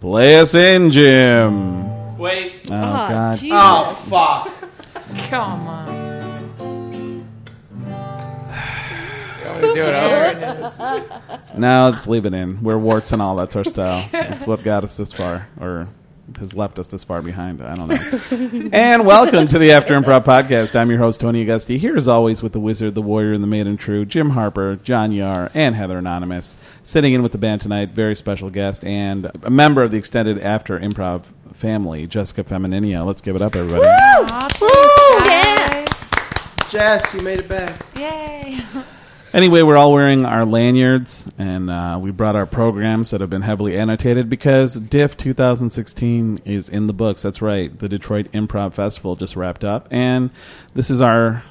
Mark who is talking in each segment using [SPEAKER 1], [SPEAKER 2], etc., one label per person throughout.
[SPEAKER 1] Play us in, Jim.
[SPEAKER 2] Wait.
[SPEAKER 1] Oh, God.
[SPEAKER 3] Jesus.
[SPEAKER 2] Oh fuck.
[SPEAKER 3] Come on.
[SPEAKER 2] You want me to do it over?
[SPEAKER 3] There it is.
[SPEAKER 1] No, just leave it in. We're warts and all. That's our style. That's what got us this far, or has left us this far behind. I don't know. and welcome to the After Improv Podcast. I'm your host, Tony Augusti. Here, as always, with the wizard, the warrior, and the maiden true, Jim Harper, John Yar, and Heather Anonymous. Sitting in with the band tonight, very special guest, and a member of the extended After Improv family, Jessica Femininia. Let's give it up, everybody.
[SPEAKER 3] Aw, thanks,
[SPEAKER 2] Jess, you made it back.
[SPEAKER 3] guys. Yay.
[SPEAKER 1] Anyway, we're all wearing our lanyards, and uh, we brought our programs that have been heavily annotated because DIFF 2016 is in the books. That's right. The Detroit Improv Festival just wrapped up, and this is our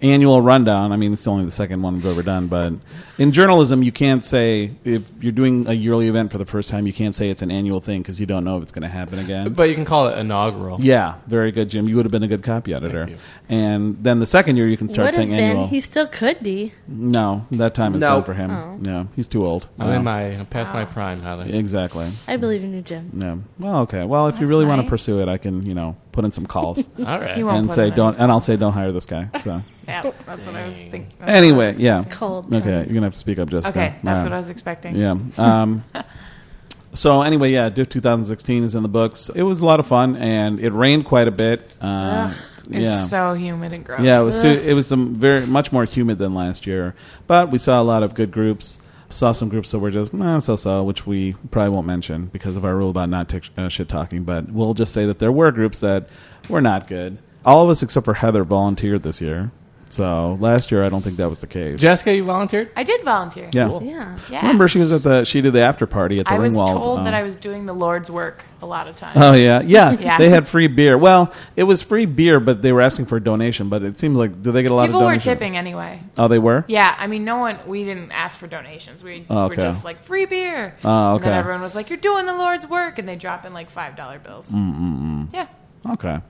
[SPEAKER 1] annual rundown. I mean, it's only the second one we've ever done, but in journalism, you can't say, if you're doing a yearly event for the first time, you can't say it's an annual thing because you don't know if it's going to happen again.
[SPEAKER 2] But you can call it inaugural.
[SPEAKER 1] yeah, very good, Jim. You would have been a good copy editor.
[SPEAKER 2] you.
[SPEAKER 1] And then the second year, you can start
[SPEAKER 4] Would have
[SPEAKER 1] saying
[SPEAKER 4] been.
[SPEAKER 1] annual.
[SPEAKER 4] He still could be.
[SPEAKER 1] No, that time is
[SPEAKER 2] No.
[SPEAKER 1] done for him.
[SPEAKER 3] Oh.
[SPEAKER 1] No, he's too old.
[SPEAKER 2] I'm
[SPEAKER 1] No.
[SPEAKER 2] in my I'm past my prime, Heather.
[SPEAKER 1] exactly.
[SPEAKER 4] I believe in you, Jim.
[SPEAKER 1] No. Well, okay. Well, if you
[SPEAKER 3] That's
[SPEAKER 1] really want to
[SPEAKER 3] nice.
[SPEAKER 1] pursue it, I can, you know, put in some calls
[SPEAKER 2] All right.
[SPEAKER 3] He won't-
[SPEAKER 1] and
[SPEAKER 3] put
[SPEAKER 1] say
[SPEAKER 3] him in.
[SPEAKER 1] don't, and I'll say don't hire this guy. So
[SPEAKER 3] Yeah, that's what I was thinking. That's what I was
[SPEAKER 1] anyway, yeah.
[SPEAKER 4] Cold.
[SPEAKER 1] Okay, you're gonna have to speak up, Jessica.
[SPEAKER 3] Okay, that's
[SPEAKER 1] Yeah.
[SPEAKER 3] what I was expecting.
[SPEAKER 1] Yeah. Um, so anyway, yeah, Diff 2016 is in the books. It was a lot of fun, and it rained quite a bit. Uh,
[SPEAKER 3] It
[SPEAKER 1] yeah.
[SPEAKER 3] was so humid and gross.
[SPEAKER 1] Yeah, it was, su- it was some very much more humid than last year, but we saw a lot of good groups. Saw some groups that were just nah, so-so, which we probably won't mention because of our rule about not tick- uh, shit talking. But we'll just say that there were groups that were not good. All of us except for Heather volunteered this year. So last year, I don't think that was the case.
[SPEAKER 2] Jessica, you volunteered?
[SPEAKER 3] I did volunteer.
[SPEAKER 1] Yeah.
[SPEAKER 4] Yeah.
[SPEAKER 3] Yeah.
[SPEAKER 1] Remember, she was at the she did the after party at the
[SPEAKER 3] I was
[SPEAKER 1] Ringwald.
[SPEAKER 3] told
[SPEAKER 1] um,
[SPEAKER 3] that I was doing the Lord's work a lot of times.
[SPEAKER 1] Oh yeah, yeah.
[SPEAKER 3] Yeah.
[SPEAKER 1] They had free beer. Well, it was free beer, but they were asking for a donation. But it seems like do they get a lot
[SPEAKER 3] People
[SPEAKER 1] of
[SPEAKER 3] were
[SPEAKER 1] donations?
[SPEAKER 3] tipping anyway.
[SPEAKER 1] Oh, they were.
[SPEAKER 3] Yeah, I mean, no one. We didn't ask for donations. We
[SPEAKER 1] Oh,
[SPEAKER 3] were
[SPEAKER 1] okay.
[SPEAKER 3] just like free beer.
[SPEAKER 1] Oh,
[SPEAKER 3] And then
[SPEAKER 1] okay.
[SPEAKER 3] everyone was like, "You're doing the Lord's work," and they drop in like five dollar bills.
[SPEAKER 1] Mm,
[SPEAKER 3] Yeah.
[SPEAKER 1] Okay.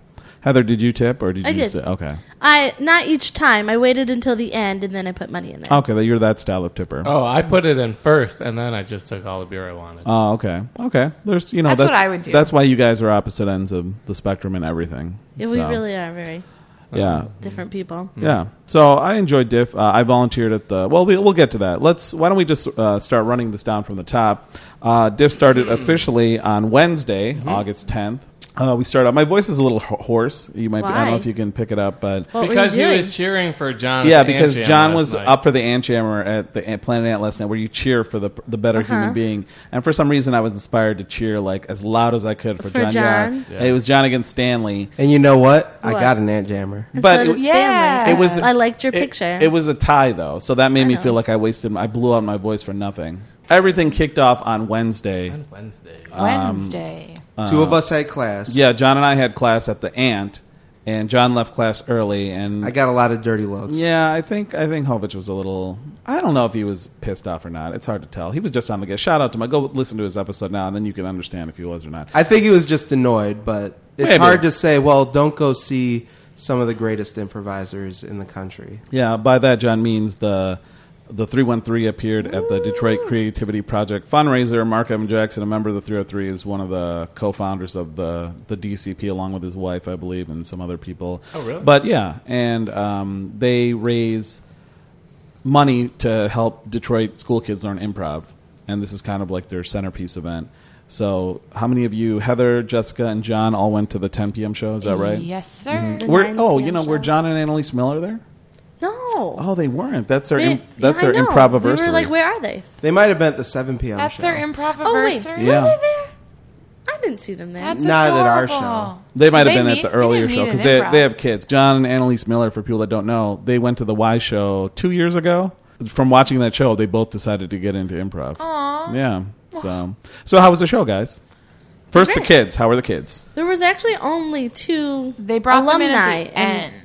[SPEAKER 1] Heather, did you tip or did you
[SPEAKER 4] I
[SPEAKER 1] just
[SPEAKER 4] did.
[SPEAKER 1] okay.
[SPEAKER 4] I not each time. I waited until the end and then I put money in there.
[SPEAKER 1] Okay, that you're that style of tipper. Oh,
[SPEAKER 2] Oh, I put it in first and then I just took all the beer I wanted.
[SPEAKER 1] Oh, okay. Okay. There's you know
[SPEAKER 3] That's
[SPEAKER 1] that's
[SPEAKER 3] what I would do.
[SPEAKER 1] That's why you guys are opposite ends of the spectrum and everything.
[SPEAKER 4] Yeah, we
[SPEAKER 1] So,
[SPEAKER 4] really are very
[SPEAKER 1] Yeah.
[SPEAKER 4] different people.
[SPEAKER 1] Yeah. So I enjoyed diff. Uh, I volunteered at the. Well, we, we'll get to that. Let's. Why don't we just uh, start running this down from the top? Uh, diff started officially on Wednesday, August 10th. Uh, we start out. My voice is a little ho- hoarse. You might. Be, I don't know
[SPEAKER 4] Why?
[SPEAKER 1] if you can pick it up, but
[SPEAKER 4] What
[SPEAKER 2] because
[SPEAKER 4] were
[SPEAKER 2] he
[SPEAKER 4] you doing?
[SPEAKER 2] was cheering for John.
[SPEAKER 1] Yeah,
[SPEAKER 2] at the
[SPEAKER 1] because
[SPEAKER 2] Ant Jam
[SPEAKER 1] John
[SPEAKER 2] last
[SPEAKER 1] was
[SPEAKER 2] night.
[SPEAKER 1] up for the Ant Jammer at the Ant Planet Ant last night, where you cheer for the the better
[SPEAKER 4] Uh-huh.
[SPEAKER 1] human being. And for some reason, I was inspired to cheer like as loud as I could for,
[SPEAKER 4] For
[SPEAKER 1] John.
[SPEAKER 4] John.
[SPEAKER 1] Yar. It was John against Stanley,
[SPEAKER 5] And you know what? I
[SPEAKER 4] What?
[SPEAKER 5] got an ant jammer.
[SPEAKER 4] And
[SPEAKER 1] but
[SPEAKER 4] so
[SPEAKER 1] it-
[SPEAKER 4] did Stanley.
[SPEAKER 3] Yeah.
[SPEAKER 1] it was.
[SPEAKER 4] I liked your
[SPEAKER 1] it-
[SPEAKER 4] picture.
[SPEAKER 1] It, was a tie though, so that made me feel like I wasted. my- I blew out my voice for nothing. Everything kicked off on Wednesday.
[SPEAKER 2] on Wednesday.
[SPEAKER 1] Um,
[SPEAKER 3] Wednesday.
[SPEAKER 5] Two of us had class.
[SPEAKER 1] Uh-huh. Yeah, John and I had class at the Ant, and John left class early, and
[SPEAKER 5] I got a lot of dirty looks.
[SPEAKER 1] Yeah, I think I think Hovich was a little. I don't know if he was pissed off or not. It's hard to tell. He was just on the guest. Shout out to my go listen to his episode now, and then you can understand if he was or not.
[SPEAKER 5] I think he was just annoyed, but it's
[SPEAKER 1] Maybe.
[SPEAKER 5] hard to say, well, don't go see some of the greatest improvisers in the country.
[SPEAKER 1] Yeah, by that John means the the three one three appeared at the Detroit Creativity Project fundraiser. Mark Evan Jackson, a member of the three hundred three, is one of the co-founders of the the DCP, along with his wife, I believe, and some other people.
[SPEAKER 2] Oh, really?
[SPEAKER 1] But yeah, and um, they raise money to help Detroit school kids learn improv, and this is kind of like their centerpiece event. So, how many of you, Heather, Jessica, and John, all went to the 10 p.m. show? Is that right?
[SPEAKER 3] Yes, sir.
[SPEAKER 4] The
[SPEAKER 1] Were,
[SPEAKER 4] 9
[SPEAKER 1] oh,
[SPEAKER 4] p.m.
[SPEAKER 1] you know, were
[SPEAKER 4] show.
[SPEAKER 1] John and Annalise Miller there?
[SPEAKER 4] No.
[SPEAKER 1] Oh, they weren't. That's our
[SPEAKER 4] They-
[SPEAKER 1] imp- that's
[SPEAKER 4] yeah,
[SPEAKER 1] our
[SPEAKER 4] I know.
[SPEAKER 1] improviversary.
[SPEAKER 4] We were like, where are they?
[SPEAKER 5] They might have been at the 7 p.m.
[SPEAKER 3] That's
[SPEAKER 5] show.
[SPEAKER 3] their improv
[SPEAKER 4] Oh wait,
[SPEAKER 3] anniversary.
[SPEAKER 1] Yeah.
[SPEAKER 4] were they there? I didn't see them there.
[SPEAKER 3] That's
[SPEAKER 5] Not
[SPEAKER 3] adorable.
[SPEAKER 5] at our show.
[SPEAKER 1] they might have
[SPEAKER 3] They
[SPEAKER 1] been
[SPEAKER 3] meet-
[SPEAKER 1] at the
[SPEAKER 3] they
[SPEAKER 1] earlier
[SPEAKER 3] didn't
[SPEAKER 1] show
[SPEAKER 3] meet at
[SPEAKER 1] because they,
[SPEAKER 3] improv.
[SPEAKER 1] they have kids. John and Annalise Miller, for people that don't know, they went to the Y show two years ago. From watching that show, they both decided to get into improv.
[SPEAKER 3] Aw.
[SPEAKER 1] Yeah. So, so how was the show, guys? First, the
[SPEAKER 4] Great.
[SPEAKER 1] kids. How were the kids?
[SPEAKER 4] There was actually only two
[SPEAKER 3] They brought
[SPEAKER 4] alumni
[SPEAKER 3] them in at the
[SPEAKER 4] and
[SPEAKER 3] end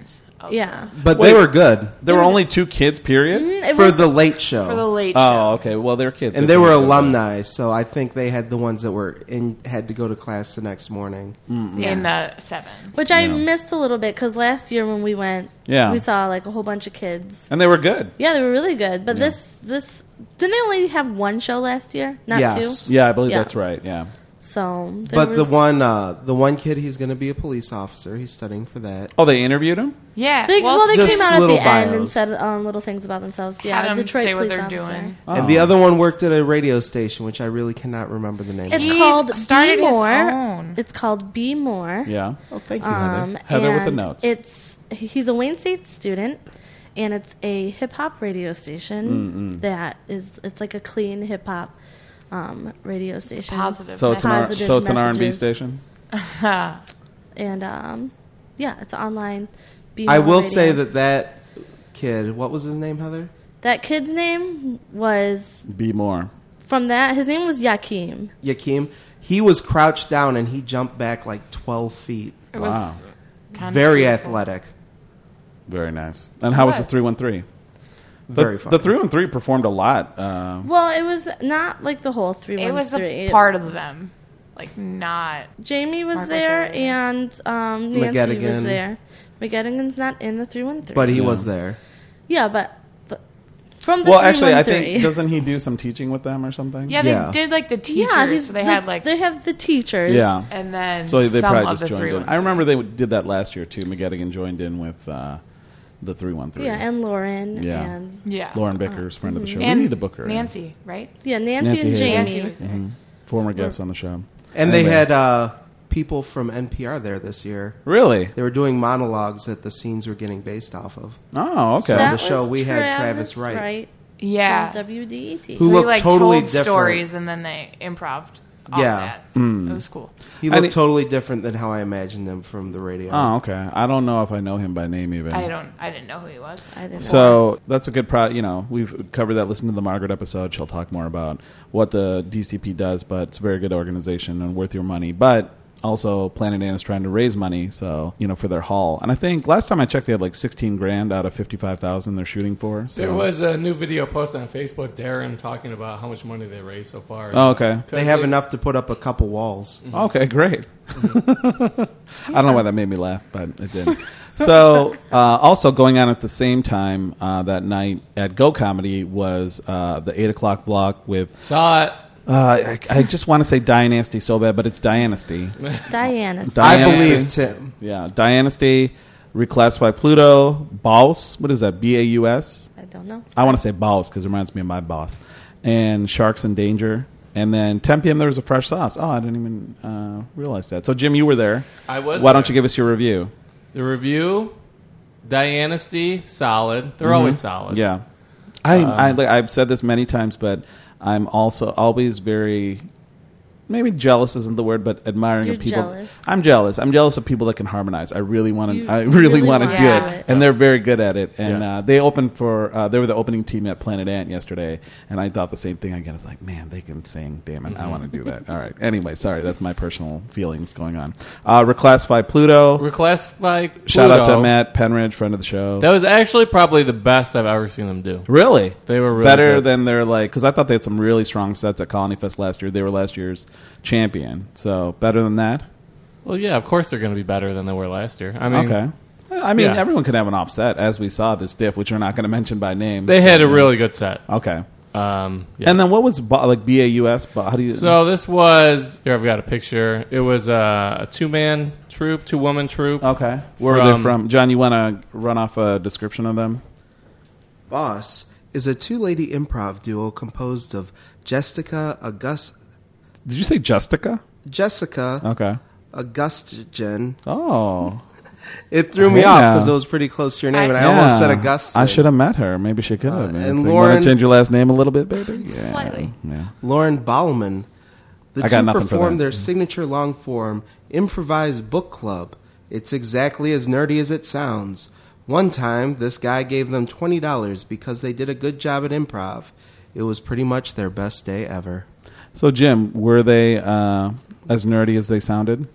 [SPEAKER 3] Oh.
[SPEAKER 4] yeah.
[SPEAKER 5] But
[SPEAKER 1] Wait.
[SPEAKER 5] they were good
[SPEAKER 1] There were only two kids. Period.
[SPEAKER 4] It
[SPEAKER 5] for
[SPEAKER 4] was-
[SPEAKER 5] the late show.
[SPEAKER 3] for the late show.
[SPEAKER 1] Oh, okay. Well, they're kids,
[SPEAKER 5] and they were
[SPEAKER 1] That's what I said.
[SPEAKER 5] alumni, so I think they had the ones that were in had to go to class the next morning.
[SPEAKER 3] in the seven.
[SPEAKER 4] which I missed a little bit because last year when we went,
[SPEAKER 1] Yeah.
[SPEAKER 4] we saw like a whole bunch of kids.
[SPEAKER 1] And they were good.
[SPEAKER 4] Yeah, they were really good. But this this didn't they only have one show last year, not
[SPEAKER 5] yes.
[SPEAKER 4] two?
[SPEAKER 1] Yeah, I believe
[SPEAKER 4] Yeah.
[SPEAKER 1] that's right. Yeah.
[SPEAKER 4] So, there
[SPEAKER 5] But
[SPEAKER 4] was-
[SPEAKER 5] the one, uh, the one kid, he's going to be a police officer. He's studying for that.
[SPEAKER 1] Oh, they interviewed him.
[SPEAKER 3] Yeah.
[SPEAKER 4] They, well, they
[SPEAKER 5] Just
[SPEAKER 4] came out at the
[SPEAKER 5] little
[SPEAKER 4] end and
[SPEAKER 5] bios.
[SPEAKER 4] said um, little things about themselves. Yeah,
[SPEAKER 3] had 'em
[SPEAKER 4] Detroit
[SPEAKER 3] say what
[SPEAKER 4] police
[SPEAKER 3] they're
[SPEAKER 4] officer.
[SPEAKER 3] doing.
[SPEAKER 1] Oh.
[SPEAKER 5] And the other one worked at a radio station, which I really cannot remember the name.
[SPEAKER 4] It's
[SPEAKER 5] of.
[SPEAKER 3] He's
[SPEAKER 4] called
[SPEAKER 3] started
[SPEAKER 4] Be
[SPEAKER 3] his
[SPEAKER 4] More.
[SPEAKER 3] own.
[SPEAKER 4] It's called Be More.
[SPEAKER 1] Yeah.
[SPEAKER 5] Oh, thank you,
[SPEAKER 4] Um,
[SPEAKER 5] Heather.
[SPEAKER 1] Heather with the
[SPEAKER 4] and
[SPEAKER 1] notes.
[SPEAKER 4] It's he's a Wayne State student, and it's a hip hop radio station that is it's like a clean hip hop um, radio station.
[SPEAKER 3] Positive.
[SPEAKER 1] So it's an R-
[SPEAKER 4] Positive
[SPEAKER 1] so it's an R and B
[SPEAKER 4] messages.
[SPEAKER 1] station.
[SPEAKER 3] Huh.
[SPEAKER 4] and um, yeah, it's online. Be
[SPEAKER 5] I
[SPEAKER 4] More
[SPEAKER 5] will
[SPEAKER 4] radio.
[SPEAKER 5] say that that kid, what was his name, Heather?
[SPEAKER 4] that kid's name was
[SPEAKER 1] Be more.
[SPEAKER 4] from that. His name was Yakim.
[SPEAKER 5] Yakim. He was crouched down and he jumped back like 12 feet.
[SPEAKER 3] It was
[SPEAKER 1] Wow.
[SPEAKER 3] kind
[SPEAKER 5] Very
[SPEAKER 3] of
[SPEAKER 5] athletic.
[SPEAKER 1] Very nice. And how was the
[SPEAKER 3] What?
[SPEAKER 1] three one three?
[SPEAKER 5] Very fun.
[SPEAKER 1] The three one three performed a lot. Uh,
[SPEAKER 4] Well, it was not like the whole three.
[SPEAKER 3] It was a
[SPEAKER 4] three.
[SPEAKER 3] part of them, like not.
[SPEAKER 4] Jamie was
[SPEAKER 3] Mark was
[SPEAKER 4] there
[SPEAKER 3] there, yeah.
[SPEAKER 4] and um, Nancy was
[SPEAKER 5] McGettigan.
[SPEAKER 4] there. McGettigan's not in the three one three.
[SPEAKER 5] But he
[SPEAKER 1] Yeah.
[SPEAKER 5] was there.
[SPEAKER 4] yeah, but the, from the
[SPEAKER 1] well, actually, I
[SPEAKER 4] 313.
[SPEAKER 1] think doesn't he do some teaching with them or something?
[SPEAKER 3] Yeah, they
[SPEAKER 5] Yeah.
[SPEAKER 3] did like the teachers.
[SPEAKER 4] he's
[SPEAKER 3] so they
[SPEAKER 4] the-
[SPEAKER 3] had like,
[SPEAKER 4] they have the teachers.
[SPEAKER 1] Yeah.
[SPEAKER 3] and then
[SPEAKER 1] So they
[SPEAKER 3] some
[SPEAKER 1] probably
[SPEAKER 3] of
[SPEAKER 1] just
[SPEAKER 3] the
[SPEAKER 1] joined
[SPEAKER 3] three.
[SPEAKER 1] in.
[SPEAKER 3] went
[SPEAKER 1] I remember they did that last year too. McGettigan joined in with uh, the three one three.
[SPEAKER 4] yeah, and Lauren,
[SPEAKER 1] Yeah.
[SPEAKER 4] and
[SPEAKER 3] through. yeah,
[SPEAKER 1] Lauren Bickers, friend of the show.
[SPEAKER 3] Mm-hmm. and
[SPEAKER 1] we need to book her. in. Mm-hmm.
[SPEAKER 3] Nancy, right?
[SPEAKER 4] yeah, Nancy,
[SPEAKER 1] Nancy
[SPEAKER 4] and
[SPEAKER 1] Hayes.
[SPEAKER 4] Jamie.
[SPEAKER 3] Nancy was there.
[SPEAKER 1] former
[SPEAKER 3] Mm-hmm.
[SPEAKER 1] guest on the show.
[SPEAKER 5] And they
[SPEAKER 1] Anyway.
[SPEAKER 5] had uh, people from NPR there this year.
[SPEAKER 1] Really?
[SPEAKER 5] They were doing monologues that the scenes were getting based off of.
[SPEAKER 1] Oh, okay.
[SPEAKER 5] That-
[SPEAKER 4] was
[SPEAKER 5] the show, we had Travis Wright.
[SPEAKER 3] Yeah,
[SPEAKER 4] from E WDET.
[SPEAKER 5] Who
[SPEAKER 3] So
[SPEAKER 5] looked
[SPEAKER 3] he like
[SPEAKER 5] totally
[SPEAKER 3] told
[SPEAKER 5] different.
[SPEAKER 3] stories and then they improved. Off
[SPEAKER 5] Yeah.
[SPEAKER 3] that.
[SPEAKER 1] Mm.
[SPEAKER 3] it was cool.
[SPEAKER 5] He
[SPEAKER 1] I
[SPEAKER 5] looked
[SPEAKER 1] mean-
[SPEAKER 5] totally different than how I imagined him from the radio.
[SPEAKER 1] oh, okay. I don't know if I know him by name even.
[SPEAKER 3] I don't. I didn't know who he was.
[SPEAKER 4] I didn't know.
[SPEAKER 1] So that's a good pro. You know, we've covered that. Listen to the Margaret episode. She'll talk more about what the DCP does, but it's a very good organization and worth your money. But also, Planet Ant is trying to raise money, so you know for their haul. And I think last time I checked, they had like sixteen grand out of fifty-five thousand they're shooting for. So.
[SPEAKER 2] There was a new video posted on Facebook, Darren talking about how much money they raised so far.
[SPEAKER 1] Oh, okay.
[SPEAKER 5] They have enough to put up a couple walls.
[SPEAKER 1] Okay, great. I don't know why that made me laugh, but it did. so, uh, also going on at the same time uh, that night at Go Comedy was uh, the eight o'clock block with.
[SPEAKER 2] Saw it.
[SPEAKER 1] Uh, I, I just want to say Dynasty so bad, but it's Dynasty.
[SPEAKER 4] Diana.
[SPEAKER 1] Diana.
[SPEAKER 5] I
[SPEAKER 1] Dianasty.
[SPEAKER 5] believed him.
[SPEAKER 1] Yeah, Dynasty, reclassified Pluto, Baus. What is that? B A U S.
[SPEAKER 4] I don't know.
[SPEAKER 1] I want to say Baus because it reminds me of my boss. And Sharks in Danger. And then 10 p.m. there was a fresh sauce. Oh, I didn't even uh, realize that. So Jim, you were there.
[SPEAKER 2] I was
[SPEAKER 1] Why don't
[SPEAKER 2] there.
[SPEAKER 1] you give us your review?
[SPEAKER 2] The review, Dynasty, solid. They're always solid.
[SPEAKER 1] Mm-hmm.
[SPEAKER 2] Uh,
[SPEAKER 1] Yeah, I, I like, I've said this many times, but I'm also always very maybe jealous isn't the word, but admiring
[SPEAKER 4] You're
[SPEAKER 1] of people.
[SPEAKER 4] jealous.
[SPEAKER 1] I'm jealous. I'm jealous of people that can harmonize. I really want
[SPEAKER 4] You
[SPEAKER 1] to. I really,
[SPEAKER 4] really
[SPEAKER 1] want to
[SPEAKER 4] wanna
[SPEAKER 1] do
[SPEAKER 3] do
[SPEAKER 1] it,
[SPEAKER 4] it.
[SPEAKER 1] and they're very good at it. And
[SPEAKER 2] Yeah.
[SPEAKER 1] uh, they opened for uh, they were the opening team at Planet Ant yesterday, and I thought the same thing again. I was like, man, they can sing. Damn it, I want to do that. All right. Anyway, sorry, that's my personal feelings going on. Uh, Reclassify Pluto.
[SPEAKER 2] Reclassify.
[SPEAKER 1] Shout out to
[SPEAKER 2] Pluto.
[SPEAKER 1] Matt Penridge, friend of the show.
[SPEAKER 2] That was actually probably the best I've ever seen them do.
[SPEAKER 1] Really,
[SPEAKER 2] They were really
[SPEAKER 1] better
[SPEAKER 2] good.
[SPEAKER 1] than their like because I thought they had some really strong sets at Colony Fest last year. They were last year's champion, so better than that.
[SPEAKER 2] Well, yeah, of course they're going to be better than they were last year. I mean,
[SPEAKER 1] okay, I mean
[SPEAKER 2] yeah.
[SPEAKER 1] everyone can have an offset, as we saw this diff, which we're not going to mention by name.
[SPEAKER 2] they had a
[SPEAKER 1] So,
[SPEAKER 2] really good set.
[SPEAKER 1] okay.
[SPEAKER 2] Um, yeah.
[SPEAKER 1] And then what was ba- like B A U S? Ba- How do you?
[SPEAKER 2] so this was here. I've got a picture. It was uh, a two-man troupe, two-woman troupe.
[SPEAKER 1] okay, where are they
[SPEAKER 2] From-
[SPEAKER 1] from? John, you want to run off a description of them?
[SPEAKER 5] Boss is a two lady improv duo composed of Jessica August
[SPEAKER 1] Did you say Justica?
[SPEAKER 5] Jessica
[SPEAKER 1] Okay.
[SPEAKER 5] Augustin.
[SPEAKER 1] Oh,
[SPEAKER 5] It threw me
[SPEAKER 1] Yeah.
[SPEAKER 5] off because it was pretty close to your name, and I almost said Augustin.
[SPEAKER 1] I should have met her. Maybe she could have.
[SPEAKER 5] Uh,
[SPEAKER 1] man.
[SPEAKER 5] and
[SPEAKER 1] So you want
[SPEAKER 5] Lauren-
[SPEAKER 1] to change your last name a little bit, baby? Yeah.
[SPEAKER 3] Slightly.
[SPEAKER 1] Yeah.
[SPEAKER 5] Lauren Bauman. The
[SPEAKER 1] I got
[SPEAKER 5] two
[SPEAKER 1] nothing for
[SPEAKER 5] performed
[SPEAKER 1] that.
[SPEAKER 5] their signature long form improvised book club. It's exactly as nerdy as it sounds. One time, this guy gave them twenty dollars because they did a good job at improv. It was pretty much their best day ever.
[SPEAKER 1] So, Jim, were they uh, as nerdy as they sounded?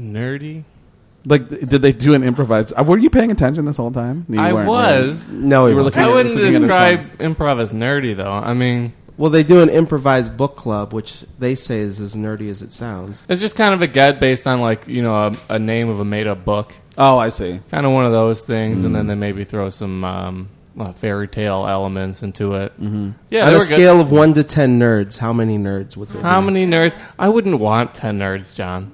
[SPEAKER 2] Nerdy.
[SPEAKER 1] Like, th- did they do an improvised? uh, Were you paying attention this whole time? You
[SPEAKER 2] I
[SPEAKER 1] weren't,
[SPEAKER 2] was.
[SPEAKER 5] No,
[SPEAKER 1] You
[SPEAKER 5] it
[SPEAKER 1] were
[SPEAKER 5] wasn't.
[SPEAKER 1] looking-
[SPEAKER 2] I
[SPEAKER 1] Yeah, this
[SPEAKER 2] wouldn't
[SPEAKER 1] would be good as
[SPEAKER 2] describe improv as nerdy, though. I mean,
[SPEAKER 5] Well, they do an improvised book club, which they say is as nerdy as it sounds.
[SPEAKER 2] it's just kind of a get based on like you know a, a name of a made-up book,
[SPEAKER 1] right? Oh, I see. Mm.
[SPEAKER 2] kind of one of those things, and then they maybe throw some um, uh, fairy tale elements into it. Mm-hmm. Yeah,
[SPEAKER 5] On
[SPEAKER 2] they
[SPEAKER 5] a
[SPEAKER 2] were good.
[SPEAKER 5] scale of one to ten nerds, how many nerds would there
[SPEAKER 2] How
[SPEAKER 5] be?
[SPEAKER 2] many nerds? I wouldn't want ten nerds, John.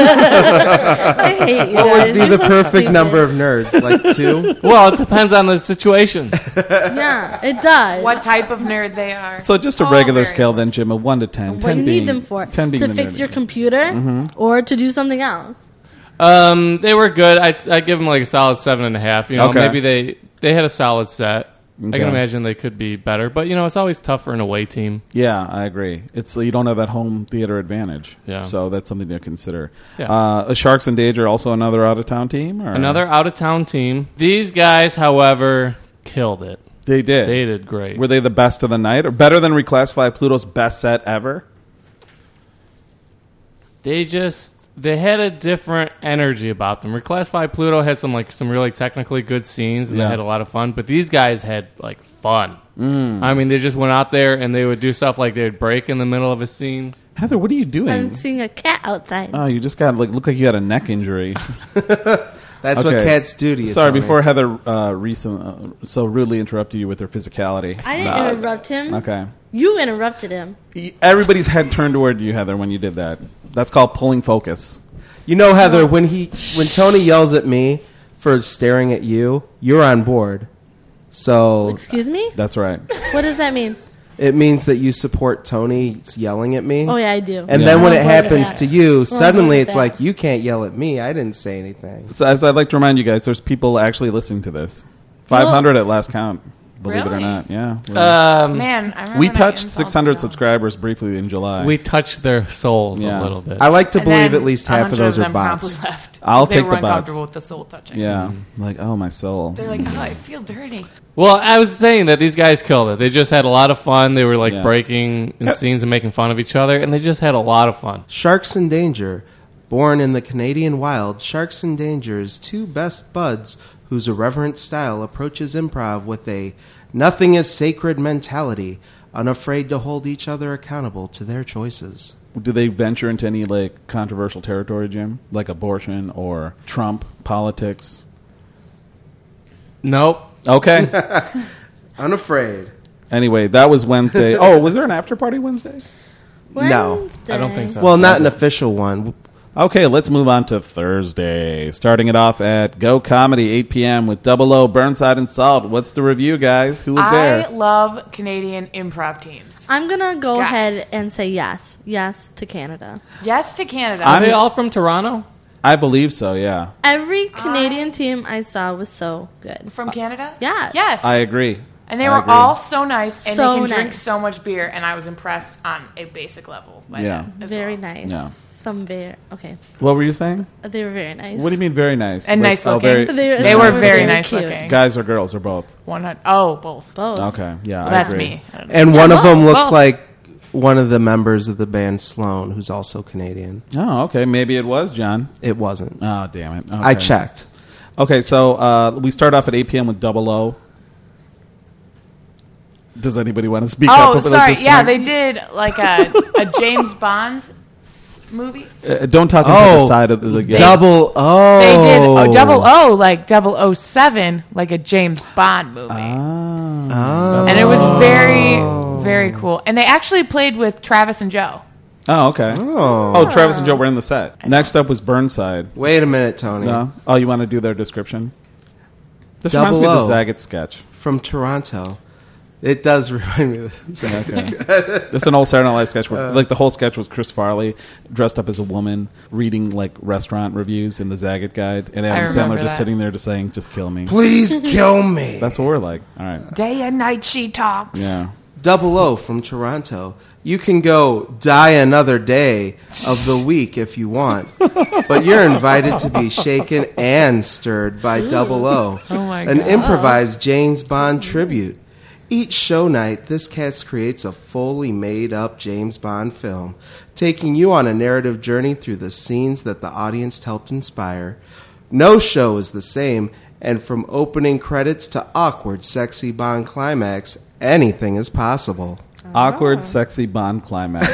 [SPEAKER 4] I hate you
[SPEAKER 5] What
[SPEAKER 4] guys.
[SPEAKER 5] would be
[SPEAKER 4] You're
[SPEAKER 5] the
[SPEAKER 4] so
[SPEAKER 5] perfect
[SPEAKER 4] stupid.
[SPEAKER 5] number of nerds? Like two?
[SPEAKER 2] well, it depends on the situation.
[SPEAKER 4] Yeah, it does.
[SPEAKER 3] What type of nerd they are.
[SPEAKER 1] So just a
[SPEAKER 3] All
[SPEAKER 1] regular
[SPEAKER 3] very
[SPEAKER 1] scale then, Jim, of one to ten.
[SPEAKER 4] What
[SPEAKER 1] 10
[SPEAKER 4] you
[SPEAKER 1] being,
[SPEAKER 4] need them for?
[SPEAKER 1] Ten being
[SPEAKER 4] to
[SPEAKER 1] the
[SPEAKER 4] fix
[SPEAKER 1] nerdy.
[SPEAKER 4] your computer
[SPEAKER 5] Mm-hmm.
[SPEAKER 4] or to do something else.
[SPEAKER 2] Um, they were good. I I give them like a solid seven and a half. You know,
[SPEAKER 1] Okay.
[SPEAKER 2] maybe they they had a solid set. I
[SPEAKER 1] Okay.
[SPEAKER 2] can imagine they could be better, but you know, it's always tough for an away team.
[SPEAKER 1] Yeah, I agree. It's you don't have that home theater advantage.
[SPEAKER 2] Yeah.
[SPEAKER 1] So that's something to consider.
[SPEAKER 2] Yeah.
[SPEAKER 1] Uh, Sharks and Dage are also another out of town team. Or?
[SPEAKER 2] Another out of town team. These guys, however, killed it.
[SPEAKER 1] They did.
[SPEAKER 2] They did great.
[SPEAKER 1] Were they the best of the night, or better than Reclassify Pluto's best set ever?
[SPEAKER 2] they just they had a different energy about them. Reclassify Pluto had some like some really technically good scenes and
[SPEAKER 1] Yeah.
[SPEAKER 2] they had a lot of fun, but these guys had like fun.
[SPEAKER 1] Mm.
[SPEAKER 2] I mean, they just went out there and they would do stuff like they would break in the middle of a scene.
[SPEAKER 1] Heather, what are you
[SPEAKER 4] I'm
[SPEAKER 1] doing?
[SPEAKER 4] seeing a cat outside.
[SPEAKER 5] Uh,
[SPEAKER 1] Oh, you just got like look like you had a neck injury.
[SPEAKER 5] That's what
[SPEAKER 1] Okay.
[SPEAKER 5] cats do to you.
[SPEAKER 1] Sorry,
[SPEAKER 5] Tony.
[SPEAKER 1] before Heather uh, recent, uh, so rudely interrupted you with her physicality.
[SPEAKER 4] I didn't interrupt him.
[SPEAKER 1] Okay.
[SPEAKER 4] You interrupted him.
[SPEAKER 1] E- Everybody's head turned toward you, Heather, when you did that. That's called pulling focus.
[SPEAKER 5] You know, Heather, when he when Tony yells at me for staring at you, you're on board. So
[SPEAKER 4] Excuse me?
[SPEAKER 1] That's right.
[SPEAKER 4] What does that mean?
[SPEAKER 5] it means that you support Tony's yelling at me.
[SPEAKER 4] Oh yeah, I do.
[SPEAKER 5] And
[SPEAKER 1] Yeah.
[SPEAKER 5] then when
[SPEAKER 4] I'm
[SPEAKER 5] it
[SPEAKER 4] on board with
[SPEAKER 5] happens
[SPEAKER 4] that.
[SPEAKER 5] to you,
[SPEAKER 4] board
[SPEAKER 5] suddenly
[SPEAKER 4] with
[SPEAKER 5] it's
[SPEAKER 4] that.
[SPEAKER 5] like you can't yell at me. I didn't say anything.
[SPEAKER 1] So, as I'd like to remind you guys, there's people actually listening to this. 500 at last count, believe it or
[SPEAKER 3] Really?
[SPEAKER 1] not. Yeah.
[SPEAKER 2] Um,
[SPEAKER 3] Man, I remember
[SPEAKER 1] we
[SPEAKER 3] when I
[SPEAKER 1] touched
[SPEAKER 3] insulted
[SPEAKER 1] 600
[SPEAKER 3] them.
[SPEAKER 1] subscribers briefly in July.
[SPEAKER 2] we touched their souls
[SPEAKER 1] Yeah.
[SPEAKER 2] a little bit.
[SPEAKER 5] I like to
[SPEAKER 3] And
[SPEAKER 5] believe
[SPEAKER 3] then
[SPEAKER 5] at least
[SPEAKER 3] a
[SPEAKER 5] half
[SPEAKER 3] hundred
[SPEAKER 5] of those are
[SPEAKER 3] them probably
[SPEAKER 5] bots.
[SPEAKER 3] Left
[SPEAKER 1] I'll
[SPEAKER 3] 'cause they
[SPEAKER 1] take
[SPEAKER 3] were
[SPEAKER 1] the bots.
[SPEAKER 3] uncomfortable with the soul touching.
[SPEAKER 1] yeah. Like, oh, my soul.
[SPEAKER 3] They're like, oh, I feel dirty.
[SPEAKER 2] well, I was saying that these guys killed it. They just had a lot of fun. They were like
[SPEAKER 1] Yeah.
[SPEAKER 2] breaking in
[SPEAKER 1] Yeah.
[SPEAKER 2] scenes and making fun of each other, and they just had a lot of fun.
[SPEAKER 5] Sharks in Danger. Born in the Canadian wild, Sharks in Danger's two best buds, whose irreverent style approaches improv with a nothing is sacred mentality, unafraid to hold each other accountable to their choices.
[SPEAKER 1] Do they venture into any, like, controversial territory, Jim? Like abortion or Trump politics?
[SPEAKER 2] Nope.
[SPEAKER 1] Okay.
[SPEAKER 5] Unafraid.
[SPEAKER 1] anyway, that was Wednesday. Oh, was there an after party Wednesday?
[SPEAKER 5] No.
[SPEAKER 4] Wednesday.
[SPEAKER 2] I don't think so.
[SPEAKER 5] Well, not an official one.
[SPEAKER 1] Okay, let's move on to Thursday. Starting it off at Go Comedy, 8 p.m. with Double O, Burnside, and Salt. What's the review, guys? Who was
[SPEAKER 3] I
[SPEAKER 1] there?
[SPEAKER 3] love Canadian improv teams.
[SPEAKER 4] I'm gonna go
[SPEAKER 3] Guys.
[SPEAKER 4] ahead and say yes, yes to Canada.
[SPEAKER 3] Yes to Canada.
[SPEAKER 2] Are
[SPEAKER 1] I'm-
[SPEAKER 2] they all from Toronto?
[SPEAKER 1] I believe so, yeah.
[SPEAKER 4] Every Canadian team I saw was so good.
[SPEAKER 3] from Canada?
[SPEAKER 4] Yes.
[SPEAKER 3] Yes.
[SPEAKER 1] I agree.
[SPEAKER 3] And they
[SPEAKER 1] I
[SPEAKER 3] were
[SPEAKER 1] agree.
[SPEAKER 3] all so nice, and
[SPEAKER 4] So
[SPEAKER 3] they can drink
[SPEAKER 4] nice.
[SPEAKER 3] so much beer. And I was impressed on a basic level. By
[SPEAKER 1] Yeah.
[SPEAKER 3] that as
[SPEAKER 4] Very
[SPEAKER 3] well.
[SPEAKER 4] nice.
[SPEAKER 1] Yeah.
[SPEAKER 4] Some very okay.
[SPEAKER 1] What were you saying?
[SPEAKER 4] They were very nice.
[SPEAKER 1] What do you mean, very nice?
[SPEAKER 3] And nice
[SPEAKER 1] oh,
[SPEAKER 3] looking.
[SPEAKER 4] They,
[SPEAKER 3] They were very
[SPEAKER 4] very
[SPEAKER 3] nice
[SPEAKER 4] cute.
[SPEAKER 3] looking.
[SPEAKER 1] guys or girls or both?
[SPEAKER 3] One hundred. Oh, both.
[SPEAKER 4] Both.
[SPEAKER 1] Okay, yeah. I
[SPEAKER 3] That's
[SPEAKER 1] agree.
[SPEAKER 3] me. I don't know.
[SPEAKER 5] And one of them
[SPEAKER 3] both,
[SPEAKER 5] looks
[SPEAKER 3] both.
[SPEAKER 5] like one of the members of the band Sloan, who's also Canadian.
[SPEAKER 1] Oh, okay. Maybe it was John.
[SPEAKER 5] It wasn't.
[SPEAKER 1] Oh, damn it.
[SPEAKER 5] I
[SPEAKER 1] Okay.
[SPEAKER 5] checked.
[SPEAKER 1] Okay, so uh, we start off at 8 p.m. with Double O. Does anybody want to speak up?
[SPEAKER 3] Oh,
[SPEAKER 1] at
[SPEAKER 3] sorry.
[SPEAKER 1] this
[SPEAKER 3] Yeah,
[SPEAKER 1] point?
[SPEAKER 3] they did like a, a James Bond s- movie.
[SPEAKER 1] Uh, don't talk into
[SPEAKER 5] Oh,
[SPEAKER 1] the side of the the game.
[SPEAKER 5] Double oh. O.
[SPEAKER 3] They did
[SPEAKER 1] Oh.
[SPEAKER 3] a double O, like 007, like a James Bond movie.
[SPEAKER 1] Ah.
[SPEAKER 3] and it was very, very cool. And they actually played with Travis and Joe.
[SPEAKER 1] Oh, okay.
[SPEAKER 5] Oh.
[SPEAKER 1] Oh, Travis and Joe were in the set. Next up was Burnside.
[SPEAKER 5] Wait a minute, Tony.
[SPEAKER 1] No? Oh, you want to do their description? This
[SPEAKER 5] Double
[SPEAKER 1] reminds me of
[SPEAKER 5] O.
[SPEAKER 1] the Zagat sketch.
[SPEAKER 5] From Toronto. It does remind me of this.
[SPEAKER 1] Okay. this is an old Saturday Night Live sketch where,
[SPEAKER 5] Uh.
[SPEAKER 1] like, the whole sketch was Chris Farley dressed up as a woman reading like restaurant reviews in the Zagat guide, and Adam
[SPEAKER 3] remember
[SPEAKER 1] Sandler just
[SPEAKER 3] that.
[SPEAKER 1] sitting there just saying, "Just kill me."
[SPEAKER 5] Please kill me.
[SPEAKER 1] That's what we're like. All right.
[SPEAKER 3] Day and night she talks.
[SPEAKER 1] Yeah.
[SPEAKER 5] Double O from Toronto. You can go die another day of the week if you want, but you're invited to be shaken and stirred by Double O,
[SPEAKER 3] Oh my
[SPEAKER 5] an
[SPEAKER 3] God.
[SPEAKER 5] improvised James Bond tribute. Each show night, this cast creates a fully made up James Bond film, taking you on a narrative journey through the scenes that the audience helped inspire. No show is the same, and from opening credits to awkward, sexy Bond climax, anything is possible.
[SPEAKER 1] Awkward, sexy Bond climax.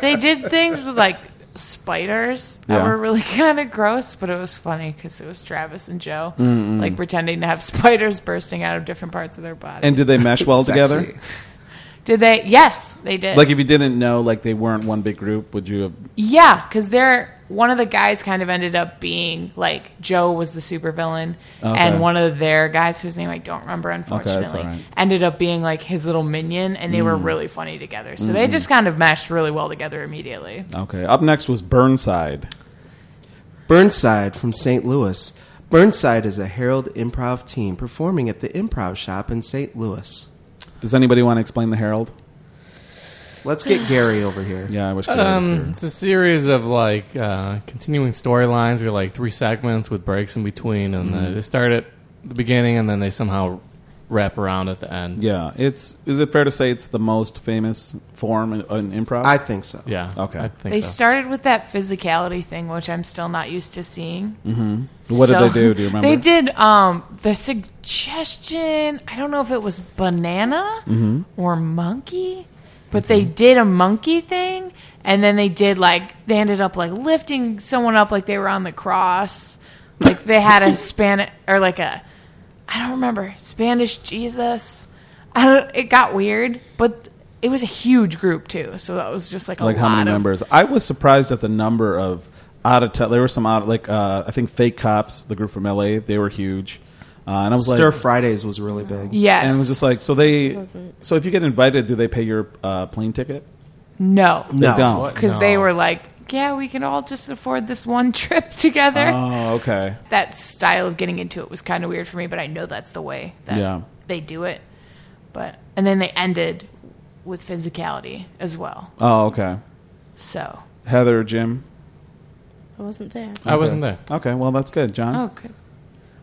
[SPEAKER 3] They did things with like spiders that
[SPEAKER 1] Yeah.
[SPEAKER 3] were really kind of gross, but it was funny because it was Travis and Joe like pretending to have spiders bursting out of different parts of their body.
[SPEAKER 1] And did they mesh well together?
[SPEAKER 5] Sexy.
[SPEAKER 3] did they? Yes, they did.
[SPEAKER 1] Like if you didn't know, like they weren't one big group, would you have?
[SPEAKER 3] Yeah, because they're one of the guys kind of ended up being like Joe was the supervillain,
[SPEAKER 1] Okay.
[SPEAKER 3] and one of their guys whose name I don't remember unfortunately
[SPEAKER 1] all right. Mm.
[SPEAKER 3] ended up being like his little minion, and they were really funny together. So they just kind of meshed really well together immediately.
[SPEAKER 1] Okay. Up next was Burnside.
[SPEAKER 5] Burnside from St. Louis. Burnside is a Herald improv team performing at the improv shop in St. Louis.
[SPEAKER 1] Does anybody want to explain the Herald?
[SPEAKER 5] Let's get Gary over here.
[SPEAKER 1] Yeah, I wish. Gary was
[SPEAKER 2] Um,
[SPEAKER 1] here.
[SPEAKER 2] it's a series of like uh, continuing storylines. We like three segments with breaks in between, and
[SPEAKER 1] Mm-hmm.
[SPEAKER 2] uh, they start at the beginning and then they somehow wrap around at the end.
[SPEAKER 1] Yeah, it's. Is it fair to say it's the most famous form in, in improv?
[SPEAKER 5] I think so.
[SPEAKER 2] Yeah.
[SPEAKER 1] Okay.
[SPEAKER 2] I think
[SPEAKER 3] They
[SPEAKER 2] so.
[SPEAKER 3] started with that physicality thing, which I'm still not used to seeing.
[SPEAKER 1] Mm-hmm. what did
[SPEAKER 3] So-
[SPEAKER 1] they do? Do you remember?
[SPEAKER 3] They did um, the suggestion. I don't know if it was banana
[SPEAKER 1] Mm-hmm.
[SPEAKER 3] or monkey, but they did a monkey thing, and then they did like they ended up like lifting someone up like they were on the cross, like they had a Spanish or like a I don't remember Spanish Jesus. I don't. It got weird, but it was a huge group too, so that was just like a
[SPEAKER 1] like
[SPEAKER 3] lot
[SPEAKER 1] how many
[SPEAKER 3] of
[SPEAKER 1] members? I was surprised at the number of out of town. There were some out, like uh, I think Fake Cops, the group from LA. They were huge, uh, and I was
[SPEAKER 5] Stir
[SPEAKER 1] like,
[SPEAKER 5] Fridays was really big.
[SPEAKER 3] Yes,
[SPEAKER 1] and it was just like, so they.
[SPEAKER 4] Wasn't.
[SPEAKER 1] So if you get invited, do they pay your uh, plane ticket?
[SPEAKER 3] no,
[SPEAKER 1] They
[SPEAKER 5] No.
[SPEAKER 1] don't.
[SPEAKER 2] What?
[SPEAKER 3] because they
[SPEAKER 2] No.
[SPEAKER 3] were like, yeah, we can all just afford this one trip together.
[SPEAKER 1] Oh, okay.
[SPEAKER 3] that style of getting into it was kind of weird for me, but I know that's the way that
[SPEAKER 1] Yeah.
[SPEAKER 3] they do it. But and then they ended with physicality as well.
[SPEAKER 1] Oh, okay.
[SPEAKER 3] So
[SPEAKER 1] Heather, Jim.
[SPEAKER 4] I wasn't there.
[SPEAKER 2] I wasn't there.
[SPEAKER 1] Okay, well that's good, John.
[SPEAKER 3] oh, good.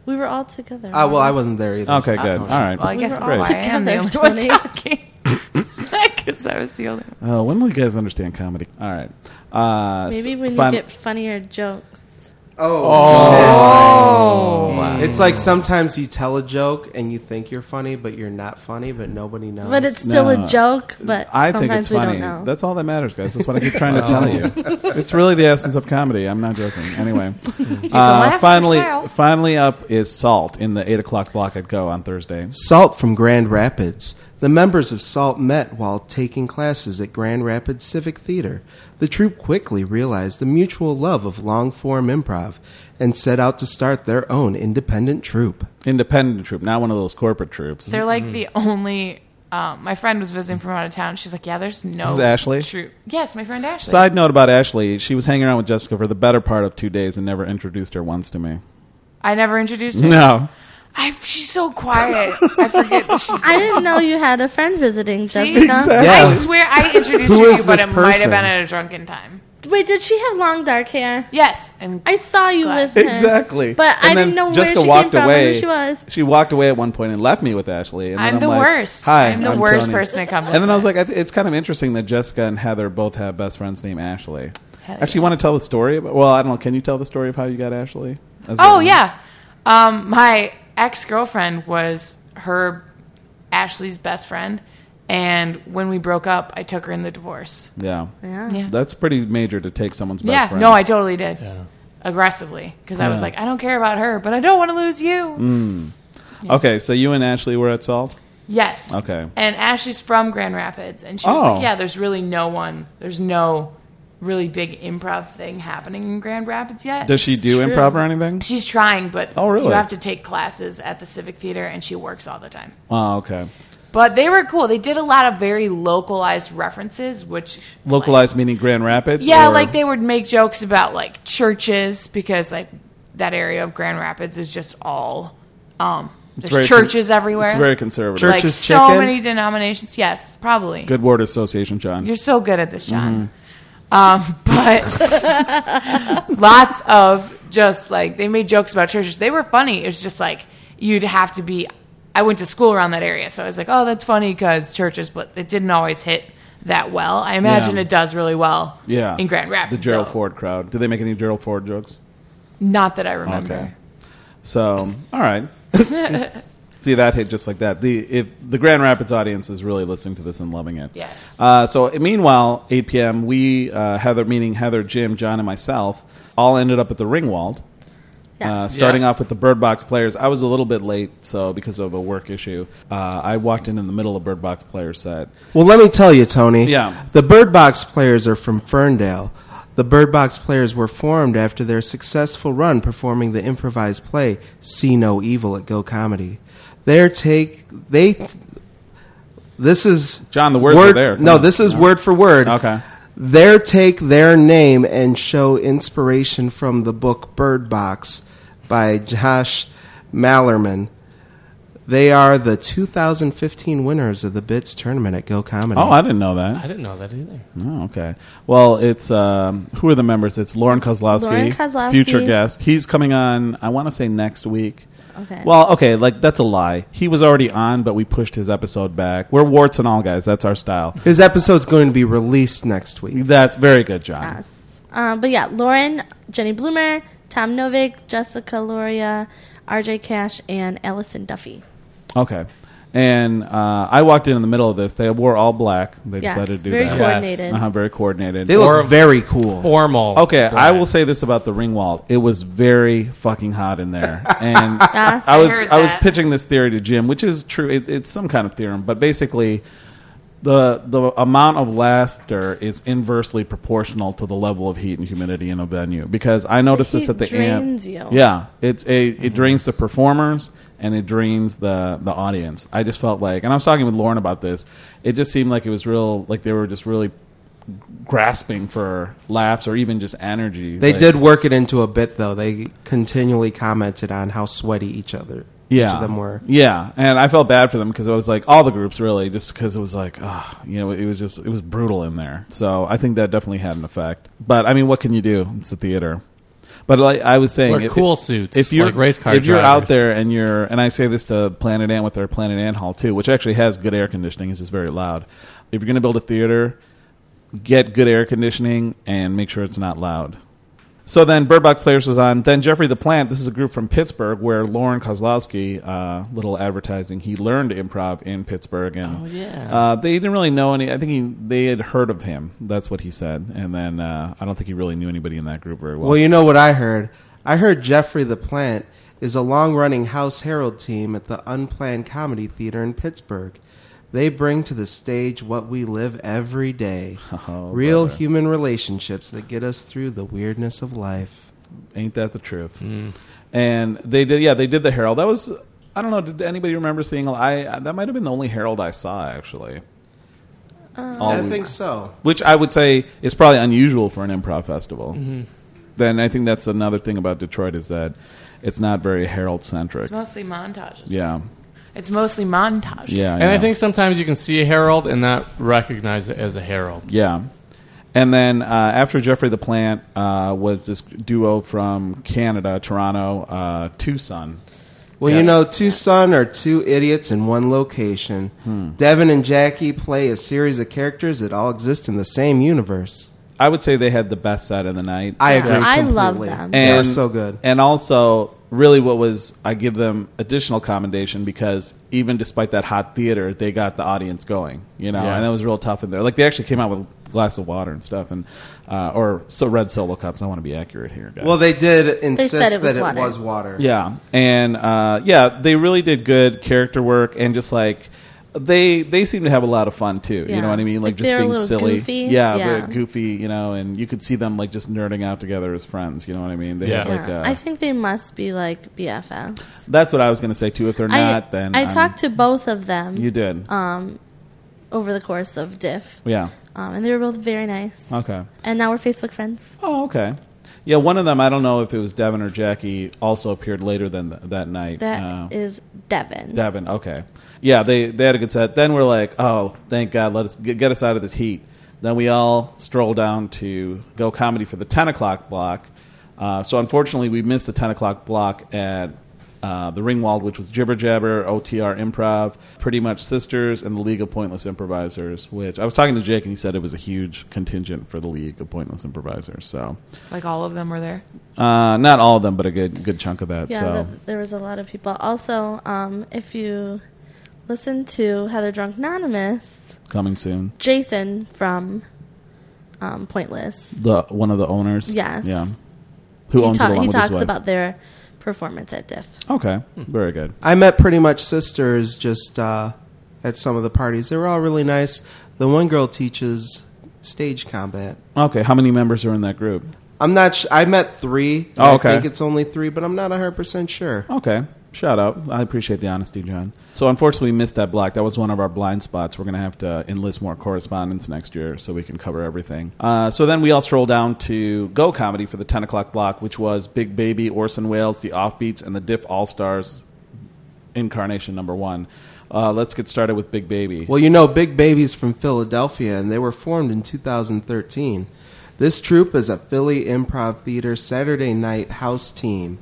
[SPEAKER 4] We were all together.
[SPEAKER 5] Ah, well, I wasn't there
[SPEAKER 4] Oh.
[SPEAKER 5] either.
[SPEAKER 1] Okay, good. All right.
[SPEAKER 3] Well, I
[SPEAKER 4] We
[SPEAKER 3] guess
[SPEAKER 4] were
[SPEAKER 3] that's
[SPEAKER 4] all
[SPEAKER 3] why I am the only
[SPEAKER 4] together,
[SPEAKER 3] one
[SPEAKER 4] Tony.
[SPEAKER 3] talking. Because I was the only one.
[SPEAKER 1] Oh, when will you guys understand comedy? All right. Uh,
[SPEAKER 4] Maybe
[SPEAKER 1] so
[SPEAKER 4] when
[SPEAKER 1] fin-
[SPEAKER 4] you get funnier jokes.
[SPEAKER 5] Oh,
[SPEAKER 3] Oh,
[SPEAKER 5] shit. it's like sometimes you tell a joke and you think you're funny, but you're not funny, but nobody knows.
[SPEAKER 4] But it's still
[SPEAKER 1] No.
[SPEAKER 4] a joke, but
[SPEAKER 1] I think
[SPEAKER 4] sometimes
[SPEAKER 1] it's
[SPEAKER 4] we
[SPEAKER 1] funny.
[SPEAKER 4] don't know.
[SPEAKER 1] That's all that matters, guys. That's what I keep trying to tell you. It's really the essence of comedy. I'm not joking. Anyway, Uh,
[SPEAKER 3] laugh
[SPEAKER 1] finally,
[SPEAKER 3] yourself.
[SPEAKER 1] finally up is Salt in the eight o'clock block at Go on Thursday.
[SPEAKER 5] Salt from Grand Rapids. The members of Salt met while taking classes at Grand Rapids Civic Theater. The troupe quickly realized the mutual love of long form improv and set out to start their own independent troupe.
[SPEAKER 1] Independent troupe, not one of those corporate troops.
[SPEAKER 3] they're like the only. Um, my friend was visiting from out of town. She's like, "Yeah, there's no."
[SPEAKER 1] This is Ashley?
[SPEAKER 3] True. Yes, my friend Ashley.
[SPEAKER 1] Side note about Ashley: she was hanging around with Jessica for the better part of two days and never introduced her once to me.
[SPEAKER 3] I never introduced her.
[SPEAKER 1] No,
[SPEAKER 3] I, she's so quiet. I forget that she's
[SPEAKER 4] I didn't know you had a friend visiting,
[SPEAKER 3] See?
[SPEAKER 4] Jessica.
[SPEAKER 1] Exactly.
[SPEAKER 3] I
[SPEAKER 5] Yeah.
[SPEAKER 3] swear I introduced
[SPEAKER 5] Who
[SPEAKER 3] her to
[SPEAKER 5] is
[SPEAKER 3] you, but it
[SPEAKER 5] this
[SPEAKER 3] might
[SPEAKER 5] person?
[SPEAKER 3] have been at a drunken time.
[SPEAKER 4] Wait, did she have long dark hair?
[SPEAKER 3] Yes, and
[SPEAKER 4] I saw you
[SPEAKER 3] Glad.
[SPEAKER 4] with her. But I
[SPEAKER 1] And then
[SPEAKER 4] didn't know
[SPEAKER 1] Jessica
[SPEAKER 4] where she
[SPEAKER 1] walked
[SPEAKER 4] came from
[SPEAKER 1] away.
[SPEAKER 4] or who she was.
[SPEAKER 1] She walked away at one point and left me with Ashley. And then
[SPEAKER 3] I'm
[SPEAKER 1] I'm
[SPEAKER 3] the
[SPEAKER 1] like,
[SPEAKER 3] worst.
[SPEAKER 1] Hi,
[SPEAKER 3] I'm the worst
[SPEAKER 1] Tony."
[SPEAKER 3] person to come.
[SPEAKER 1] And then I was like, I th- it's kind of interesting that Jessica and Heather both have best friends named Ashley. Actually, you want to tell the story? About, well, I don't know. Can you tell the story of how you got Ashley? As
[SPEAKER 3] Oh
[SPEAKER 1] a-
[SPEAKER 3] yeah, um, my ex girlfriend was her Ashley's best friend, and when we broke up, I took her in the divorce.
[SPEAKER 1] yeah,
[SPEAKER 4] Yeah.
[SPEAKER 3] Yeah,
[SPEAKER 1] That's pretty major to take someone's best
[SPEAKER 3] yeah.
[SPEAKER 1] friend.
[SPEAKER 3] No, I totally did
[SPEAKER 2] Yeah.
[SPEAKER 3] aggressively because I was
[SPEAKER 1] Yeah.
[SPEAKER 3] like, I don't care about her, but I don't want to lose you.
[SPEAKER 1] Okay, so you and Ashley were at Salt.
[SPEAKER 3] Yes.
[SPEAKER 1] Okay.
[SPEAKER 3] And Ashley's from Grand Rapids, and she was
[SPEAKER 1] Oh.
[SPEAKER 3] like, "Yeah, there's really no one. There's no really big improv thing happening in Grand Rapids yet."
[SPEAKER 1] Does she
[SPEAKER 4] It's
[SPEAKER 1] do
[SPEAKER 4] true.
[SPEAKER 1] improv or anything?
[SPEAKER 3] She's trying, but
[SPEAKER 1] Oh, really?
[SPEAKER 3] you have to take classes at the Civic Theater, and she works all the time.
[SPEAKER 1] Oh, okay.
[SPEAKER 3] But they were cool. They did a lot of very localized references, which
[SPEAKER 1] Localized meaning Grand Rapids.
[SPEAKER 3] like- yeah,
[SPEAKER 1] or-
[SPEAKER 3] like they would make jokes about like churches because like that area of Grand Rapids is just all um, there's
[SPEAKER 1] very-
[SPEAKER 3] churches everywhere.
[SPEAKER 1] It's very conservative.
[SPEAKER 5] Church-
[SPEAKER 3] like
[SPEAKER 5] Churches
[SPEAKER 3] so
[SPEAKER 5] chicken?
[SPEAKER 3] many denominations. Yes, probably.
[SPEAKER 1] Good word association, John.
[SPEAKER 3] You're so good at this, John.
[SPEAKER 1] Mm-hmm.
[SPEAKER 3] Um, but lots of just like they made jokes about churches. They were funny. It was just like you'd have to be. I went to school around that area, so I was like, "Oh, that's funny because churches," but it didn't always hit that well. I imagine
[SPEAKER 1] Yeah.
[SPEAKER 3] it does really well.
[SPEAKER 1] yeah.
[SPEAKER 3] in Grand Rapids,
[SPEAKER 1] The Gerald
[SPEAKER 3] though.
[SPEAKER 1] Ford crowd. Did they make any Gerald Ford jokes?
[SPEAKER 3] Not that I remember.
[SPEAKER 1] Okay. So, all right. See that hit just like that. The if the Grand Rapids audience is really listening to this and loving it.
[SPEAKER 3] Yes.
[SPEAKER 1] Uh, so meanwhile, 8 p.m. We uh, Heather, meaning Heather, Jim, John, and myself, all ended up at the Ringwald. Uh,
[SPEAKER 4] Yes.
[SPEAKER 1] starting
[SPEAKER 2] Yeah.
[SPEAKER 1] off with the Bird Box players, I was a little bit late, so because of a work issue, uh, I walked in in the middle of Bird Box player set.
[SPEAKER 5] Well, let me tell you, Tony.
[SPEAKER 1] Yeah.
[SPEAKER 5] The Bird Box players are from Ferndale. The Bird Box players were formed after their successful run performing the improvised play See No Evil at Go Comedy. Their take, they. This is.
[SPEAKER 1] John, the words are
[SPEAKER 5] word,
[SPEAKER 1] there.
[SPEAKER 5] No,
[SPEAKER 1] Yeah.
[SPEAKER 5] this is
[SPEAKER 1] Yeah.
[SPEAKER 5] word for word.
[SPEAKER 1] Okay.
[SPEAKER 5] Their take their name and show inspiration from the book Bird Box by Josh Mallerman. They are the 2015 winners of the Bits tournament at Go Comedy.
[SPEAKER 1] Oh, I didn't know
[SPEAKER 2] I
[SPEAKER 1] that.
[SPEAKER 2] didn't know that either.
[SPEAKER 1] Oh, okay. Well, it's um, who are the members? It's Lauren Kozlowski,
[SPEAKER 4] Lauren Kozlowski.
[SPEAKER 1] future guest. He's coming on. I want to say next week.
[SPEAKER 4] Okay.
[SPEAKER 1] Well, okay, like that's a lie. He was already on, but we pushed his episode back. We're warts and all, guys. That's our style.
[SPEAKER 5] His episode's going to be released next week.
[SPEAKER 1] That's very good, John.
[SPEAKER 4] Yes. Um, but yeah, Lauren, Jenny Bloomer, Tom Novick, Jessica Loria, RJ Cash, and Allison Duffy.
[SPEAKER 1] Okay. And uh, I walked in in the middle of this. They wore all black. They
[SPEAKER 4] Yes,
[SPEAKER 1] decided to do
[SPEAKER 4] very
[SPEAKER 1] that.
[SPEAKER 4] coordinated.
[SPEAKER 1] Uh-huh, very coordinated.
[SPEAKER 5] They look
[SPEAKER 2] Or-
[SPEAKER 5] very cool.
[SPEAKER 2] Formal.
[SPEAKER 1] Okay,
[SPEAKER 2] black.
[SPEAKER 1] I will say this about the Ringwald. It was very fucking hot in there, and
[SPEAKER 4] Yes.
[SPEAKER 1] I was
[SPEAKER 3] I heard
[SPEAKER 1] I was
[SPEAKER 3] that.
[SPEAKER 1] pitching this theory to Jim, which is true. It, it's some kind of theorem, but basically, the the amount of laughter is inversely proportional to the level of heat and humidity in a venue. Because I noticed this
[SPEAKER 4] heat
[SPEAKER 1] at the
[SPEAKER 4] drains you.
[SPEAKER 1] amp. Yeah, it's a it drains the performers and it drains the the audience. I just felt like, and I was talking with Lauren about this. It just seemed like it was real, like they were just really grasping for laughs or even just energy.
[SPEAKER 5] They
[SPEAKER 1] Like-
[SPEAKER 5] did work it into a bit, though. They continually commented on how sweaty each other,
[SPEAKER 1] yeah,
[SPEAKER 5] each of them were.
[SPEAKER 1] Yeah, and I felt bad for them because it was like all the groups really, just because it was like, ah, you know, it was just it was brutal in there. So I think that definitely had an effect. But I mean, what can you do? It's a theater. But like I was saying,
[SPEAKER 2] Wear cool suits,
[SPEAKER 1] If you're
[SPEAKER 2] like race car
[SPEAKER 1] if you're out
[SPEAKER 2] drivers.
[SPEAKER 1] there and you're, and I say this to Planet Ant with their Planet Ant Hall too, which actually has good air conditioning. It's just very loud. If you're going to build a theater, get good air conditioning and make sure it's not loud. So then Bird Box Players was on. Then Jeffrey the Plant. This is a group from Pittsburgh where Lauren Kozlowski, uh, little advertising, he learned improv in Pittsburgh. And,
[SPEAKER 2] Oh, yeah.
[SPEAKER 1] Uh, they didn't really know any. I think he, they had heard of him. That's what he said. And then uh, I don't think he really knew anybody in that group very well.
[SPEAKER 5] Well, you know what I heard? I heard Jeffrey the Plant is a long running House Herald team at the Unplanned Comedy Theater in Pittsburgh. They bring to the stage what we live every day real human relationships that get us through the weirdness of life.
[SPEAKER 1] Ain't that the truth? And they did, yeah, they did the Herald. That was, I don't know, did anybody remember seeing? I that might have been the only Herald I saw actually. All
[SPEAKER 5] I
[SPEAKER 1] week.
[SPEAKER 5] think so.
[SPEAKER 1] which I would say is probably unusual for an improv festival.
[SPEAKER 2] Mm-hmm.
[SPEAKER 1] Then I think that's another thing about Detroit is that it's not very Herald centric.
[SPEAKER 3] It's mostly montages.
[SPEAKER 1] Yeah,
[SPEAKER 3] It's mostly montages.
[SPEAKER 1] yeah,
[SPEAKER 2] And I
[SPEAKER 1] yeah.
[SPEAKER 2] think sometimes you can see a herald and not recognize it as a herald.
[SPEAKER 1] Yeah. And then uh, after Jeffrey the Plant uh, was this duo from Canada, Toronto, uh, Tucson.
[SPEAKER 5] Well,
[SPEAKER 1] Yeah.
[SPEAKER 5] you know, Tucson are two idiots in one location.
[SPEAKER 1] Hmm.
[SPEAKER 5] Devin and Jackie play a series of characters that all exist in the same universe.
[SPEAKER 1] I would say they had the best set of the night.
[SPEAKER 5] I agree.
[SPEAKER 4] I love
[SPEAKER 5] completely.
[SPEAKER 4] them.
[SPEAKER 5] They are so good.
[SPEAKER 1] And also, really, what was I give them additional commendation because even despite that hot theater, they got the audience going. You know,
[SPEAKER 2] Yeah.
[SPEAKER 1] and that was real tough in there. Like they actually came out with a glass of water and stuff, and uh, or so red solo cups. I want to be accurate here, guys.
[SPEAKER 5] Well, they did insist
[SPEAKER 4] said it was
[SPEAKER 5] that it
[SPEAKER 4] water.
[SPEAKER 5] was water.
[SPEAKER 1] Yeah, and uh, yeah, they really did good character work and just like they they seem to have a lot of fun too. You
[SPEAKER 4] Yeah.
[SPEAKER 1] know what I mean? Like,
[SPEAKER 4] Like,
[SPEAKER 1] just
[SPEAKER 4] they're a
[SPEAKER 1] being
[SPEAKER 4] little
[SPEAKER 1] silly.
[SPEAKER 4] goofy.
[SPEAKER 1] Yeah,
[SPEAKER 4] Yeah.
[SPEAKER 1] very goofy. You know, and you could see them like just nerding out together as friends. You know what I mean? They
[SPEAKER 2] Yeah.
[SPEAKER 1] had, like
[SPEAKER 4] yeah.
[SPEAKER 1] uh,
[SPEAKER 4] I think they must be like BFFs.
[SPEAKER 1] that's what I was going to say too. If they're not,
[SPEAKER 4] I,
[SPEAKER 1] then
[SPEAKER 4] I
[SPEAKER 1] um,
[SPEAKER 4] talked um, to both of them
[SPEAKER 1] You did.
[SPEAKER 4] over the course of Diff,
[SPEAKER 1] yeah.
[SPEAKER 4] um, and they were both very nice.
[SPEAKER 1] Okay.
[SPEAKER 4] And now we're Facebook friends.
[SPEAKER 1] Oh, okay. Yeah, one of them. I don't know if it was Devin or Jackie. Also appeared later than th- that night. Uh,
[SPEAKER 4] That is Devin.
[SPEAKER 1] Devin. Okay. Yeah, they they had a good set. Then we're like, oh, thank God, let us get, get us out of this heat. Then we all stroll down to go comedy for the ten o'clock block. Uh, so unfortunately, we missed the ten o'clock block at uh, the Ringwald, which was Jibber Jabber, OTR Improv, Pretty Much Sisters, and the League of Pointless Improvisers. Which I was talking to Jake, and he said it was a huge contingent for the League of Pointless Improvisers. So,
[SPEAKER 3] Like all of them were there.
[SPEAKER 1] uh, not all of them, but a good good chunk of that.
[SPEAKER 4] Yeah,
[SPEAKER 1] so,
[SPEAKER 4] th- there was a lot of people. Also, um, if you listen to Heather Drunk Anonymous,
[SPEAKER 1] coming soon.
[SPEAKER 4] Jason from um, Pointless,
[SPEAKER 1] The one of the owners.
[SPEAKER 4] yes,
[SPEAKER 1] Yeah. Who
[SPEAKER 4] he,
[SPEAKER 1] owns
[SPEAKER 4] ta-
[SPEAKER 1] along
[SPEAKER 4] he
[SPEAKER 1] with his
[SPEAKER 4] talks
[SPEAKER 1] wife.
[SPEAKER 4] about their performance at Diff.
[SPEAKER 1] Okay. Very good.
[SPEAKER 5] I met pretty much sisters just uh, at some of the parties. They were all really nice. The one girl teaches stage combat.
[SPEAKER 1] Okay. How many members are in that group?
[SPEAKER 5] I'm not. Sh- I met three.
[SPEAKER 1] Oh, okay.
[SPEAKER 5] I think it's only three, but I'm not 100 percent sure.
[SPEAKER 1] Okay. Shout out. I appreciate the honesty, John. So, unfortunately, we missed that block. That was one of our blind spots. We're going to have to enlist more correspondents next year so we can cover everything. Uh, so, then we all stroll down to Go Comedy for the 10 o'clock block, which was Big Baby, Orson Welles, The Offbeats, and the Diff All Stars incarnation number one. Uh, let's get started with Big Baby.
[SPEAKER 5] Well, you know, Big Baby's from Philadelphia, and they were formed in 2013. This troupe is a Philly Improv Theater Saturday night house team.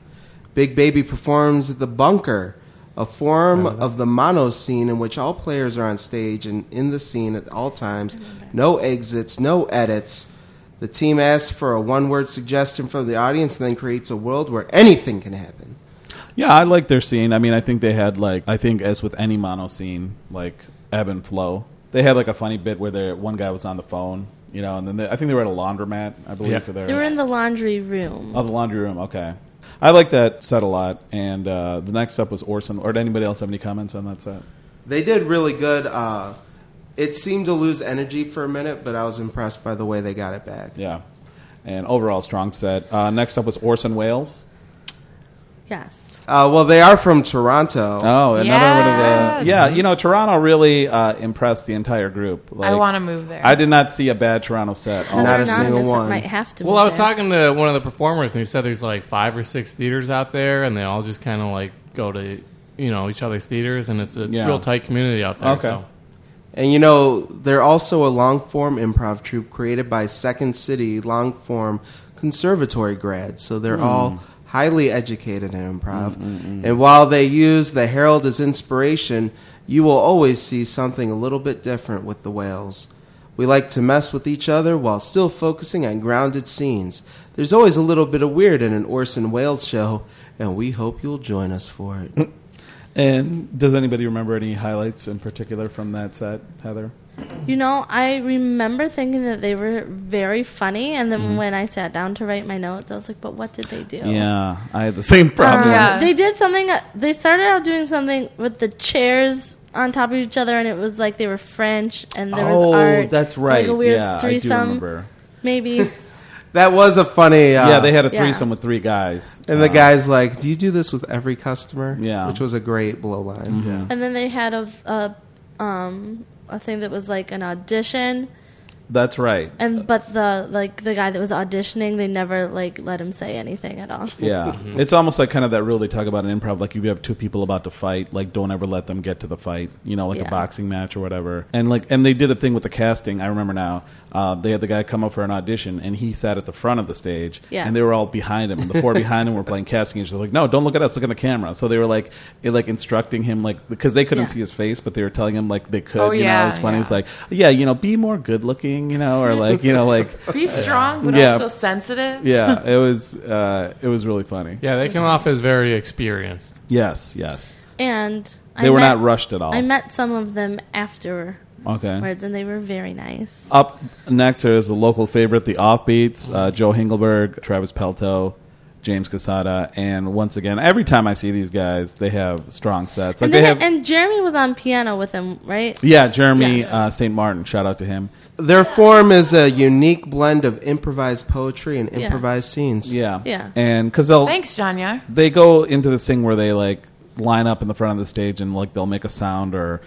[SPEAKER 5] Big Baby performs at the Bunker, a form of the mono scene in which all players are on stage and in the scene at all times. No exits, no edits. The team asks for a one word suggestion from the audience and then creates a world where anything can happen.
[SPEAKER 1] Yeah, I like their scene. I mean, I think they had like I think as with any mono scene, like ebb and flow. They had like a funny bit where their one guy was on the phone, you know, and then they, I think they were at a laundromat, I believe,
[SPEAKER 2] Yeah.
[SPEAKER 1] for their
[SPEAKER 4] They were in the laundry room.
[SPEAKER 1] oh the laundry room. Okay, I like that set a lot. And uh, the next up was Orson. Or did anybody else have any comments on that set?
[SPEAKER 5] They did really good. Uh, it seemed to lose energy for a minute, but I was impressed by the way they got it back.
[SPEAKER 1] Yeah, and overall strong set. Uh, next up was Orson Welles.
[SPEAKER 4] Yes,
[SPEAKER 5] Uh, well, they are from Toronto.
[SPEAKER 1] Oh, another one of
[SPEAKER 3] Yes.
[SPEAKER 1] the yeah. You know, Toronto really uh, impressed the entire group. Like,
[SPEAKER 3] I want to move there.
[SPEAKER 1] I did not see a bad Toronto set. All
[SPEAKER 5] Not a
[SPEAKER 4] Heather
[SPEAKER 5] single
[SPEAKER 4] Anonymous
[SPEAKER 5] one.
[SPEAKER 4] Might have to.
[SPEAKER 2] Well,
[SPEAKER 4] be
[SPEAKER 2] I was
[SPEAKER 4] there.
[SPEAKER 2] talking to one of the performers, and he said there's like five or six theaters out there, and they all just kind of like go to you know each other's theaters, and it's a
[SPEAKER 1] Yeah.
[SPEAKER 2] real tight community out there.
[SPEAKER 1] Okay.
[SPEAKER 2] So.
[SPEAKER 5] And you know, they're also a long form improv troupe created by Second City long form conservatory grads. So
[SPEAKER 1] Hmm.
[SPEAKER 5] they're all highly educated in improv.
[SPEAKER 1] Mm,
[SPEAKER 5] And while they use the Herald as inspiration, you will always see something a little bit different with the whales. We like to mess with each other while still focusing on grounded scenes. There's always a little bit of weird in an Orson Welles show, and we hope you'll join us for it.
[SPEAKER 1] And does anybody remember any highlights in particular from that set, Heather?
[SPEAKER 4] You know, I remember thinking that they were very funny, and then when I sat down to write my notes, I was like, "But what did they do?"
[SPEAKER 1] Yeah, I had the same problem.
[SPEAKER 4] Um,
[SPEAKER 3] Yeah.
[SPEAKER 4] They did something. uh, They started out doing something with the chairs on top of each other, and it was like they were French, and there
[SPEAKER 1] Oh,
[SPEAKER 4] was art. Like a weird threesome, maybe.
[SPEAKER 5] that was a funny. Uh,
[SPEAKER 1] yeah, they had a
[SPEAKER 4] Yeah.
[SPEAKER 1] threesome with three guys.
[SPEAKER 5] And the
[SPEAKER 1] Uh,
[SPEAKER 5] guy's like, "Do you do this with every customer?"
[SPEAKER 1] Yeah.
[SPEAKER 5] which was a great blow line.
[SPEAKER 4] and then they had a, a um a thing that was like an audition,
[SPEAKER 1] That's right.
[SPEAKER 4] and but the like the guy that was auditioning, they never like let him say anything at all.
[SPEAKER 1] Yeah, it's almost like kind of that rule they talk about in improv. Like if you have two people about to fight, like don't ever let them get to the fight. You know, like a
[SPEAKER 4] Yeah.
[SPEAKER 1] boxing match or whatever. And like, and they did a thing with the casting. I remember now. Uh, they had the guy come up for an audition, and he sat at the front of the stage.
[SPEAKER 4] Yeah.
[SPEAKER 1] And they were all behind him. And the four behind him were playing casting. And they're like, "No, don't look at us. Look at the camera." So they were like, eh, like instructing him, like because they couldn't
[SPEAKER 4] Yeah.
[SPEAKER 1] see his face, but they were telling him like they could.
[SPEAKER 3] Oh,
[SPEAKER 1] you know,
[SPEAKER 3] yeah,
[SPEAKER 1] it was funny.
[SPEAKER 3] yeah.
[SPEAKER 1] It's like, yeah, you know, be more good looking. You know, or like, you know, like.
[SPEAKER 3] Be strong, but
[SPEAKER 1] Yeah.
[SPEAKER 3] also sensitive.
[SPEAKER 1] Yeah, it was uh, it was really funny.
[SPEAKER 2] Yeah, they came off as very experienced.
[SPEAKER 1] Yes, yes.
[SPEAKER 4] And
[SPEAKER 1] They
[SPEAKER 4] I
[SPEAKER 1] were
[SPEAKER 4] met-
[SPEAKER 1] not rushed at all.
[SPEAKER 4] I met some of them afterwards,
[SPEAKER 1] okay.
[SPEAKER 4] and they were very nice.
[SPEAKER 1] Up next is a local favorite, the Offbeats, uh, Joe Hingelberg, Travis Pelto, James Casada, and once again, every time I see these guys, they have strong sets. Like
[SPEAKER 4] and,
[SPEAKER 1] they
[SPEAKER 4] then,
[SPEAKER 1] have,
[SPEAKER 4] and Jeremy was on piano with him, right?
[SPEAKER 1] yeah, Jeremy
[SPEAKER 4] Yes.
[SPEAKER 1] uh, St. Martin, shout out to him.
[SPEAKER 5] Mm-hmm. Their form is a unique blend of improvised poetry and
[SPEAKER 4] Yeah.
[SPEAKER 5] improvised scenes.
[SPEAKER 1] Yeah,
[SPEAKER 4] Yeah.
[SPEAKER 1] and because they'll
[SPEAKER 3] Thanks, Janya.
[SPEAKER 1] they go into this thing where they like line up in the front of the stage and like they'll make a sound or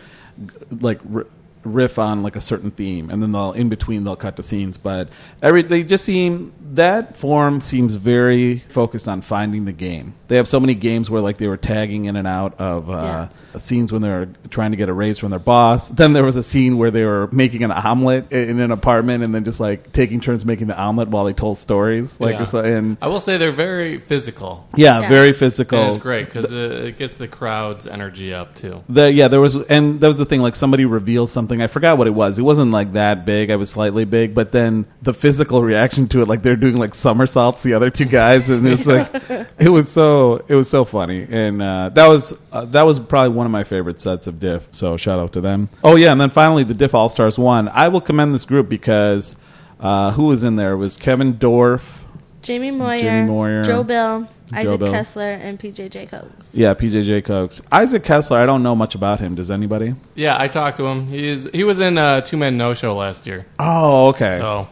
[SPEAKER 1] like r- riff on like a certain theme and then they'll in between they'll cut to scenes but every they just seem that forum seems very focused on finding the game. They have so many games where like they were tagging in and out of uh, scenes when they were trying to get a raise from their boss. Then there was a scene where they were making an omelet in an apartment and then just like taking turns making the omelet while they told stories. Like
[SPEAKER 2] Yeah.
[SPEAKER 1] it's, uh, and
[SPEAKER 2] I will say they're very physical.
[SPEAKER 1] yeah,
[SPEAKER 4] Yeah.
[SPEAKER 1] very physical.
[SPEAKER 2] And it's great because it, it gets the crowd's energy up too.
[SPEAKER 1] The, yeah, there was, and that was the thing. Like somebody revealed something. I forgot what it was. It wasn't like that big. I was slightly big, but then the physical reaction to it, like they're doing like somersaults, the other two guys, and it's like, it was so, it was so funny, and uh, that was uh, that was probably one of my favorite sets of Diff. So shout out to them. Oh yeah, and then finally the Diff All Stars won. I will commend this group because uh, who was in there It was Kevin Dorff.
[SPEAKER 4] Jamie Moyer,
[SPEAKER 1] Jamie Moyer,
[SPEAKER 4] Joe Bill, Isaac
[SPEAKER 1] Bill.
[SPEAKER 4] Kessler, and PJ Jacobs.
[SPEAKER 1] Yeah, PJ Jacobs, Isaac Kessler. I don't know much about him. Does anybody?
[SPEAKER 2] Yeah, I talked to him. He is he was in uh, Two Men No Show last year.
[SPEAKER 1] Oh, okay.
[SPEAKER 2] So,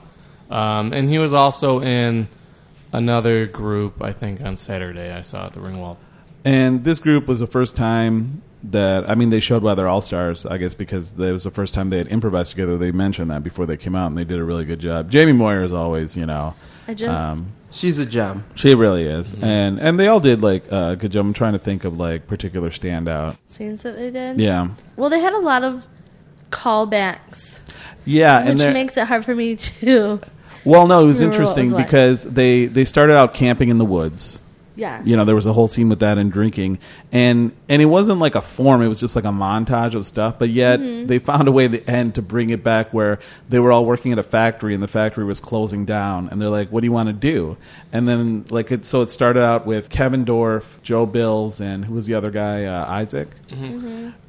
[SPEAKER 2] um, and he was also in another group. I think on Saturday I saw at the Ringwald.
[SPEAKER 1] And this group was the first time that I mean they showed why they're all stars, I guess, because it was the first time they had improvised together. They mentioned that before they came out, and they did a really good job. Jamie Moyer is always, you know,
[SPEAKER 4] I just
[SPEAKER 1] Um,
[SPEAKER 5] She's a gem.
[SPEAKER 1] she really is,
[SPEAKER 4] Mm-hmm.
[SPEAKER 1] and and they all did like uh, a good job. I'm trying to think of like particular standout.
[SPEAKER 4] scenes that they did.
[SPEAKER 1] Yeah,
[SPEAKER 4] Well, they had a lot of callbacks,
[SPEAKER 1] yeah, and
[SPEAKER 4] which
[SPEAKER 1] they're-
[SPEAKER 4] makes it hard for me to.
[SPEAKER 1] well, no, it was
[SPEAKER 4] remember what it
[SPEAKER 1] interesting
[SPEAKER 4] was like.
[SPEAKER 1] because they they started out camping in the woods.
[SPEAKER 4] Yes.
[SPEAKER 1] you know there was a whole scene with that and drinking and and it wasn't like a form it was just like a montage of stuff but yet they found a way at the end to bring it back where they were all working at a factory and the factory was closing down and they're like what do you want to do and then like it so it started out with kevin dorff joe bills and who was the other guy uh, isaac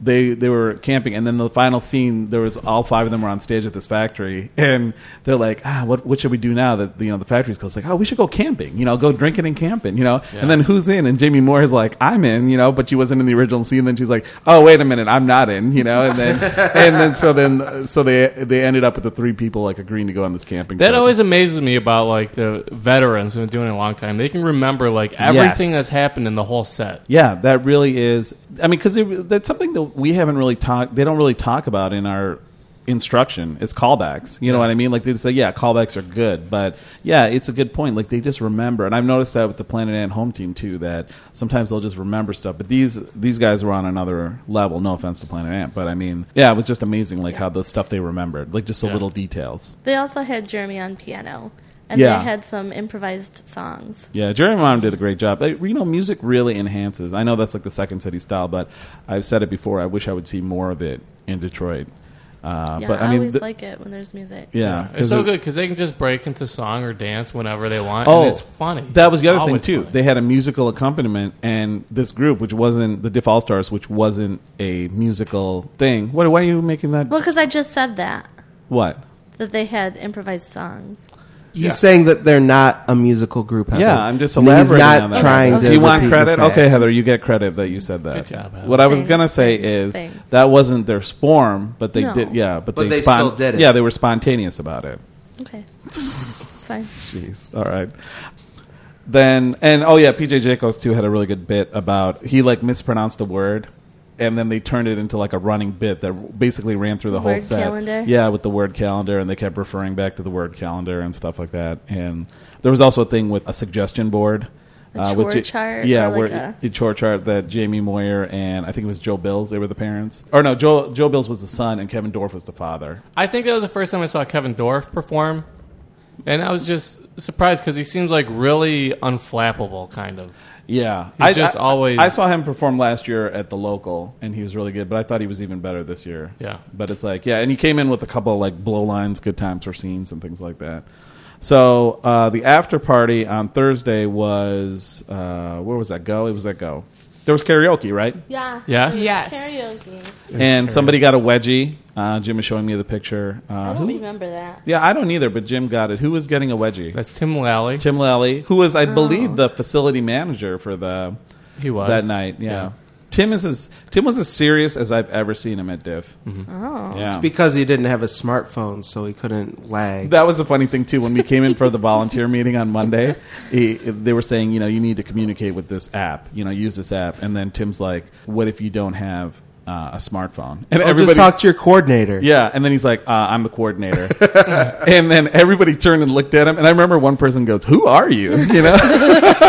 [SPEAKER 1] they they were camping, and then the final scene, there was all five of them were on stage at this factory, and they're like, ah, what what should we do now that you know the factory's closed? Like, oh, we should go camping, you know, go drinking and camping, you know. And then who's in? And Jamie Moore is like, I'm in, you know, but she wasn't in the original scene. Then she's like, oh, wait a minute, I'm not in, you know. And then and then so then so they they ended up with the three people like agreeing to go on this camping.
[SPEAKER 2] That
[SPEAKER 1] trip.
[SPEAKER 2] always amazes me about like the veterans who've been doing it a long time. They can remember like everything that's happened in the whole set.
[SPEAKER 1] Yeah, that really is. I mean, because that's something that we haven't really talked. They don't really talk about in our instruction. It's callbacks. You know what I mean? Like they say, yeah, callbacks are good, but yeah, it's a good point. Like they just remember, and I've noticed that with the Planet Ant home team too. That sometimes they'll just remember stuff. But these these guys were on another level. No offense to Planet Ant, but I mean, yeah, it was just amazing. Like how the stuff they remembered, like just the
[SPEAKER 2] Yeah.
[SPEAKER 1] little details.
[SPEAKER 4] They also had Jeremy on piano, and
[SPEAKER 1] Yeah.
[SPEAKER 4] they had some improvised songs.
[SPEAKER 1] Yeah, Jerry Mom did a great job. Uh, You know, music really enhances. I know that's like the second city style, but I've said it before. I wish I would see more of it in Detroit. Uh,
[SPEAKER 4] Yeah,
[SPEAKER 1] but I,
[SPEAKER 4] I,
[SPEAKER 1] mean,
[SPEAKER 4] always
[SPEAKER 1] th-
[SPEAKER 4] like it when there's music.
[SPEAKER 1] yeah,
[SPEAKER 2] It's
[SPEAKER 1] 'cause
[SPEAKER 2] so
[SPEAKER 1] it-
[SPEAKER 2] good because they can just break into song or dance whenever they want.
[SPEAKER 1] Oh,
[SPEAKER 2] and it's funny.
[SPEAKER 1] That was the
[SPEAKER 2] It's
[SPEAKER 1] other thing
[SPEAKER 2] always
[SPEAKER 1] too.
[SPEAKER 2] funny.
[SPEAKER 1] They had a musical accompaniment, and this group, which wasn't the Diff All Stars, which wasn't a musical thing. What? Why are you making that?
[SPEAKER 4] Well, because I just said that
[SPEAKER 1] What?
[SPEAKER 4] that they had improvised songs.
[SPEAKER 5] He's saying that they're not a musical group. Heather.
[SPEAKER 1] Yeah, I'm just
[SPEAKER 5] And
[SPEAKER 1] elaborating
[SPEAKER 5] He's not
[SPEAKER 1] on that.
[SPEAKER 5] trying
[SPEAKER 4] Okay.
[SPEAKER 5] to.
[SPEAKER 1] Do you want
[SPEAKER 5] repeat the
[SPEAKER 1] credit?
[SPEAKER 5] facts.
[SPEAKER 1] Okay, Heather, you get credit that you said that.
[SPEAKER 2] Good job, Heather.
[SPEAKER 1] What I was
[SPEAKER 4] Thanks,
[SPEAKER 1] gonna say
[SPEAKER 4] thanks,
[SPEAKER 1] is
[SPEAKER 4] thanks.
[SPEAKER 1] that wasn't their form, but they
[SPEAKER 4] No.
[SPEAKER 1] did. Yeah, but,
[SPEAKER 5] But they still did it.
[SPEAKER 1] Yeah, they were spontaneous about it.
[SPEAKER 4] Okay, it's fine.
[SPEAKER 1] Jeez. All right. Then and oh yeah, PJ Jacobs too had a really good bit about he like mispronounced a word, and then they turned it into like a running bit that basically ran through the, whole
[SPEAKER 4] Word
[SPEAKER 1] set.
[SPEAKER 4] calendar?
[SPEAKER 1] Yeah, with the word calendar, and they kept referring back to the word calendar and stuff like that. And there was also a thing with a suggestion board.
[SPEAKER 4] A
[SPEAKER 1] with
[SPEAKER 4] chore
[SPEAKER 1] Ja-
[SPEAKER 4] chart
[SPEAKER 1] yeah,
[SPEAKER 4] or like
[SPEAKER 1] where
[SPEAKER 4] a-
[SPEAKER 1] the chore chart that Jamie Moyer and I think it was Joe Bills they were the parents, or no, Joe Joe Bills was the son and Kevin Dorff was the father.
[SPEAKER 2] I think that was the first time I saw Kevin Dorff perform, and I was just surprised because he seems like really unflappable, kind of.
[SPEAKER 1] Yeah,
[SPEAKER 2] He's just always-
[SPEAKER 1] I saw him perform last year at the local, and he was really good. But I thought he was even better this year.
[SPEAKER 2] Yeah.
[SPEAKER 1] but it's like yeah, and he came in with a couple like blow lines, good times for scenes, and things like that. So uh, the after party on Thursday was uh, where was that go? It was that go. There was karaoke, right?
[SPEAKER 4] Yeah.
[SPEAKER 2] Yes?
[SPEAKER 3] Yes.
[SPEAKER 1] Uh,
[SPEAKER 4] Karaoke.
[SPEAKER 1] and somebody got a wedgie. Uh, Jim is showing me the picture. Uh,
[SPEAKER 4] I
[SPEAKER 1] who-
[SPEAKER 4] don't remember that.
[SPEAKER 1] Yeah, I don't either, but Jim got it. Who was getting a wedgie?
[SPEAKER 2] That's Tim Lally.
[SPEAKER 1] Tim Lally, who was, I believe, the facility manager for the
[SPEAKER 2] He was
[SPEAKER 1] that night. Yeah. Tim is as Tim was as serious as I've ever seen him at Diff.
[SPEAKER 4] Oh.
[SPEAKER 1] Yeah.
[SPEAKER 5] It's because he didn't have a smartphone, so he couldn't lag.
[SPEAKER 1] that was a funny thing too. When we came in for the volunteer meeting on Monday, he, they were saying, you know, you need to communicate with this app. You know, use this app. And then Tim's like, "What if you don't have uh, uh, a smartphone, and
[SPEAKER 5] I'll Oh, just talk to your coordinator.
[SPEAKER 1] Yeah, and then he's like, uh, "I'm the coordinator," and then everybody turned and looked at him. And I remember one person goes, "Who are you?" You know.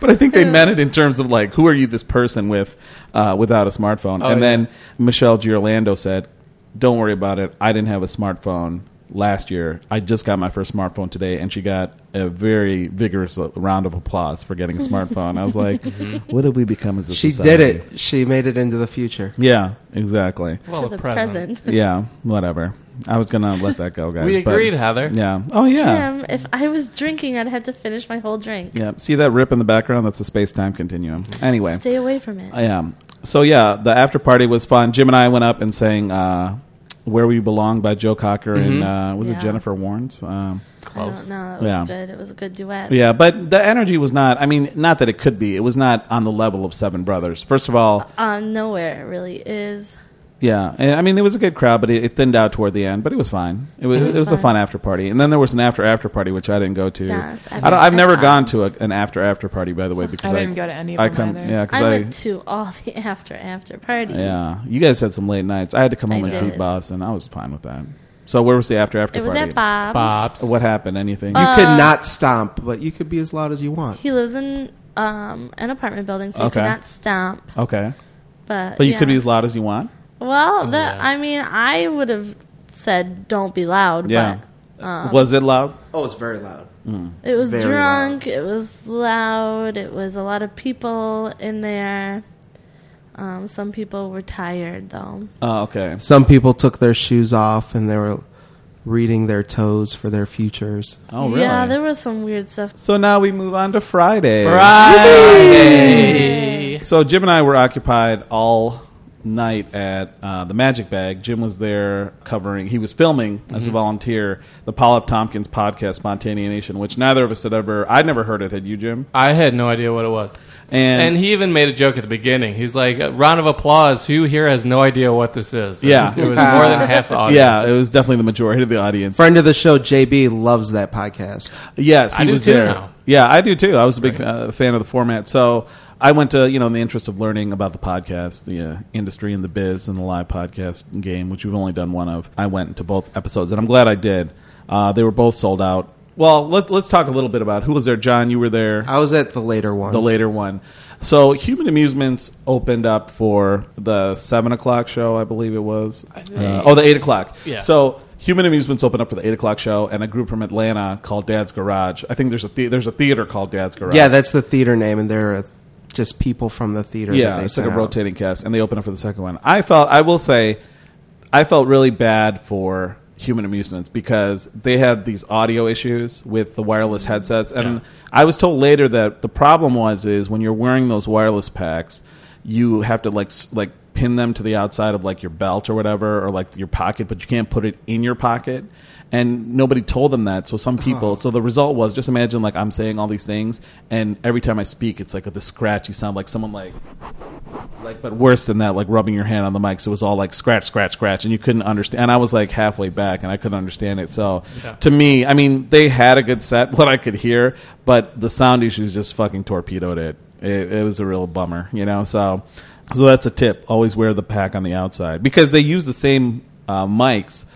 [SPEAKER 1] but I think they meant it in terms of like, "Who are you, this person with uh, without a
[SPEAKER 5] Oh,
[SPEAKER 1] smartphone?" and then Michelle Giorlando said, "Don't worry about it. I didn't have a smartphone." Last year, I just got my first smartphone today, and she got a very vigorous uh, round of applause for getting a smartphone. I was like, "What have we become as a
[SPEAKER 5] Mm-hmm. She
[SPEAKER 1] society?
[SPEAKER 5] did it. She made it into the future.
[SPEAKER 1] Yeah, exactly.
[SPEAKER 2] Well,
[SPEAKER 4] to the present.
[SPEAKER 1] yeah, whatever. I was gonna let that go, guys.
[SPEAKER 2] We
[SPEAKER 1] but-
[SPEAKER 2] agreed, Heather.
[SPEAKER 1] Yeah. Oh yeah.
[SPEAKER 4] Damn, if I was drinking, I'd have to finish my whole drink.
[SPEAKER 1] Yeah. See that rip in the background? That's a space time continuum. Anyway.
[SPEAKER 4] Stay away from it.
[SPEAKER 1] I am. So yeah, the after party was fun. Jim and I went up and sang uh, "Where We Belong" by Joe Cocker and
[SPEAKER 2] Mm-hmm.
[SPEAKER 1] uh, was it
[SPEAKER 4] Yeah.
[SPEAKER 1] Jennifer Warnes? Um,
[SPEAKER 4] I don't know. It was
[SPEAKER 1] Yeah.
[SPEAKER 4] good. It was a good duet.
[SPEAKER 1] yeah, but the energy was not. I mean, not that it could be. It was not on the level of Seven Brothers. First of all,
[SPEAKER 4] Uh, nowhere really is.
[SPEAKER 1] yeah, and, I mean it was a good crowd, but it, it thinned out toward the end. But it was fine. It was, it was,
[SPEAKER 4] was
[SPEAKER 1] a fun
[SPEAKER 4] fun.
[SPEAKER 1] after party, and then there was an after after party which I didn't go to.
[SPEAKER 4] Yes,
[SPEAKER 1] I
[SPEAKER 4] I
[SPEAKER 1] don't, I've
[SPEAKER 4] mean,
[SPEAKER 1] never
[SPEAKER 4] I-
[SPEAKER 1] gone to a, an after after party by the way because I
[SPEAKER 3] didn't go to any of
[SPEAKER 1] I
[SPEAKER 3] them
[SPEAKER 1] come,
[SPEAKER 3] either.
[SPEAKER 1] Yeah, 'cause
[SPEAKER 4] I
[SPEAKER 1] I,
[SPEAKER 4] went to all the after after parties.
[SPEAKER 1] Yeah, you guys had some late nights. I had to come
[SPEAKER 4] I
[SPEAKER 1] home and
[SPEAKER 4] did.
[SPEAKER 1] beat boss, and I was fine with that. So where was the after after
[SPEAKER 4] It was
[SPEAKER 1] party?
[SPEAKER 4] at Bob's.
[SPEAKER 2] Bob's.
[SPEAKER 1] What happened? Anything?
[SPEAKER 5] You could not stomp, but you could be as loud as you want.
[SPEAKER 4] Uh, He lives in um, an apartment building, so he
[SPEAKER 1] Okay.
[SPEAKER 4] could not stomp.
[SPEAKER 1] okay,
[SPEAKER 4] But
[SPEAKER 1] but you
[SPEAKER 4] yeah.
[SPEAKER 1] could be as loud as you want. Oh,
[SPEAKER 4] Well, the,
[SPEAKER 2] yeah.
[SPEAKER 4] I mean, I would have said don't be loud.
[SPEAKER 1] Yeah.
[SPEAKER 4] But
[SPEAKER 1] was it loud?
[SPEAKER 5] Oh, it's very loud.
[SPEAKER 4] It was
[SPEAKER 5] Very
[SPEAKER 4] drunk. It was loud. It was a lot of people in there. Um, some people were tired though.
[SPEAKER 1] Oh, okay.
[SPEAKER 5] Some people took their shoes off and they were reading their toes for their futures.
[SPEAKER 1] Oh, really?
[SPEAKER 4] Yeah, there was some weird stuff.
[SPEAKER 1] so now we move on to Friday.
[SPEAKER 2] Friday.
[SPEAKER 1] So Jim and I were occupied all night at uh, the Magic Bag. Jim was there covering; he was filming as a volunteer the Paul F. Tompkins podcast, Spontanea Nation, which neither of us had ever. I'd never heard it. Had you, Jim?
[SPEAKER 2] I had no idea what it was.
[SPEAKER 1] And,
[SPEAKER 2] And he even made a joke at the beginning. He's like, "A "Round of applause! Who here has no idea what this is?"
[SPEAKER 1] Yeah.
[SPEAKER 2] it was more than half the audience.
[SPEAKER 1] yeah, it was definitely the majority of the audience.
[SPEAKER 5] Friend of the show, JB, loves that podcast.
[SPEAKER 1] Yes, he
[SPEAKER 2] I do
[SPEAKER 1] was
[SPEAKER 2] too
[SPEAKER 1] there.
[SPEAKER 2] now.
[SPEAKER 1] Yeah, I do too. I was a big uh, fan of the format, so I went to you know in the interest of learning about the podcast, the uh, industry, and the biz, and the live podcast game, which we've only done one of. I went to both episodes, and I'm glad I did. Uh, they were both sold out. Well, let, let's talk a little bit about who was there. John, you were there.
[SPEAKER 5] I was at the later one.
[SPEAKER 1] the later one. So, Human Amusements opened up for the seven o'clock show, I believe it was. Uh, oh, the eight o'clock.
[SPEAKER 2] Yeah.
[SPEAKER 1] So, Human Amusements opened up for the eight o'clock show, and a group from Atlanta called Dad's Garage. I think there's a the- there's a theater called Dad's Garage.
[SPEAKER 5] yeah, that's the theater name, and they're uh, just people from the theater. that
[SPEAKER 1] yeah,
[SPEAKER 5] they
[SPEAKER 1] it's like a
[SPEAKER 5] sent out.
[SPEAKER 1] rotating cast, and they opened up for the second one. I felt, I will say, I felt really bad for Human Amusements because they had these audio issues with the wireless headsets, and
[SPEAKER 2] Yeah.
[SPEAKER 1] I was told later that the problem was is when you're wearing those wireless packs, you have to like s- like pin them to the outside of like your belt or whatever or like your pocket, but you can't put it in your pocket. And nobody told them that. So some people. So the result was just imagine like I'm saying all these things, and every time I speak, it's like with the scratchy sound, like someone like like but worse than that like rubbing your hand on the mic so it was all like scratch scratch scratch and you couldn't understand and i was like halfway back and i couldn't understand it so to me i mean they had a good set what i could hear but the sound issues just fucking torpedoed it it, it was a real bummer you know so so that's a tip always wear the pack on the outside because they use the same uh, mics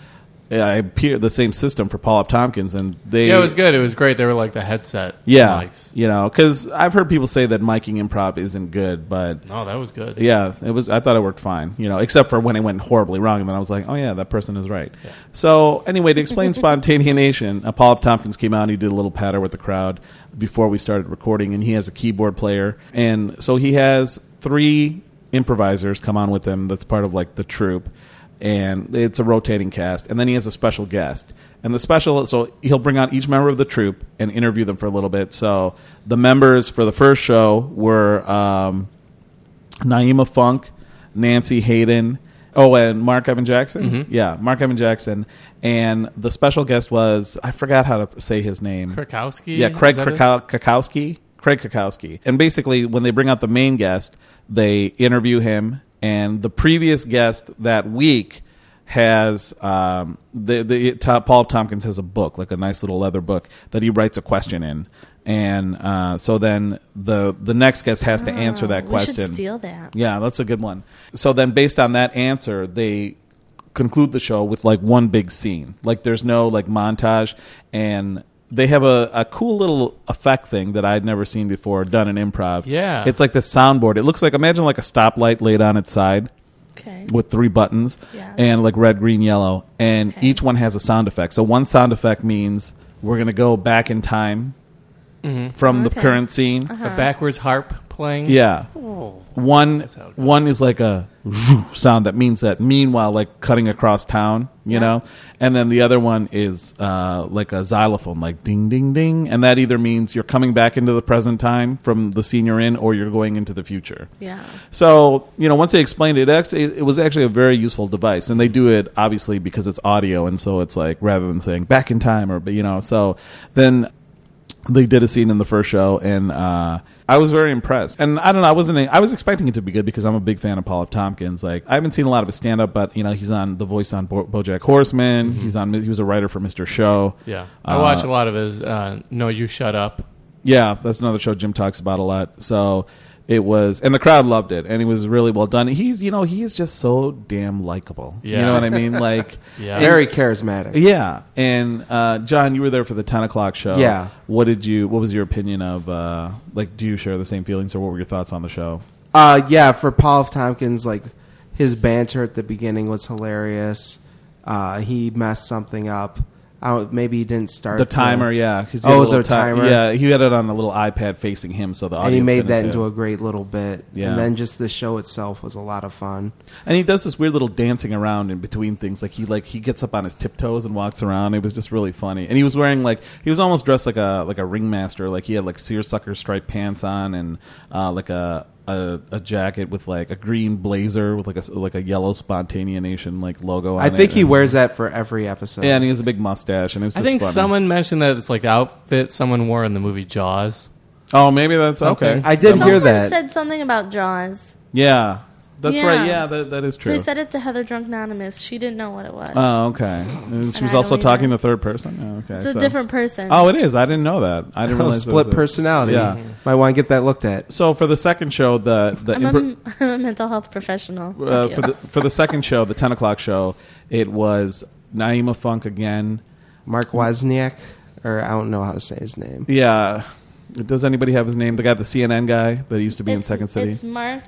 [SPEAKER 1] uh, I appear the same system for Paul F. Tompkins, and they
[SPEAKER 2] Yeah, it was good. It was great. They were like the headset.
[SPEAKER 1] yeah,
[SPEAKER 2] mics.
[SPEAKER 1] you know, because I've heard people say that miking improv isn't good, but
[SPEAKER 2] No, that was good.
[SPEAKER 1] yeah, it was. I thought it worked fine, you know, except for when it went horribly wrong, and then I was like, oh yeah, that person is right. So anyway, to explain Spontanea Nation, uh, Paul F. Tompkins came out and he did a little patter with the crowd before we started recording, and he has a keyboard player, and so he has three improvisers come on with him. That's part of like the troupe, and it's a rotating cast, and then he has a special guest. And the special, so he'll bring out each member of the troupe and interview them for a little bit. So the members for the first show were. Um, Naima Funk, Nancy Hayden. Oh, and Mark Evan Jackson?
[SPEAKER 2] Mm-hmm.
[SPEAKER 1] Yeah, Mark Evan Jackson. And the special guest was, I forgot how to say his name.
[SPEAKER 2] Krakowski.
[SPEAKER 1] Yeah, Craig
[SPEAKER 2] Is that his-
[SPEAKER 1] Krakow- Krakowski. Craig Krakowski. And basically, when they bring out the main guest, they interview him, and the previous guest that week has um, the the Ta- Paul Tompkins has a book, like a nice little leather book that he writes a question in, and uh, so then the the next guest has to answer that question.
[SPEAKER 4] Ah, Oh, We should steal that.
[SPEAKER 1] Yeah, that's a good one. So then, based on that answer, they conclude the show with like one big scene. Like there's no like montage, and they have a, a cool little effect thing that I'd never seen before done in improv.
[SPEAKER 2] Yeah.
[SPEAKER 1] it's like the soundboard. It looks like imagine like a stoplight laid on its side
[SPEAKER 4] Okay.
[SPEAKER 1] with three buttons
[SPEAKER 4] Yes.
[SPEAKER 1] and like red, green, yellow, and
[SPEAKER 4] Okay.
[SPEAKER 1] each one has a sound effect. So one sound effect means we're gonna go back in time from the
[SPEAKER 4] Okay. Uh-huh.
[SPEAKER 1] current scene.
[SPEAKER 2] A backwards harp playing.
[SPEAKER 1] Yeah. One
[SPEAKER 2] Oh. how it goes.
[SPEAKER 1] one is like a zhoo sound that means that meanwhile like cutting across town, you
[SPEAKER 4] Yeah.
[SPEAKER 1] know? And then the other one is uh, like a xylophone, like ding ding ding. And that either means you're coming back into the present time from the scene you're in or you're going into the future.
[SPEAKER 4] Yeah.
[SPEAKER 1] So, you know, once they explained it, actually, it was actually a very useful device. And they do it, obviously, because it's audio. And so it's like, rather than saying back in time or, you know, so then they did a scene in the first show. And uh, I was very impressed. And I don't know, I wasn't, I was expecting it to be good because I'm a big fan of Paul F. Tompkins. Like, I haven't seen a lot of his stand up, but, you know, he's on the voice on Bo- Bojack Horseman. He's on, he was a writer for Mr. Show.
[SPEAKER 2] Mm-hmm. Yeah. I
[SPEAKER 1] Uh,
[SPEAKER 2] watch a lot of his uh, No You Shut Up.
[SPEAKER 1] yeah, that's another show Jim talks about a lot. So it was, and the crowd loved it, and it was really well done. He's, you know, he is just so damn likable. You
[SPEAKER 2] Yeah.
[SPEAKER 1] know what I mean? Like,
[SPEAKER 2] Yeah.
[SPEAKER 5] Very charismatic.
[SPEAKER 1] yeah. And uh, John, you were there for the ten o'clock show.
[SPEAKER 5] Yeah.
[SPEAKER 1] What did you? What was your opinion of? Uh, like, do you share the same feelings, or what were your thoughts on the show?
[SPEAKER 5] Uh, yeah, for Paul F. Tompkins, like his banter at the beginning was hilarious. Uh, he messed something up. I don't, maybe he didn't start
[SPEAKER 1] The timer, yeah. 'cause he
[SPEAKER 5] Oh,
[SPEAKER 1] had
[SPEAKER 5] it was
[SPEAKER 1] little
[SPEAKER 5] a timer?
[SPEAKER 1] Yeah, he had it on a little iPad facing him, so the
[SPEAKER 5] and
[SPEAKER 1] audience.
[SPEAKER 5] he made
[SPEAKER 1] couldn't
[SPEAKER 5] that
[SPEAKER 1] see
[SPEAKER 5] into
[SPEAKER 1] it.
[SPEAKER 5] a great little bit.
[SPEAKER 1] Yeah.
[SPEAKER 5] And then just the show itself was a lot of fun.
[SPEAKER 1] And he does this weird little dancing around in between things. Like he like he gets up on his tiptoes and walks around. It was just really funny. And he was wearing like he was almost dressed like a like a ringmaster. Like he had like seersucker striped pants on and uh, like a, a a jacket with like a green blazer with like a s- like a yellow Spontanea Nation like logo. on
[SPEAKER 5] I think
[SPEAKER 1] it.
[SPEAKER 5] he
[SPEAKER 1] And-
[SPEAKER 5] wears that for every episode.
[SPEAKER 1] Yeah, and he has a big mustache, and it was.
[SPEAKER 2] I
[SPEAKER 1] Just
[SPEAKER 2] think
[SPEAKER 1] funny.
[SPEAKER 2] someone mentioned that it's like the outfit someone wore in the movie Jaws.
[SPEAKER 1] Oh, maybe that's okay.
[SPEAKER 2] Okay.
[SPEAKER 5] I did
[SPEAKER 4] Someone
[SPEAKER 5] hear that.
[SPEAKER 4] said something about Jaws.
[SPEAKER 1] yeah, that's
[SPEAKER 4] Yeah.
[SPEAKER 1] right. Yeah, that, that is true.
[SPEAKER 4] They said it to Heather Drunk Anonymous. She didn't know what it was.
[SPEAKER 1] oh, okay. And she
[SPEAKER 4] And
[SPEAKER 1] was
[SPEAKER 4] I
[SPEAKER 1] also
[SPEAKER 4] don't
[SPEAKER 1] talking
[SPEAKER 4] either.
[SPEAKER 1] the third person. Oh, okay,
[SPEAKER 4] it's a
[SPEAKER 1] so-
[SPEAKER 4] different person.
[SPEAKER 1] Oh, it is. I didn't know that. I didn't
[SPEAKER 5] Oh,
[SPEAKER 1] realize it was
[SPEAKER 5] split
[SPEAKER 1] a-
[SPEAKER 5] personality. Mm-hmm.
[SPEAKER 1] Yeah.
[SPEAKER 5] Might want to get that looked at.
[SPEAKER 1] So for the second show, the the
[SPEAKER 4] I'm, a-
[SPEAKER 1] impro-
[SPEAKER 4] I'm a mental health professional.
[SPEAKER 1] uh,
[SPEAKER 4] Thank you.
[SPEAKER 1] for the for the second show, the ten o'clock show, it was Naima Funk again.
[SPEAKER 5] Mark Wozniak, or I don't know how to say his name.
[SPEAKER 1] Yeah, does anybody have his name? The guy, the CNN guy that used to be in
[SPEAKER 4] It's-
[SPEAKER 1] Second City,
[SPEAKER 4] It's Mark.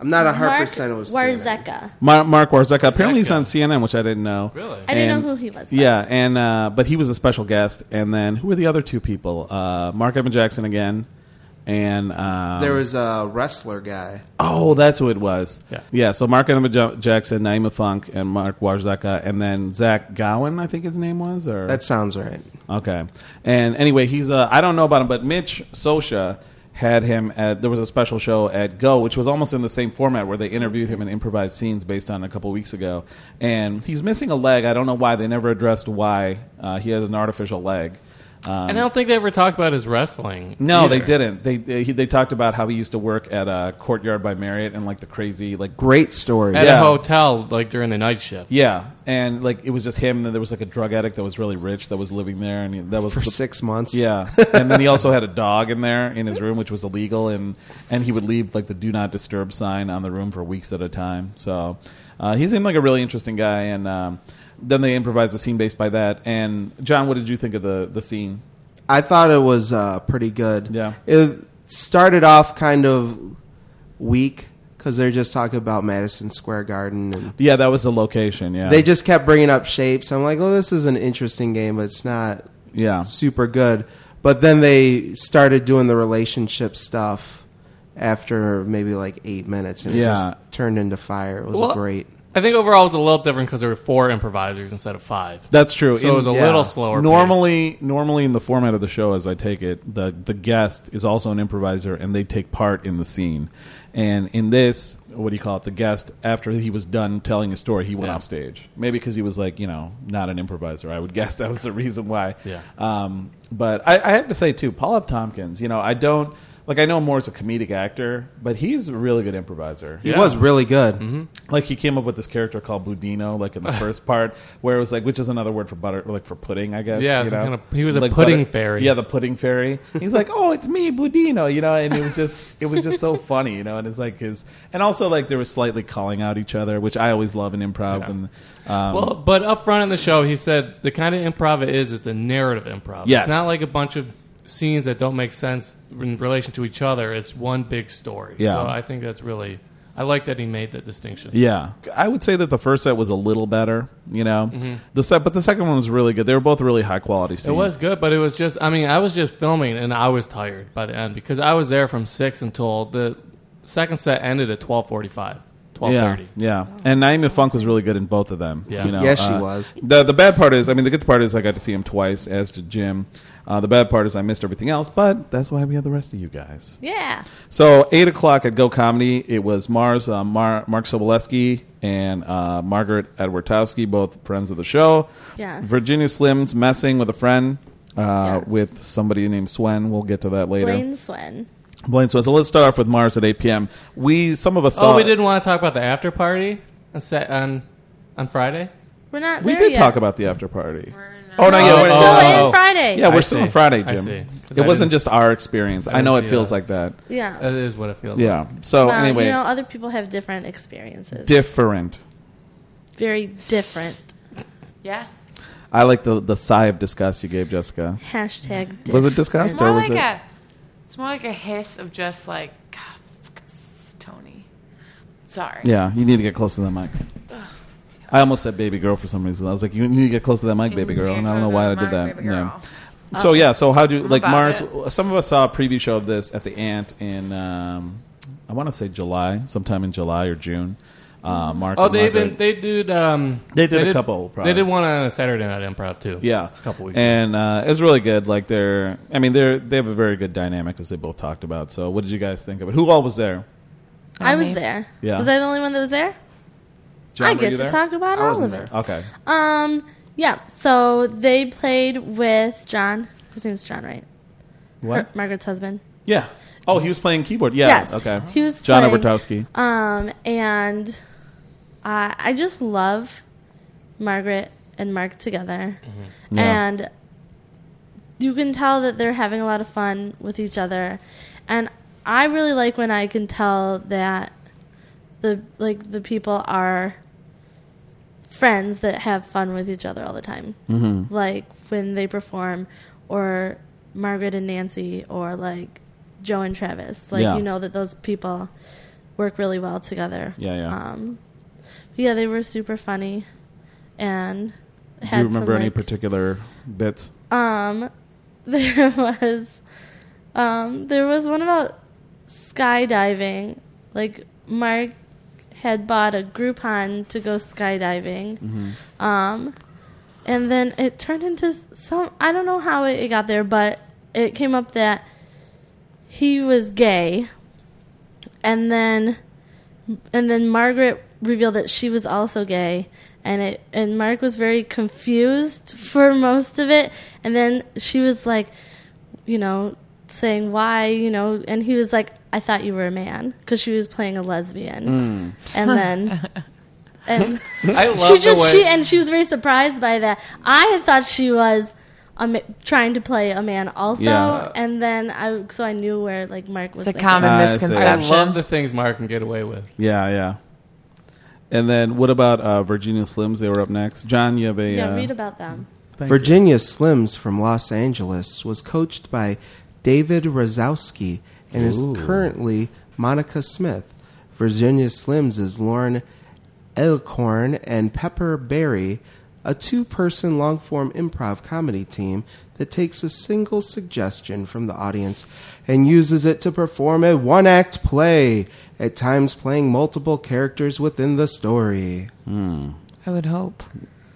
[SPEAKER 5] I'm not a
[SPEAKER 4] Mark
[SPEAKER 5] hundred percent. It was CNN.
[SPEAKER 4] Warzeka.
[SPEAKER 1] Mar- Mark Warzeka. Apparently, he's
[SPEAKER 2] guy.
[SPEAKER 1] on CNN, which I didn't know.
[SPEAKER 2] Really?
[SPEAKER 4] I didn't
[SPEAKER 1] And-
[SPEAKER 4] know who he was. but-
[SPEAKER 1] Yeah, and uh, but he was a special guest. And then who were the other two people? Uh, Mark Evan Jackson again, and um,
[SPEAKER 5] There was a wrestler guy.
[SPEAKER 1] Oh, that's who it was.
[SPEAKER 2] Yeah.
[SPEAKER 1] Yeah. So Mark Anima Jo- Jackson, Naima Funk, and Mark Warzeka, and then Zach Gowen, I think his name was. Or
[SPEAKER 5] That sounds right.
[SPEAKER 1] okay. And anyway, he's uh, I don't know about him, but Mitch Sosha had him at there was a special show at Go, which was almost in the same format where they interviewed him and improvised scenes based on a couple weeks ago. And he's missing a leg. I don't know why they never addressed why uh, he has an artificial leg. Um,
[SPEAKER 2] And I don't think they ever talked about his wrestling.
[SPEAKER 1] no, they
[SPEAKER 2] either.
[SPEAKER 1] didn't. They they, he- they talked about how he used to work at a courtyard by Marriott and like the crazy like
[SPEAKER 5] Great story.
[SPEAKER 2] At
[SPEAKER 1] Yeah.
[SPEAKER 2] a hotel, like during the night shift.
[SPEAKER 1] Yeah, and like it was just him. And then there was like a drug addict that was really rich that was living there, and he, that was
[SPEAKER 5] For
[SPEAKER 1] the-
[SPEAKER 5] six months.
[SPEAKER 1] Yeah, and then he also had a dog in there in his room, which was illegal, and and he would leave like the "do not disturb" sign on the room for weeks at a time. So uh, he seemed like a really interesting guy, and um, then they improvised a scene based by that. And John, what did you think of the the scene?
[SPEAKER 5] I thought it was uh, pretty good.
[SPEAKER 1] Yeah.
[SPEAKER 5] It started off kind of weak because they're just talking about Madison Square Garden. And
[SPEAKER 1] Yeah, that was the location. Yeah,
[SPEAKER 5] They just kept bringing up shapes. I'm like, oh, this is an interesting game, but it's not
[SPEAKER 1] yeah
[SPEAKER 5] super good. But then they started doing the relationship stuff after maybe like eight minutes, and it
[SPEAKER 1] Yeah.
[SPEAKER 5] just turned into fire. It was
[SPEAKER 2] Well,
[SPEAKER 5] great.
[SPEAKER 2] I think overall it was a little different because there were four improvisers instead of five.
[SPEAKER 1] that's true.
[SPEAKER 2] so it was a
[SPEAKER 5] yeah.
[SPEAKER 2] little slower.
[SPEAKER 1] normally normally in the format of the show as i take it the the guest is also an improviser and they take part in the scene and in this what do you call it the guest after he was done telling his story he went
[SPEAKER 2] Yeah.
[SPEAKER 1] off stage maybe because he was like you know not an improviser i would guess that was the reason why
[SPEAKER 2] Yeah.
[SPEAKER 1] um, but I, I have to say too, Paul F. Tompkins. You know, I don't Like I know more as a comedic actor, but he's a really good improviser.
[SPEAKER 5] He was really good.
[SPEAKER 1] Like he came up with this character called Budino, like in the first part, where it was like, which is another word for butter, like for pudding, I guess.
[SPEAKER 2] Yeah,
[SPEAKER 1] you
[SPEAKER 2] some
[SPEAKER 1] know?
[SPEAKER 2] kind of- he was a pudding fairy.
[SPEAKER 1] Yeah, the pudding fairy. He's like, oh, it's me, Budino, you know, and it was just, it was just so funny, you know, and it's like his, and also like they were slightly calling out each other, which I always love in improv. And um,
[SPEAKER 2] Well, but up front in the show, he said the kind of improv it is, it's a narrative improv.
[SPEAKER 1] Yes.
[SPEAKER 2] It's not like a bunch of scenes that don't make sense in relation to each other. It's one big story.
[SPEAKER 1] Yeah.
[SPEAKER 2] So I think that's really, I like that he made that distinction.
[SPEAKER 1] Yeah, I would say that the first set was a little better, you know. The set, but the second one was really good. They were both really high quality scenes.
[SPEAKER 2] Mm-hmm. It was good, but it was just, I mean, I was just filming and I was tired by the end because I was there from 6 until the second set ended at 1245,
[SPEAKER 1] yeah,
[SPEAKER 2] 1230.
[SPEAKER 1] yeah. And Naima Funk was really good in both of them.
[SPEAKER 2] Yeah.
[SPEAKER 1] you know?
[SPEAKER 5] Yes, she
[SPEAKER 1] Uh,
[SPEAKER 5] was.
[SPEAKER 1] The the bad part is, I mean, the good part is I got to see him twice, as did Jim. Uh, the bad part is I missed everything else, but that's why we have the rest of you guys.
[SPEAKER 4] Yeah.
[SPEAKER 1] So eight o'clock at Go Comedy, it was Mars, uh, Mar- Mark Sobolewski, and uh, Margaret Edwartowski, both friends of the show.
[SPEAKER 4] Yes.
[SPEAKER 1] Virginia Slims messing with a friend, uh,
[SPEAKER 4] Yes.
[SPEAKER 1] with somebody named Swen. We'll get to that later.
[SPEAKER 4] Blaine Swen.
[SPEAKER 1] Blaine Swen. So let's start off with Mars at eight p.m. We some of us
[SPEAKER 2] Oh,
[SPEAKER 1] saw.
[SPEAKER 2] we didn't want to talk about the after party on, sa on, on Friday?
[SPEAKER 4] We're not.
[SPEAKER 1] We
[SPEAKER 4] there
[SPEAKER 1] did
[SPEAKER 4] yet.
[SPEAKER 1] talk about the after party.
[SPEAKER 3] not-
[SPEAKER 1] Oh no, yeah,
[SPEAKER 4] We're
[SPEAKER 2] Oh,
[SPEAKER 1] we're-
[SPEAKER 4] still
[SPEAKER 2] oh,
[SPEAKER 4] in
[SPEAKER 2] oh.
[SPEAKER 4] Friday.
[SPEAKER 1] yeah, we're
[SPEAKER 2] I
[SPEAKER 1] still on
[SPEAKER 2] see.
[SPEAKER 1] Friday,
[SPEAKER 2] I
[SPEAKER 1] Jim.
[SPEAKER 2] see. 'Cause
[SPEAKER 1] It
[SPEAKER 2] I
[SPEAKER 1] wasn't
[SPEAKER 2] didn't-
[SPEAKER 1] just our experience. I,
[SPEAKER 2] didn't
[SPEAKER 1] know it
[SPEAKER 2] see
[SPEAKER 1] feels
[SPEAKER 2] that.
[SPEAKER 1] like that.
[SPEAKER 4] Yeah.
[SPEAKER 2] That is what it feels like.
[SPEAKER 1] Yeah. So
[SPEAKER 4] Well,
[SPEAKER 1] Oh, anyway,
[SPEAKER 4] you know, other people have different experiences.
[SPEAKER 1] different.
[SPEAKER 4] Very different.
[SPEAKER 3] Yeah.
[SPEAKER 1] I like the the sigh of disgust you gave, Jessica.
[SPEAKER 4] Hashtag different.
[SPEAKER 1] Was it disgust
[SPEAKER 3] It's
[SPEAKER 1] or
[SPEAKER 3] more
[SPEAKER 1] was
[SPEAKER 3] like
[SPEAKER 1] it?
[SPEAKER 3] a it's more like a hiss of just like God, fuck, it's Tony. Sorry.
[SPEAKER 1] Yeah, you need to get close to that mic. I almost said baby girl for some reason. I was like, you need to get close to that mic, baby girl, and I don't know why I did that.
[SPEAKER 3] Baby
[SPEAKER 1] Yeah.
[SPEAKER 3] girl.
[SPEAKER 1] So yeah, so how do you like
[SPEAKER 3] about
[SPEAKER 1] Mars?
[SPEAKER 3] it.
[SPEAKER 1] Some of us saw a preview show of this at the Ant in um, I want to say July, sometime in July or June. Uh, Mark,
[SPEAKER 2] Oh,
[SPEAKER 1] and
[SPEAKER 2] they
[SPEAKER 1] Margaret-
[SPEAKER 2] did. They did. Um,
[SPEAKER 1] They did a couple, probably.
[SPEAKER 2] They did one on a Saturday night improv too.
[SPEAKER 1] Yeah,
[SPEAKER 2] a couple weeks.
[SPEAKER 1] and uh, it's really good. Like they're, I mean, they're they have a very good dynamic as they both talked about. So, what did you guys think of it? Who all was there?
[SPEAKER 4] I was
[SPEAKER 3] me.
[SPEAKER 4] there.
[SPEAKER 1] Yeah.
[SPEAKER 4] Was I the only one that was there?
[SPEAKER 1] John,
[SPEAKER 4] I
[SPEAKER 1] were
[SPEAKER 4] get
[SPEAKER 1] you
[SPEAKER 4] to
[SPEAKER 1] there?
[SPEAKER 4] talk about
[SPEAKER 5] I
[SPEAKER 4] all
[SPEAKER 5] wasn't
[SPEAKER 4] of
[SPEAKER 5] there.
[SPEAKER 4] it.
[SPEAKER 1] Okay,
[SPEAKER 4] Um. Yeah. So they played with John. His name's John, right?
[SPEAKER 1] what?
[SPEAKER 4] Her- Margaret's husband.
[SPEAKER 1] Yeah. Oh, he was playing keyboard. Yeah.
[SPEAKER 4] Yes.
[SPEAKER 1] Okay.
[SPEAKER 4] He was
[SPEAKER 1] John
[SPEAKER 4] playing-
[SPEAKER 1] Obertowski.
[SPEAKER 4] Um. And I I just love Margaret and Mark together,
[SPEAKER 1] Mm-hmm. Yeah.
[SPEAKER 4] and you can tell that they're having a lot of fun with each other, and I really like when I can tell that the like the people are friends that have fun with each other all the time. Mm-hmm. Like when they perform, or Margaret and Nancy, or like Joe and Travis. Like
[SPEAKER 1] Yeah.
[SPEAKER 4] you know that those people work really well together.
[SPEAKER 1] Yeah, yeah.
[SPEAKER 4] Um, but yeah, they were super funny, and had
[SPEAKER 1] Do you remember
[SPEAKER 4] some,
[SPEAKER 1] any
[SPEAKER 4] like-
[SPEAKER 1] particular bits?
[SPEAKER 4] um, there was, um, there was one about skydiving. Like Mark had bought a Groupon to go skydiving,
[SPEAKER 1] Mm-hmm.
[SPEAKER 4] um, and then it turned into s- some. I don't know how it, it got there, but it came up that he was gay, and then, and then Margaret revealed that she was also gay, and it and Mark was very confused for most of it, and then she was like, you know, saying why, you know, and he was like, I thought you were a man because she was playing a lesbian, and then. And
[SPEAKER 2] Hmm. I love
[SPEAKER 4] she just
[SPEAKER 2] the way,
[SPEAKER 4] she and she was very surprised by that. I had thought she was um, trying to play a man also,
[SPEAKER 1] Yeah.
[SPEAKER 4] and then I so I knew where like Mark was.
[SPEAKER 3] It's a
[SPEAKER 4] like,
[SPEAKER 3] common
[SPEAKER 1] I see.
[SPEAKER 2] I
[SPEAKER 3] misconception.
[SPEAKER 2] love the things Mark can get away with.
[SPEAKER 1] Yeah, yeah. And then what about uh, Virginia Slims? They were up next. John, you have a
[SPEAKER 4] yeah,
[SPEAKER 1] uh,
[SPEAKER 4] read about them.
[SPEAKER 1] thank you.
[SPEAKER 5] Virginia Slims from Los Angeles was coached by David Razowski and
[SPEAKER 1] Ooh.
[SPEAKER 5] is currently Monica Smith. Virginia Slims is Lauren Elkhorn and Pepper Berry, a two person long form improv comedy team that takes a single suggestion from the audience and uses it to perform a one act play, at times playing multiple characters within the story.
[SPEAKER 3] I would hope.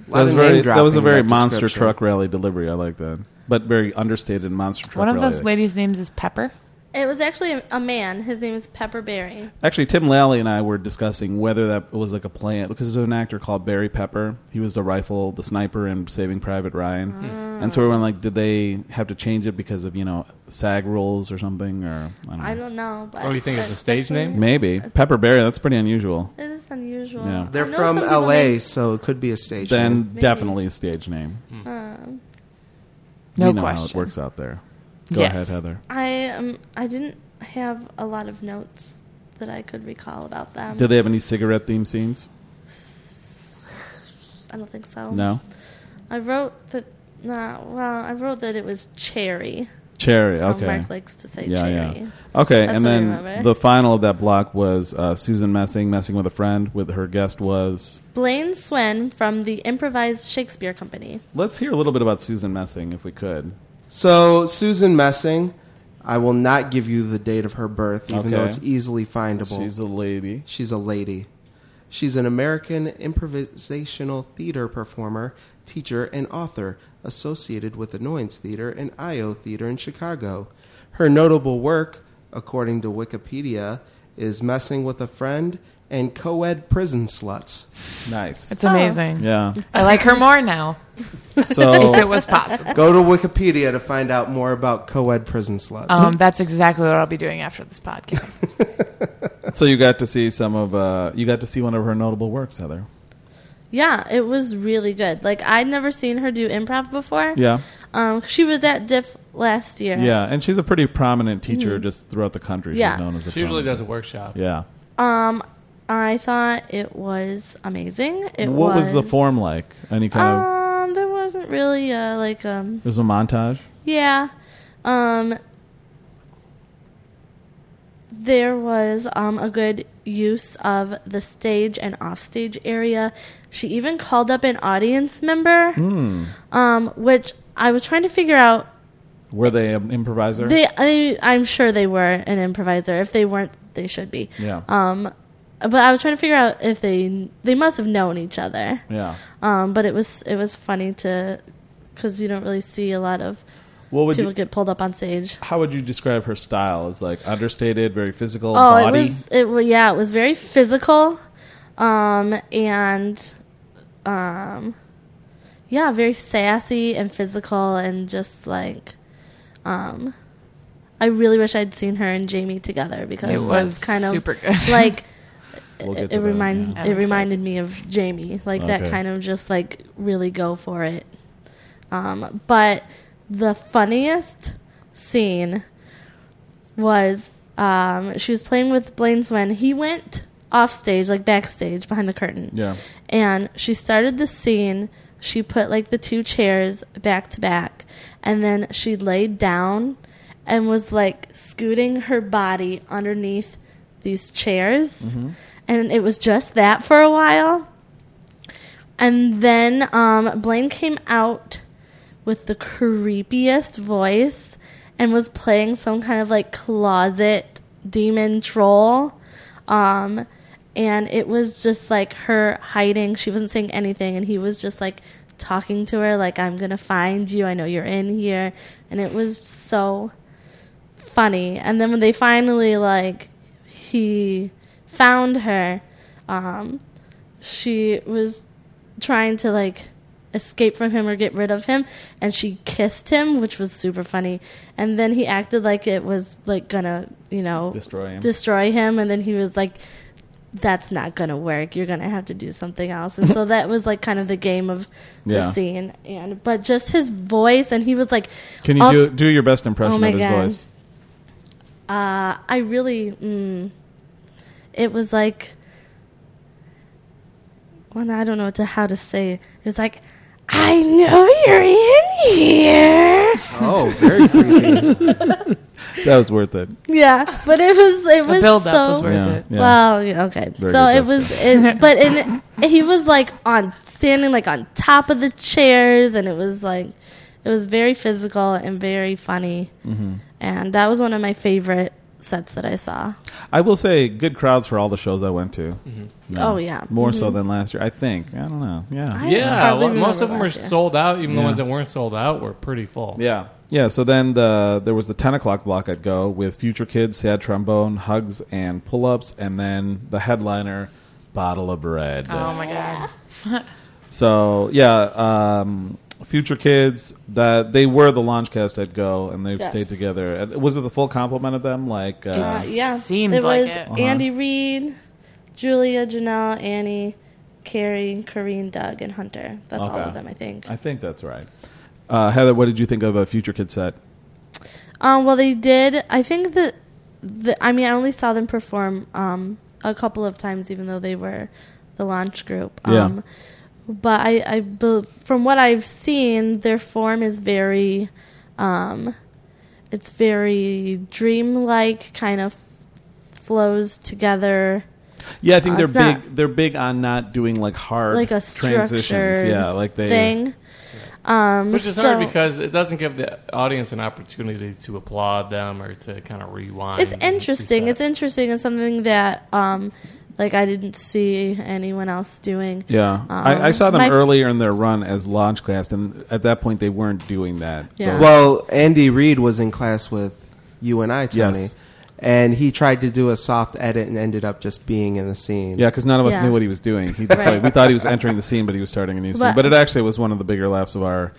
[SPEAKER 5] lot
[SPEAKER 1] That was,
[SPEAKER 5] of
[SPEAKER 1] very,
[SPEAKER 5] name
[SPEAKER 1] that was a
[SPEAKER 5] dropping in
[SPEAKER 1] very
[SPEAKER 5] that
[SPEAKER 1] monster
[SPEAKER 5] description.
[SPEAKER 1] truck rally delivery. I like that, but very understated monster truck.
[SPEAKER 3] One of
[SPEAKER 1] rally.
[SPEAKER 3] those ladies' names is Pepper.
[SPEAKER 4] It was actually a- a man. His name is Pepper Berry.
[SPEAKER 1] Actually, Tim Lally and I were discussing whether that was like a plan because there's an actor called Barry Pepper. He was the rifle, the sniper in Saving Private Ryan. And so we were like, did they have to change it because of you know SAG rules or something? Or I don't know.
[SPEAKER 4] I don't know. But
[SPEAKER 2] Oh, you think it's a
[SPEAKER 4] that's
[SPEAKER 2] stage
[SPEAKER 4] definitely-
[SPEAKER 1] Maybe Pepper Berry. That's pretty unusual.
[SPEAKER 4] It is unusual.
[SPEAKER 1] Yeah.
[SPEAKER 4] I
[SPEAKER 5] They're
[SPEAKER 4] know
[SPEAKER 5] from
[SPEAKER 4] some people
[SPEAKER 5] LA,
[SPEAKER 4] make-
[SPEAKER 5] so it could be a stage.
[SPEAKER 1] Then
[SPEAKER 5] name.
[SPEAKER 1] definitely a stage name.
[SPEAKER 4] um,
[SPEAKER 1] We
[SPEAKER 3] No
[SPEAKER 1] know how it
[SPEAKER 3] question.
[SPEAKER 1] works out there. Go
[SPEAKER 3] Yes.
[SPEAKER 1] ahead, Heather.
[SPEAKER 4] I um, I didn't have a lot of notes that I could recall about them.
[SPEAKER 1] Do they have any cigarette themed scenes?
[SPEAKER 4] I don't think so.
[SPEAKER 1] No.
[SPEAKER 4] I wrote that. Nah, well, I wrote that it was cherry.
[SPEAKER 1] Cherry.
[SPEAKER 4] How
[SPEAKER 1] Okay.
[SPEAKER 4] Mark likes to say
[SPEAKER 1] yeah,
[SPEAKER 4] cherry.
[SPEAKER 1] yeah. Okay,
[SPEAKER 4] That's
[SPEAKER 1] and
[SPEAKER 4] what I
[SPEAKER 1] then
[SPEAKER 4] remember.
[SPEAKER 1] the final of that block was uh, Susan Messing messing with a friend. With her guest was.
[SPEAKER 4] Blaine Swin from the Improvised Shakespeare Company.
[SPEAKER 1] Let's hear a little bit about Susan Messing, if we could.
[SPEAKER 5] So Susan Messing, I will not give you the date of her birth, even though
[SPEAKER 1] Okay.
[SPEAKER 5] it's easily findable.
[SPEAKER 1] She's a lady.
[SPEAKER 5] She's a lady. She's an American improvisational theater performer, teacher, and author associated with Annoyance Theater and IO Theater in Chicago. Her notable work, according to Wikipedia, is Messing with a Friend and Co ed Prison Sluts.
[SPEAKER 1] Nice.
[SPEAKER 3] It's amazing.
[SPEAKER 1] yeah. Oh.
[SPEAKER 3] I like her more now, if it
[SPEAKER 1] So
[SPEAKER 3] was possible.
[SPEAKER 5] Go to Wikipedia to find out more about co ed Prison Sluts.
[SPEAKER 4] Oh,
[SPEAKER 3] Um, that's exactly what I'll be doing after this podcast.
[SPEAKER 1] so you got to see some of uh, you got to see one of her notable works, Heather.
[SPEAKER 4] Yeah, it was really good. Like I'd never seen her do improv before.
[SPEAKER 1] Yeah.
[SPEAKER 4] Um, she was at Diff last year.
[SPEAKER 1] Yeah, and she's a pretty prominent teacher just throughout the country.
[SPEAKER 4] Mm-hmm. Yeah.
[SPEAKER 1] She's known as a
[SPEAKER 2] She usually does
[SPEAKER 1] prominent-
[SPEAKER 2] a workshop.
[SPEAKER 1] Yeah.
[SPEAKER 4] Um, I thought it was amazing. It
[SPEAKER 1] what was, the form like? Any kind of
[SPEAKER 4] Um, there wasn't really a like um
[SPEAKER 1] there's a montage.
[SPEAKER 4] Yeah. Um there was um, a good use of the stage and offstage area. She even called up an audience member,
[SPEAKER 1] Hmm.
[SPEAKER 4] um, which I was trying to figure out.
[SPEAKER 1] Were they an improviser?
[SPEAKER 4] They, I, I'm sure they were an improviser. If they weren't, they should be.
[SPEAKER 1] yeah.
[SPEAKER 4] Um, but I was trying to figure out if they they must have known each other.
[SPEAKER 1] yeah.
[SPEAKER 4] Um, but it was it was funny to because you don't really see a lot of
[SPEAKER 1] What would
[SPEAKER 4] people
[SPEAKER 1] you,
[SPEAKER 4] get pulled up on stage.
[SPEAKER 1] how would you describe her style? Is like understated, very physical,
[SPEAKER 4] Oh,
[SPEAKER 1] body.
[SPEAKER 4] it was it. wa- Yeah, it was very physical, um, and um, yeah, very sassy and physical, and just like, um, I really wish I'd seen her and Jamie together because
[SPEAKER 3] It
[SPEAKER 4] that's
[SPEAKER 3] was
[SPEAKER 4] kind of
[SPEAKER 3] super good.
[SPEAKER 4] like.
[SPEAKER 1] We'll get
[SPEAKER 4] it
[SPEAKER 1] to
[SPEAKER 4] it
[SPEAKER 1] that,
[SPEAKER 4] reminds
[SPEAKER 1] yeah.
[SPEAKER 3] I'm
[SPEAKER 4] it
[SPEAKER 3] excited.
[SPEAKER 4] reminded me of Jamie, like that
[SPEAKER 1] Okay.
[SPEAKER 4] kind of just like really go for it. Um, but the funniest scene was um, she was playing with Blaine's when he went off stage, like backstage behind the curtain,
[SPEAKER 1] yeah.
[SPEAKER 4] and she started the scene. She put like the two chairs back to back, and then she laid down and was like scooting her body underneath these chairs. And it was just that for a while. And then um, Blaine came out with the creepiest voice and was playing some kind of like closet demon troll. Um, and it was just like her hiding. She wasn't saying anything, and he was just like talking to her, like, I'm gonna find you. I know you're in here. And it was so funny. And then when they finally, like, he found her, um, she was trying to like escape from him or get rid of him and she kissed him which was super funny and then he acted like it was like gonna you know
[SPEAKER 1] Destroy him.
[SPEAKER 4] destroy him and then he was like that's not gonna work you're gonna have to do something else and so that was like kind of the game of the
[SPEAKER 1] Yeah.
[SPEAKER 4] scene and but just his voice and he was like oh,
[SPEAKER 1] Can you
[SPEAKER 4] up-
[SPEAKER 1] do do your best impression
[SPEAKER 4] Oh my
[SPEAKER 1] of his
[SPEAKER 4] God.
[SPEAKER 1] voice?
[SPEAKER 4] uh, I really, mm, it was like, well, I don't know what to, how to say. It It was like, I know you're in here.
[SPEAKER 5] Oh, very creepy.
[SPEAKER 1] That was worth it.
[SPEAKER 4] Yeah, but it was it was
[SPEAKER 3] the build
[SPEAKER 4] so.
[SPEAKER 3] up was worth
[SPEAKER 1] Yeah,
[SPEAKER 3] it.
[SPEAKER 1] yeah.
[SPEAKER 4] Well, yeah, okay.
[SPEAKER 1] Very
[SPEAKER 4] so
[SPEAKER 1] good
[SPEAKER 4] it was, it, but and it- he was like on standing like on top of the chairs, and it was like,
[SPEAKER 1] Mm-hmm.
[SPEAKER 4] it was very physical and very funny, and that was one of my favorite sets that I saw.
[SPEAKER 1] I will say, good crowds for all the shows I went to.
[SPEAKER 3] Mm-hmm.
[SPEAKER 4] Oh, yeah.
[SPEAKER 1] more so than last year. I think. I don't know. Yeah,
[SPEAKER 4] I
[SPEAKER 2] Yeah,
[SPEAKER 4] hardly
[SPEAKER 2] well, most
[SPEAKER 4] remember
[SPEAKER 2] of them were
[SPEAKER 4] last year.
[SPEAKER 2] sold out. Even the
[SPEAKER 1] Yeah.
[SPEAKER 2] ones that weren't sold out were pretty full.
[SPEAKER 1] yeah, yeah. So then the there was the ten o'clock block I'd go with Future Kids, Sad Trombone, Hugs, and Pull Ups, and then the headliner, Bottle of Red.
[SPEAKER 3] Oh my god.
[SPEAKER 1] So yeah, um, Future Kids that they were the launch cast I'd go, and they've
[SPEAKER 4] Yes.
[SPEAKER 1] stayed together. And Was it the full complement of them? Like uh,
[SPEAKER 4] Uh, yeah,
[SPEAKER 3] Seemed
[SPEAKER 4] it
[SPEAKER 3] like
[SPEAKER 4] was
[SPEAKER 1] Uh-huh.
[SPEAKER 3] it.
[SPEAKER 4] Andy Reid, Julia, Janelle, Annie, Carrie, Corrine, Doug, and Hunter. That's all
[SPEAKER 1] Okay.
[SPEAKER 4] of them, I think.
[SPEAKER 1] I think that's right. Uh, Heather, what did you think of a Future Kid set?
[SPEAKER 4] Um, well, they did. I think that. The, I mean, I only saw them perform um, a couple of times, even though they were the launch group.
[SPEAKER 1] Yeah.
[SPEAKER 4] Um, But I, I, bel- from what I've seen, their form is very, um, it's very dreamlike, kind of flows together.
[SPEAKER 1] Yeah, I think
[SPEAKER 4] Uh,
[SPEAKER 1] they're
[SPEAKER 4] it's not-
[SPEAKER 1] big. They're big on not doing like hard
[SPEAKER 4] like a
[SPEAKER 1] transitions.
[SPEAKER 4] structured
[SPEAKER 1] Yeah, like they
[SPEAKER 4] thing. Um,
[SPEAKER 2] Which is
[SPEAKER 4] so
[SPEAKER 2] hard because it doesn't give the audience an opportunity to applaud them or to kind of rewind.
[SPEAKER 4] it's
[SPEAKER 2] and
[SPEAKER 4] interesting.
[SPEAKER 2] reset.
[SPEAKER 4] It's interesting. It's something that um, like I didn't see anyone else doing.
[SPEAKER 1] Yeah, I, I saw them
[SPEAKER 4] Um, my f-
[SPEAKER 1] earlier in their run as launch class, and at that point they weren't doing that.
[SPEAKER 4] Yeah.
[SPEAKER 5] Well, Andy Reid was in class with you and I, Tony,
[SPEAKER 1] Yes.
[SPEAKER 5] and he tried to do a soft edit and ended up just being in the scene.
[SPEAKER 1] Yeah, because none of us
[SPEAKER 4] Yeah.
[SPEAKER 1] knew what he was doing. He just
[SPEAKER 4] Right.
[SPEAKER 1] like, we thought he was entering the scene, but he was starting a new scene.
[SPEAKER 4] But-
[SPEAKER 1] But it actually was one of the bigger laughs of our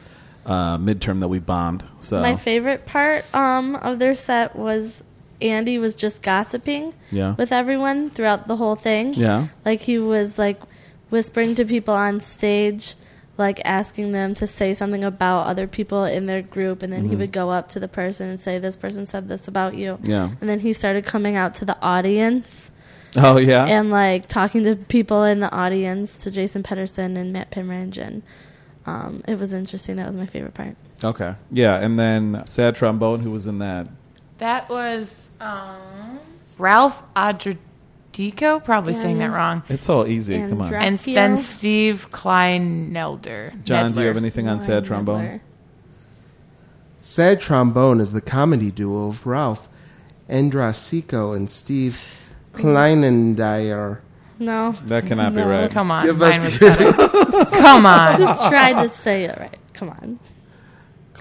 [SPEAKER 1] uh, midterm that we bombed. So
[SPEAKER 4] My favorite part um, of their set was Andy was just gossiping
[SPEAKER 1] Yeah.
[SPEAKER 4] with everyone throughout the whole thing.
[SPEAKER 1] Yeah.
[SPEAKER 4] Like he was like whispering to people on stage, like asking them to say something about other people in their group, and then
[SPEAKER 1] Mm-hmm.
[SPEAKER 4] he would go up to the person and say, "This person said this about you."
[SPEAKER 1] Yeah.
[SPEAKER 4] And then he started coming out to the audience
[SPEAKER 1] oh yeah,
[SPEAKER 4] and like talking to people in the audience to Jason Pedersen and Matt Pimridge, and um, it was interesting. That was my favorite part.
[SPEAKER 1] okay, yeah, and then sad trombone who was in that.
[SPEAKER 3] That was um, Ralph Adradico, probably saying that wrong.
[SPEAKER 1] It's so easy.
[SPEAKER 4] And
[SPEAKER 1] Come on,
[SPEAKER 4] Dra-
[SPEAKER 3] And
[SPEAKER 4] Akio.
[SPEAKER 3] then Steve Kleinelder.
[SPEAKER 1] John, do you
[SPEAKER 3] Nedler.
[SPEAKER 1] have anything on sad
[SPEAKER 4] Lauren
[SPEAKER 1] trombone?
[SPEAKER 4] Midler.
[SPEAKER 5] Sad Trombone is the comedy duo of Ralph Andrasico and Steve Kleinendier.
[SPEAKER 4] No.
[SPEAKER 1] That cannot be
[SPEAKER 4] No,
[SPEAKER 1] right.
[SPEAKER 3] Come on.
[SPEAKER 5] Give
[SPEAKER 3] mine
[SPEAKER 5] us-
[SPEAKER 3] was better. Come on.
[SPEAKER 4] Just tried to say it right. Come on.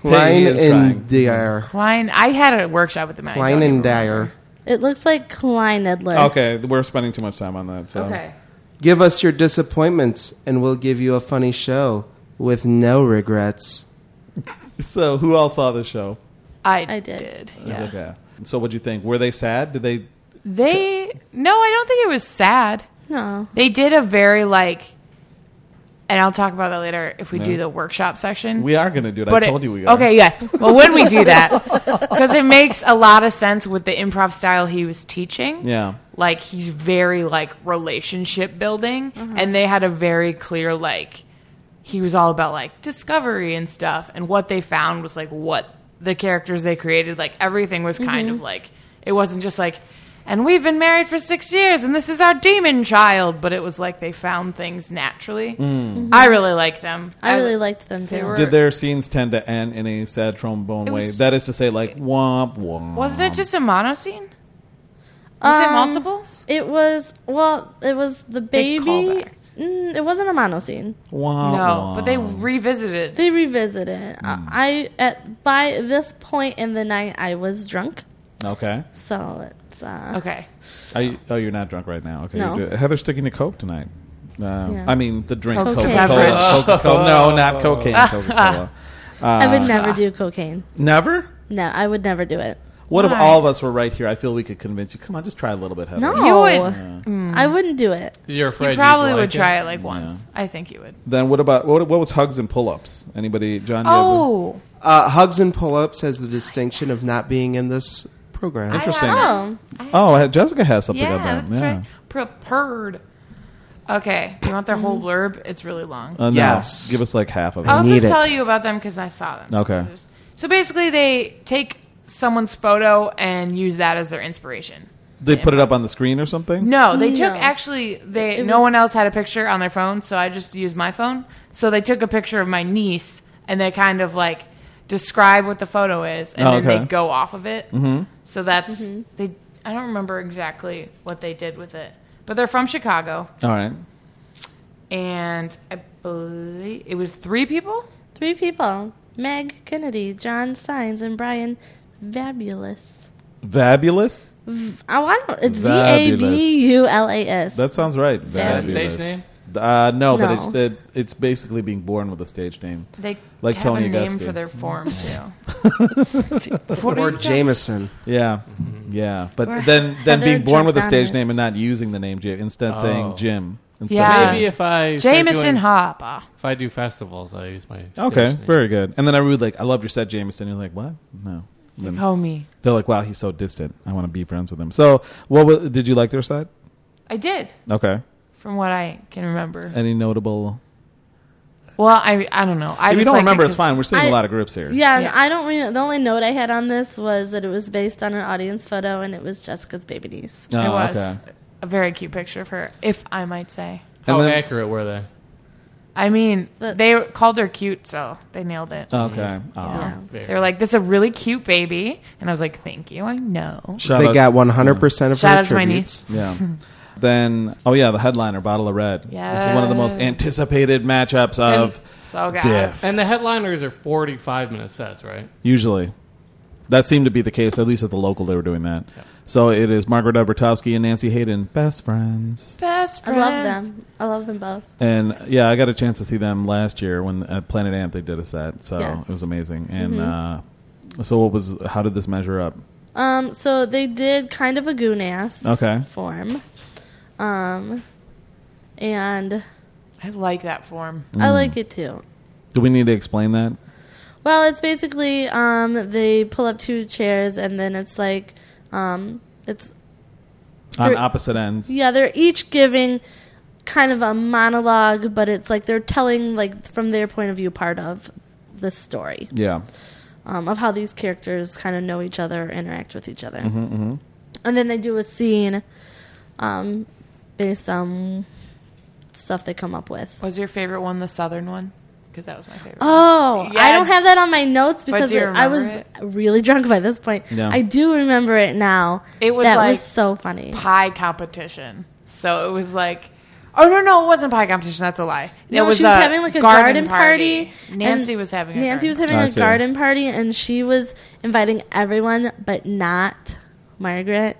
[SPEAKER 1] Peggy is trying.
[SPEAKER 5] Kleinendier.
[SPEAKER 3] Klein. I had a workshop with him. and Mm-hmm. I don't even
[SPEAKER 5] Kleinendier.
[SPEAKER 4] It looks like Klein Edler.
[SPEAKER 1] Okay, we're spending too much time on that. So.
[SPEAKER 3] remember. Okay.
[SPEAKER 5] Give us your disappointments, and we'll give you a funny show with no regrets.
[SPEAKER 1] So who all saw the show?
[SPEAKER 3] I,
[SPEAKER 4] I
[SPEAKER 3] did.
[SPEAKER 4] did.
[SPEAKER 3] Yeah.
[SPEAKER 1] Okay. So what'd you think? Were they sad? Did they?
[SPEAKER 3] They. No, I don't think it was sad.
[SPEAKER 4] No.
[SPEAKER 3] They did a very, like, and I'll talk about that later if we do the workshop section.
[SPEAKER 1] We are going to do it.
[SPEAKER 3] But
[SPEAKER 1] I
[SPEAKER 3] it-
[SPEAKER 1] told you we are.
[SPEAKER 3] Okay, yeah. Well, when we do that, because it makes a lot of sense with the improv style he was teaching.
[SPEAKER 1] Yeah.
[SPEAKER 3] Like he's very like relationship building,
[SPEAKER 4] Mm-hmm.
[SPEAKER 3] and they had a very clear like he was all about like discovery and stuff, and what they found was like what the characters they created, like everything was kind
[SPEAKER 4] Mm-hmm.
[SPEAKER 3] of like it wasn't just like. And we've been married for six years, and this is our demon child. But it was like they found things naturally. I really like them.
[SPEAKER 4] I really liked them too.
[SPEAKER 3] They were-
[SPEAKER 1] Did their scenes tend to end in a sad trombone
[SPEAKER 3] It
[SPEAKER 1] way?
[SPEAKER 3] was-
[SPEAKER 1] That is to say, like womp womp.
[SPEAKER 3] Wasn't it just a mono scene? Was it
[SPEAKER 4] Um,
[SPEAKER 3] multiples?
[SPEAKER 4] It was well. It was the baby.
[SPEAKER 3] callback.
[SPEAKER 4] Mm, it wasn't a mono scene.
[SPEAKER 1] womp,
[SPEAKER 3] No, but they
[SPEAKER 1] womp.
[SPEAKER 3] revisited.
[SPEAKER 4] They revisit it.
[SPEAKER 1] Hmm.
[SPEAKER 4] I I- at by this point in the night I was drunk,
[SPEAKER 1] okay.
[SPEAKER 4] so it's uh,
[SPEAKER 3] okay.
[SPEAKER 1] Are you, oh, you're not drunk right now. Okay,
[SPEAKER 4] No.
[SPEAKER 1] you're good. Heather's sticking to coke tonight. Um,
[SPEAKER 4] Yeah.
[SPEAKER 1] I mean, the drink
[SPEAKER 4] Cocaine.
[SPEAKER 1] Coca
[SPEAKER 3] Beverage.
[SPEAKER 1] Cola. Coca Cola. No, not cocaine. Coca Cola.
[SPEAKER 4] I
[SPEAKER 1] Ah.
[SPEAKER 4] would never do cocaine.
[SPEAKER 1] Never.
[SPEAKER 4] No, I would never do it.
[SPEAKER 1] What if
[SPEAKER 3] Why?
[SPEAKER 1] all of us were right here? I feel we could convince you. Come on, just try a little bit, Heather.
[SPEAKER 4] No,
[SPEAKER 3] You would-
[SPEAKER 1] Hmm.
[SPEAKER 4] I wouldn't do it.
[SPEAKER 2] You're afraid
[SPEAKER 3] You probably
[SPEAKER 2] you'd
[SPEAKER 3] would
[SPEAKER 2] like
[SPEAKER 3] try
[SPEAKER 2] it.
[SPEAKER 3] it like once. I think you would.
[SPEAKER 1] Then what about what, what was hugs and pull-ups? Anybody, John? you have a-
[SPEAKER 3] Oh,
[SPEAKER 5] Uh, hugs and pull ups has the distinction of not being in this program.
[SPEAKER 1] Interesting.
[SPEAKER 3] I have-
[SPEAKER 4] Oh,
[SPEAKER 1] Oh, I- Jessica has something
[SPEAKER 3] yeah,
[SPEAKER 1] on that.
[SPEAKER 3] that's
[SPEAKER 1] yeah.
[SPEAKER 3] right. Prepared. Okay, you want their whole blurb? It's really long.
[SPEAKER 1] Uh, no,
[SPEAKER 5] Yes.
[SPEAKER 1] Give us like half of it.
[SPEAKER 3] I'll
[SPEAKER 5] need
[SPEAKER 3] just tell
[SPEAKER 5] it.
[SPEAKER 3] you about them because I saw them. So
[SPEAKER 1] Okay.
[SPEAKER 3] I'll just- So basically, they take someone's photo and use that as their inspiration.
[SPEAKER 1] They put it up on the screen or something?
[SPEAKER 3] No, they took
[SPEAKER 4] Oh, No.
[SPEAKER 3] actually they
[SPEAKER 4] It
[SPEAKER 3] no one
[SPEAKER 4] was-
[SPEAKER 3] else had a picture on their phone, so I just used my phone. So they took a picture of my niece and they kind of like describe what the photo is and
[SPEAKER 1] Oh,
[SPEAKER 3] then
[SPEAKER 1] okay.
[SPEAKER 3] they go off of it. Mm-hmm. So that's they I don't remember exactly what they did with it, but they're from Chicago,
[SPEAKER 1] All right.
[SPEAKER 3] and I believe it was three people.
[SPEAKER 4] Three people Meg Kennedy, John Steins, and Brian Vabulous.
[SPEAKER 1] Fabulous?
[SPEAKER 4] Oh, I don't. It's V A
[SPEAKER 1] Vabulous.
[SPEAKER 4] B U L A S.
[SPEAKER 1] That sounds right.
[SPEAKER 4] Fabulous.
[SPEAKER 2] Is that a stage name?
[SPEAKER 1] Uh, no,
[SPEAKER 4] No.
[SPEAKER 1] but it, it, it's basically being born with a stage name.
[SPEAKER 3] They
[SPEAKER 1] Like
[SPEAKER 3] have
[SPEAKER 1] Tony
[SPEAKER 3] a name
[SPEAKER 1] Auguste.
[SPEAKER 3] for their form too. What are
[SPEAKER 5] Or
[SPEAKER 3] you talking-
[SPEAKER 5] Jameson.
[SPEAKER 1] Yeah,
[SPEAKER 2] Mm-hmm.
[SPEAKER 1] yeah. But
[SPEAKER 4] Or
[SPEAKER 1] then then
[SPEAKER 4] Heather
[SPEAKER 1] being born with a stage
[SPEAKER 4] Trachonius.
[SPEAKER 1] name and not using the name Jim, instead saying
[SPEAKER 2] Oh.
[SPEAKER 1] Jim. Instead
[SPEAKER 3] Yeah.
[SPEAKER 1] Of
[SPEAKER 2] Maybe if I start
[SPEAKER 3] Jameson
[SPEAKER 2] doing-
[SPEAKER 3] Hopper.
[SPEAKER 2] if I do festivals, I use my stage
[SPEAKER 1] okay,
[SPEAKER 2] name.
[SPEAKER 1] very good. And then everyone would like, I loved your set, Jameson. You're like, what? No. And then
[SPEAKER 3] Homie.
[SPEAKER 1] they're like, wow, he's so distant. I want to be friends with him. So, what wa- did you like their set?
[SPEAKER 3] I did,
[SPEAKER 1] Okay.
[SPEAKER 3] from what I can remember.
[SPEAKER 1] Any notable?
[SPEAKER 3] Well, I I don't know. I
[SPEAKER 1] if you
[SPEAKER 3] just
[SPEAKER 1] don't
[SPEAKER 3] liked it
[SPEAKER 1] remember, it's
[SPEAKER 3] 'cause-
[SPEAKER 1] fine. We're seeing a
[SPEAKER 4] I-
[SPEAKER 1] lot of groups here.
[SPEAKER 4] Yeah,
[SPEAKER 3] Yeah.
[SPEAKER 4] I don't. Re- the only note I had on this was that it was based on an audience photo, and it was Jessica's baby niece.
[SPEAKER 1] Oh,
[SPEAKER 3] it was
[SPEAKER 1] okay.
[SPEAKER 3] a very cute picture of her, if I might say.
[SPEAKER 2] How
[SPEAKER 1] And then-
[SPEAKER 2] accurate were they?
[SPEAKER 3] I mean,
[SPEAKER 4] But-
[SPEAKER 3] they called her cute, so they nailed it.
[SPEAKER 1] Oh, Okay. Aw.
[SPEAKER 4] Yeah.
[SPEAKER 2] Very.
[SPEAKER 3] They were like, "This is a really cute baby," and I was like, "Thank you, I know."
[SPEAKER 1] Shout
[SPEAKER 5] they
[SPEAKER 1] out-
[SPEAKER 5] got 100% of
[SPEAKER 3] Shout
[SPEAKER 5] her
[SPEAKER 3] out to my
[SPEAKER 5] tributes.
[SPEAKER 1] Yeah. then, oh yeah, the headliner, Bottle of Red. This is one of the most
[SPEAKER 3] Yes.
[SPEAKER 1] anticipated matchups of
[SPEAKER 3] So good.
[SPEAKER 1] Diff.
[SPEAKER 2] and the headliners are forty-five minute sets, right?
[SPEAKER 1] Usually. That seemed to be the case, at least at the local they were doing that. So it is Margaret Albertowski and Nancy Hayden, best friends.
[SPEAKER 3] Best
[SPEAKER 4] I
[SPEAKER 3] friends.
[SPEAKER 4] love them. I love them both.
[SPEAKER 1] And yeah, I got a chance to see them last year when at Planet Amp they did a set, so
[SPEAKER 4] Yes. Mm-hmm.
[SPEAKER 1] it was amazing. And uh, so, what was? How did this measure up?
[SPEAKER 4] Um, so they did kind of a goon ass
[SPEAKER 1] Okay.
[SPEAKER 4] form, um, and
[SPEAKER 3] I like that form.
[SPEAKER 4] I like it too.
[SPEAKER 1] Do we need to explain that?
[SPEAKER 4] Well, it's basically um, they pull up two chairs, and then it's like um, it's
[SPEAKER 1] On
[SPEAKER 4] They're-
[SPEAKER 1] opposite ends.
[SPEAKER 4] Yeah, they're each giving kind of a monologue, but it's like they're telling like from their point of view part of the story
[SPEAKER 1] Yeah.
[SPEAKER 4] um, of how these characters kind of know each other, interact with each other, and then they do a scene um, based on stuff they come up with.
[SPEAKER 3] Was your favorite one the southern one? Because that was my favorite.
[SPEAKER 4] Oh,
[SPEAKER 3] Yeah.
[SPEAKER 4] I don't have that on my notes
[SPEAKER 3] But
[SPEAKER 4] because
[SPEAKER 3] do you
[SPEAKER 4] it- I
[SPEAKER 3] remember
[SPEAKER 4] was
[SPEAKER 3] it?
[SPEAKER 4] really drunk by this point.
[SPEAKER 1] Yeah.
[SPEAKER 4] I do remember it now.
[SPEAKER 3] It was
[SPEAKER 4] that
[SPEAKER 3] like-
[SPEAKER 4] was so funny.
[SPEAKER 3] Pie competition. So it was like. Oh no no! It wasn't pie competition. That's a lie.
[SPEAKER 4] No,
[SPEAKER 3] it was
[SPEAKER 4] she was having like a garden, party. and
[SPEAKER 3] Nancy was having. A
[SPEAKER 4] Nancy
[SPEAKER 3] garden
[SPEAKER 4] was having
[SPEAKER 1] I
[SPEAKER 4] a
[SPEAKER 1] see.
[SPEAKER 4] garden party, and she was inviting everyone, but not Margaret.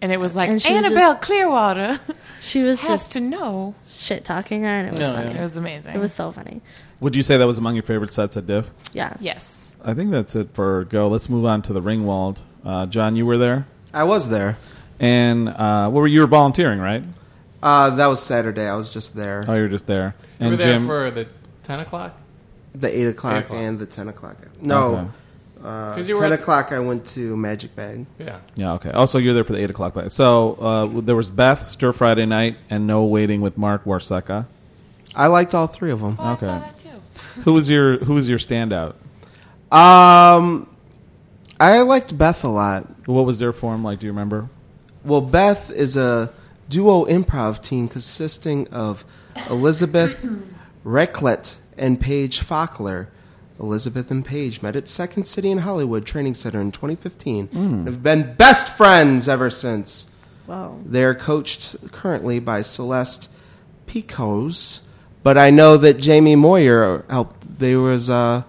[SPEAKER 3] and it was like
[SPEAKER 4] and she was
[SPEAKER 3] Annabelle
[SPEAKER 4] just-
[SPEAKER 3] Clearwater
[SPEAKER 4] She was
[SPEAKER 3] has
[SPEAKER 4] just
[SPEAKER 3] to know.
[SPEAKER 4] shit talking her, and it was
[SPEAKER 1] No,
[SPEAKER 4] funny.
[SPEAKER 1] yeah.
[SPEAKER 3] It was amazing.
[SPEAKER 4] It was so funny.
[SPEAKER 1] Would you say that was among your favorite sets at Div?
[SPEAKER 4] Yes.
[SPEAKER 3] yes.
[SPEAKER 1] I think that's it for go. Let's move on to the Ringwald. Uh, John, you were there,
[SPEAKER 5] I was there.
[SPEAKER 1] and uh, what were you were volunteering, right?
[SPEAKER 5] Uh, that was Saturday. I was just there.
[SPEAKER 1] Oh, you were just there.
[SPEAKER 2] Were
[SPEAKER 1] And
[SPEAKER 2] they there
[SPEAKER 1] Jim,
[SPEAKER 2] for the ten o'clock?
[SPEAKER 5] The 8 o'clock,
[SPEAKER 2] 8 o'clock.
[SPEAKER 5] and the 10 o'clock. No. Uh,
[SPEAKER 2] 'Cause you
[SPEAKER 5] 10
[SPEAKER 2] were-
[SPEAKER 5] o'clock, I went to Magic Bag.
[SPEAKER 2] Yeah.
[SPEAKER 1] yeah, okay. Also, you're there for the eight o'clock. play. So uh, there was Beth Stir Friday night and No Waiting with Mark Warseka.
[SPEAKER 5] I liked all three of them.
[SPEAKER 3] Oh, I saw
[SPEAKER 1] Okay.
[SPEAKER 3] that too.
[SPEAKER 1] Who was your Who was your standout?
[SPEAKER 3] Oh.
[SPEAKER 5] Um, I liked Beth a lot.
[SPEAKER 1] What was their form like? Do you remember?
[SPEAKER 5] Well, Beth is a duo improv team consisting of Elizabeth Recklett and Paige Fockler. Elizabeth and Paige met at Second City in Hollywood Training Center in 2015 and have been best friends ever since.
[SPEAKER 4] Wow.
[SPEAKER 5] They're coached currently by Celeste Picos, but I know that Jamie Moyer helped. They was uh,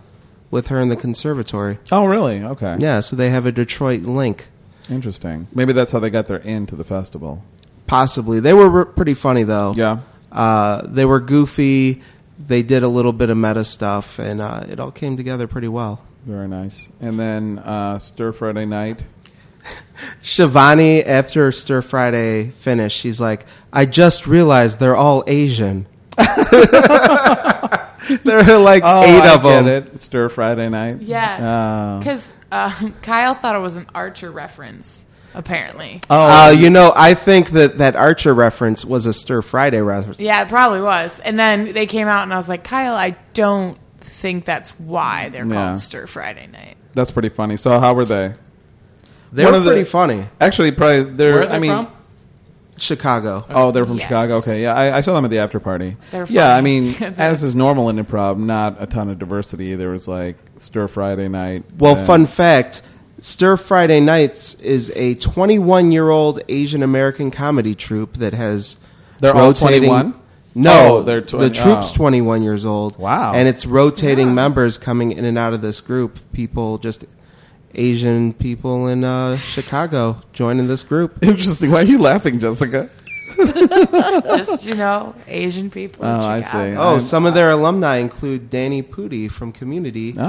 [SPEAKER 5] with her in the conservatory.
[SPEAKER 1] Oh, really? Okay.
[SPEAKER 5] Yeah, so they have a Detroit link.
[SPEAKER 1] Interesting. Maybe that's how they got their in to the festival.
[SPEAKER 5] Possibly. They were re- pretty funny though.
[SPEAKER 1] Yeah.
[SPEAKER 5] Uh, they were goofy. They did a little bit of meta stuff, and uh, it all came together pretty well.
[SPEAKER 1] Very nice. And then uh, Stir Friday night.
[SPEAKER 5] Shivani, after Stir Friday finished, she's like, "I just realized they're all Asian. there are like eight
[SPEAKER 1] Eight
[SPEAKER 5] of
[SPEAKER 1] Oh,
[SPEAKER 5] them.
[SPEAKER 1] It. Stir Friday night.
[SPEAKER 3] Yeah.
[SPEAKER 1] Oh.
[SPEAKER 3] Because uh, Kyle thought it was an Archer reference, apparently.
[SPEAKER 5] Oh, you know, I think that that Archer reference was a Stir Friday reference.
[SPEAKER 3] Yeah, it probably was. And then they came out, and I was like, Kyle, I don't think that's why they're
[SPEAKER 1] Yeah.
[SPEAKER 3] called Stir Friday Night.
[SPEAKER 1] That's pretty funny. So how were they?
[SPEAKER 5] they
[SPEAKER 1] One
[SPEAKER 5] were
[SPEAKER 1] of the-
[SPEAKER 5] pretty funny.
[SPEAKER 1] Actually, probably they're.
[SPEAKER 2] Where are they
[SPEAKER 1] I mean,
[SPEAKER 2] from?
[SPEAKER 5] Chicago.
[SPEAKER 1] oh, they're from
[SPEAKER 3] Yes.
[SPEAKER 1] Chicago. Okay, yeah, I, I saw them at the after party.
[SPEAKER 3] They're
[SPEAKER 1] yeah,
[SPEAKER 3] funny.
[SPEAKER 1] I mean,
[SPEAKER 3] They're-
[SPEAKER 1] as is normal in improv, not a ton of diversity. There was like Stir Friday night.
[SPEAKER 5] Well,
[SPEAKER 1] then-
[SPEAKER 5] fun fact: Stir Friday Nights is a 21 year old Asian American comedy troupe that has.
[SPEAKER 1] They're all 21?
[SPEAKER 5] No,
[SPEAKER 1] Oh, they're twen-
[SPEAKER 5] the troupe's
[SPEAKER 1] oh.
[SPEAKER 5] 21 years old.
[SPEAKER 1] Wow.
[SPEAKER 5] And it's rotating members coming in and out of this group. People, just Asian people in uh, Chicago joining this group.
[SPEAKER 1] Interesting. Why are you laughing, Jessica?
[SPEAKER 3] Just, you know, Asian people. in
[SPEAKER 1] Oh, I
[SPEAKER 3] Chicago.
[SPEAKER 1] see.
[SPEAKER 5] Oh,
[SPEAKER 1] I'm-
[SPEAKER 5] some of their alumni include Danny Pudi from Community and